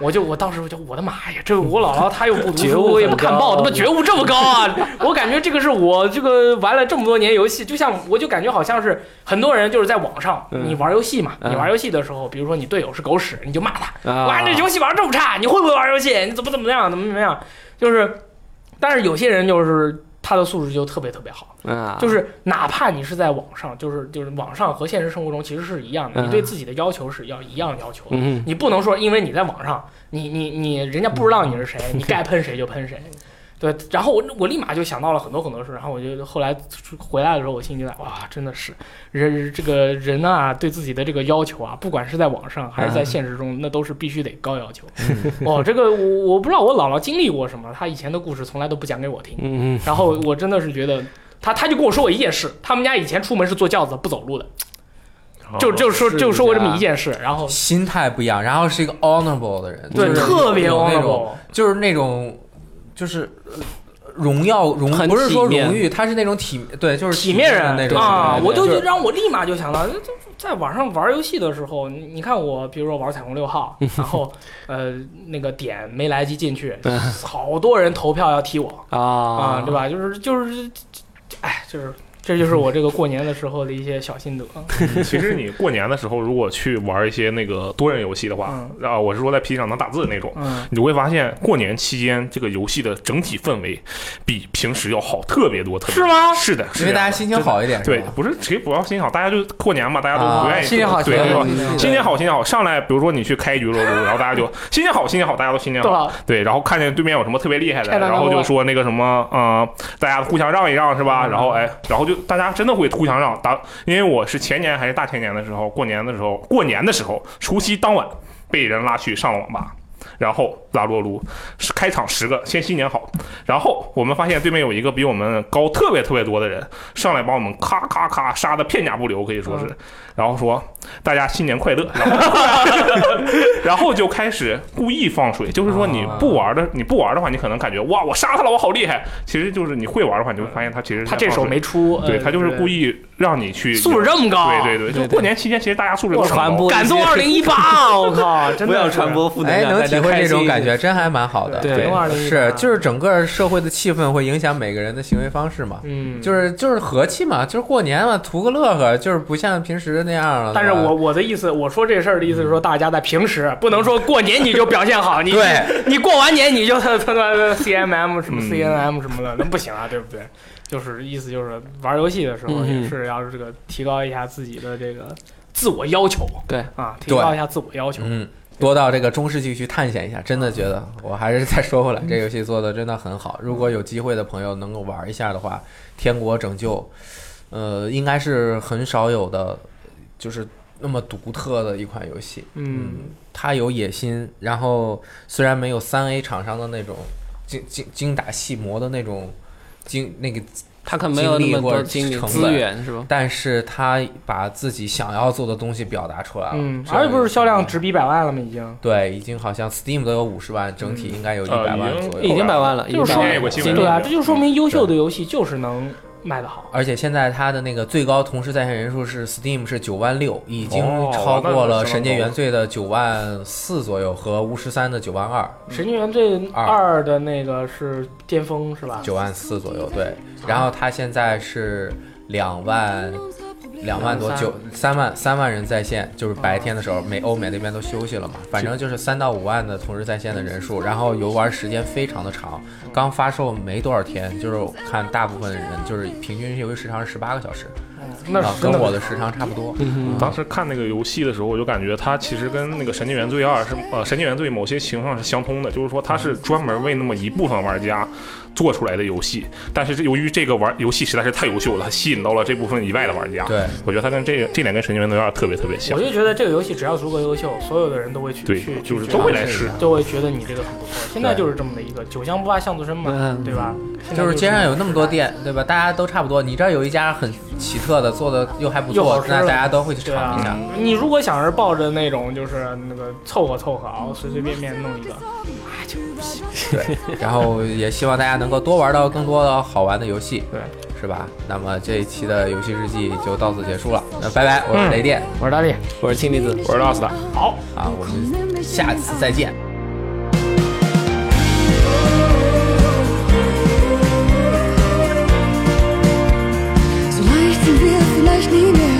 Speaker 1: 我就我当时我就我的妈呀，这我姥姥她又不读
Speaker 3: (laughs) 觉悟
Speaker 1: 书，
Speaker 3: 很
Speaker 1: 也不看报，
Speaker 3: 高
Speaker 1: 怎么觉悟这么高啊？ (laughs) 我感觉这个是我这个玩了这么多年游戏，就像我就感觉好像是很多人就是在网上
Speaker 3: 嗯
Speaker 1: 你玩游戏嘛，
Speaker 3: 嗯
Speaker 1: 你玩游戏的时候，比如说你队友是狗屎，你就骂他，
Speaker 3: 啊
Speaker 1: 哇，这游戏玩得这么差，你会不会玩游戏？你怎么怎么样，怎么怎么样？就是，但是有些人就是他的素质就特别特别好，
Speaker 3: 啊，
Speaker 1: 就是哪怕你是在网上，就是就是网上和现实生活中其实是一样的，
Speaker 3: 嗯
Speaker 1: 你对自己的要求是要一样要求的。
Speaker 3: 嗯
Speaker 1: 你不能说因为你在网上，你你你人家不知道你是谁，
Speaker 3: 嗯
Speaker 1: 你该喷谁就喷谁。 (laughs) 对，然后我我立马就想到了很多很多事，然后我就后来回来的时候，我心里就在哇，真的是人这个人啊，对自己的这个要求啊，不管是在网上还是在现实
Speaker 3: 嗯
Speaker 1: 中，那都是必须得高要求。 (laughs) 哦，这个我我不知道我姥姥经历过什么，她以前的故事从来都不讲给我听，
Speaker 3: 嗯
Speaker 1: 然后我真的是觉得。她她就跟我说过一件事，他们家以前出门是坐轿子不走路的，
Speaker 2: 哦
Speaker 1: 就 (laughs) 就说就说过这么一件事，然后
Speaker 2: 心态不一样，然后是一个 honorable 的人，
Speaker 1: 对
Speaker 2: 就是
Speaker 1: 特别
Speaker 2: 有那
Speaker 1: honorable
Speaker 2: 种，。就是那种，就是呃荣耀荣，
Speaker 3: 很
Speaker 2: 不是说
Speaker 3: 体面
Speaker 2: 荣誉，他是那种体，对，就是
Speaker 1: 体面人
Speaker 2: 的那种
Speaker 1: 啊，
Speaker 2: 对
Speaker 1: 我就
Speaker 2: 就是
Speaker 1: 让我立马就想到，就就在网上玩游戏的时候，你你看我，比如说玩彩虹六
Speaker 2: (laughs)
Speaker 1: 号，然后呃那个点没来及进去，好多人投票要踢我
Speaker 3: 啊
Speaker 1: 啊
Speaker 3: 啊，
Speaker 1: 对？吧？就是就是，哎，就是这就是我这个过年的时候的一些小心得。
Speaker 4: 其实你过年的时候，如果去玩一些那个多人游戏的话，啊、
Speaker 1: 嗯
Speaker 4: 我是说在 PC 上能打字的那种，
Speaker 1: 嗯，
Speaker 4: (laughs) 你会发现过年期间这个游戏的整体氛围比平时要好特别多，特别多
Speaker 1: 是吗
Speaker 4: 是的，是
Speaker 2: 因为大家
Speaker 4: 这
Speaker 2: 心
Speaker 4: 样的
Speaker 2: 情。好一点，
Speaker 4: 对
Speaker 2: 是吧，
Speaker 4: 不是谁不要心情好，大家就过年嘛，大家都不愿
Speaker 2: 啊，
Speaker 4: 意。
Speaker 2: 心情好，
Speaker 4: 对，
Speaker 2: 情
Speaker 4: 是吧
Speaker 2: 好，情
Speaker 4: 新年好，新年好！上来，比如说你去开一局撸撸， (laughs) 然后大家就新年好，新年好，大家都新年
Speaker 1: 多
Speaker 4: 好。
Speaker 1: 少？
Speaker 4: 对，然后看见对面有什么特别厉害的，
Speaker 1: 拆弹
Speaker 4: 然
Speaker 1: 大
Speaker 4: 后
Speaker 1: 陆
Speaker 4: 就说那个什么，呃，大家互相让一让是吧？然后哎，然后就大家真的会互相让。打，因为我是前年还是大前年的时候，过年的时候，过年的时候，除夕当晚被人拉去上了网吧。然后拉罗撸，是开场十个，先新年好。然后我们发现对面有一个比我们高特别特别多的人，上来把我们咔咔咔杀的片甲不留，可以说是。然后说大家新年快乐， (laughs) 然后然后就开始故意放水，就是说你不玩的，你不玩的话，你可能感觉哇，我杀他了，我好厉害。其实就是你会玩的话，你就会发现他其实是
Speaker 1: 他
Speaker 4: 在
Speaker 1: 这
Speaker 4: 放
Speaker 1: 手
Speaker 4: 水
Speaker 1: 没出，
Speaker 4: 对
Speaker 1: 呃
Speaker 4: 他就是故。意让你去
Speaker 1: 素质这么高，
Speaker 4: 对对对，就过年期间，其实大家素质都
Speaker 3: 我
Speaker 4: 很
Speaker 3: 传
Speaker 4: 高
Speaker 3: 播
Speaker 1: 感动二零一八，
Speaker 3: (laughs)
Speaker 1: 我靠，真的
Speaker 5: 不要
Speaker 1: 是
Speaker 5: 传。播负能
Speaker 2: 哎，
Speaker 5: 量，
Speaker 2: 能
Speaker 5: 大
Speaker 2: 体
Speaker 5: 家
Speaker 2: 会
Speaker 5: 开
Speaker 2: 这种
Speaker 5: 心
Speaker 2: 感觉，真还蛮好的。
Speaker 1: 对感动二零一八
Speaker 2: 是就是整个社会的气氛会影响每个人的行为方式嘛，
Speaker 1: 嗯，
Speaker 2: 就是就是和气嘛，就是过年嘛，图个乐呵，就是不像平时那样了。
Speaker 1: 但是
Speaker 2: 吧
Speaker 1: 我我的意思，我说这事儿的意思是说，大家在平时不能说过年你就表现好，你
Speaker 2: 对
Speaker 1: 你过完年你就他他妈的 CMM 什么
Speaker 4: 嗯
Speaker 1: CNM 什么的，那不行啊，对不对？就是意思就是玩游戏的时候
Speaker 3: 嗯
Speaker 1: 也是要这个提高一下自己的这个自我要求，
Speaker 3: 对
Speaker 1: 啊，提高一下自我要求。
Speaker 2: 嗯，多到这个中世纪去探险一下，真的觉得我还是再说回
Speaker 1: 嗯
Speaker 2: 来，这游戏做的真的很好。如果有机会的朋友能够玩一下的话，《天国拯救》呃，应该是很少有的，就是那么独特的一款游戏。
Speaker 1: 嗯，
Speaker 2: 它有野心，然后虽然没有三 A 厂商的那种精精精打细磨的那种精那个
Speaker 3: 他可能没有那么多
Speaker 2: 经
Speaker 3: 精
Speaker 2: 历
Speaker 3: 力
Speaker 2: 过成
Speaker 3: 资
Speaker 2: 本
Speaker 3: 源是吧？
Speaker 2: 但是他把自己想要做的东西表达出来了，
Speaker 1: 嗯，
Speaker 2: 这样
Speaker 1: 而且不是销
Speaker 2: 也
Speaker 1: 量
Speaker 2: 挺
Speaker 1: 直逼百万了吗？已经。
Speaker 2: 对，已经好像 Steam 都有五十万，整体应该有一百
Speaker 4: 呃已
Speaker 2: 万
Speaker 4: 经
Speaker 2: 左
Speaker 3: 已
Speaker 2: 右。
Speaker 3: 经百万了，
Speaker 1: 就是
Speaker 3: 已经
Speaker 1: 说
Speaker 3: 百万
Speaker 4: 有
Speaker 3: 了
Speaker 4: 个新
Speaker 3: 经
Speaker 4: 闻
Speaker 3: 历
Speaker 1: 对啊，
Speaker 4: 嗯
Speaker 1: 这就说明优秀的游戏就是能卖得好。
Speaker 2: 而且现在它的那个最高同时在线人数是 Steam 是九万六，已经
Speaker 4: 哦
Speaker 2: 超过了《神界
Speaker 4: 那
Speaker 2: 原罪》的九万四左右和《巫师三》的九万二、
Speaker 1: 神经元罪
Speaker 2: 嗯二
Speaker 1: 二的那个是巅峰是吧？
Speaker 2: 九万四左右。对，然后它现在是两万两万多
Speaker 3: 两
Speaker 2: 九三万三万人在线，就是白天的时候，美欧美那边都休息了嘛，反正就是三到五万的同时在线的人数，然后游玩时间非常的长，刚发售没多少天，就是我看大部分人就是平均游戏时长是十八个小时，
Speaker 1: 那
Speaker 2: 啊
Speaker 1: 是真
Speaker 2: 跟
Speaker 1: 的嗯
Speaker 2: 我的时长差不多。
Speaker 4: 当时看那个游戏的时候，我就感觉它其实跟那个《神经元罪二》是呃，《神经元罪》某些情况是相通的，就是说它是专门为那么一部分玩家做出来的游戏。但是这由于这个玩游戏实在是太优秀了，它吸引到了这部分以外的玩家。
Speaker 2: 对，
Speaker 4: 我觉得它跟这个这点跟《神经元罪二》特别特别像
Speaker 1: 我。就觉得这个游戏只要足够优秀，所有的人都会去
Speaker 4: 对
Speaker 1: 去，
Speaker 4: 就是
Speaker 1: 去
Speaker 4: 都会来
Speaker 1: 尝试
Speaker 4: 试。
Speaker 1: 都会觉得你这个很不错。现在就是这么的一个酒香不怕巷子深嘛，
Speaker 3: 嗯
Speaker 1: 对吧？现在
Speaker 2: 就是街上有那么多
Speaker 1: 这
Speaker 2: 店，对吧？大家都差不多。你这儿有一家很奇特的，做的又还不
Speaker 1: 又好
Speaker 2: 错，
Speaker 1: 吃
Speaker 2: 那大家都会去
Speaker 1: 对啊
Speaker 2: 尝一下。
Speaker 1: 你如果想是抱着那种就是那个凑合凑合啊，随随便便弄一个，
Speaker 2: 啊 (laughs) 然后也希望大家能够多玩到更多的好玩的游戏，
Speaker 1: 对，
Speaker 2: 是吧？那么这一期的游戏日记就到此结束了，那拜拜，我是雷电、
Speaker 1: 我是大力，
Speaker 3: 我是氢离子，
Speaker 4: 嗯我是 Lost 的。
Speaker 1: 好。
Speaker 2: 啊，我们下次再见。
Speaker 5: Vielleicht sind wir, vielleicht nie mehr.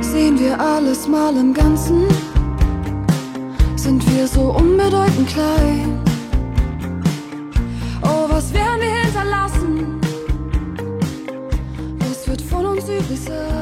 Speaker 5: Sehen wir alles mal im Ganzen, sind wir so unbedeutend klein. Oh, was werden wir hinterlassen? Was wird von uns übrig sein?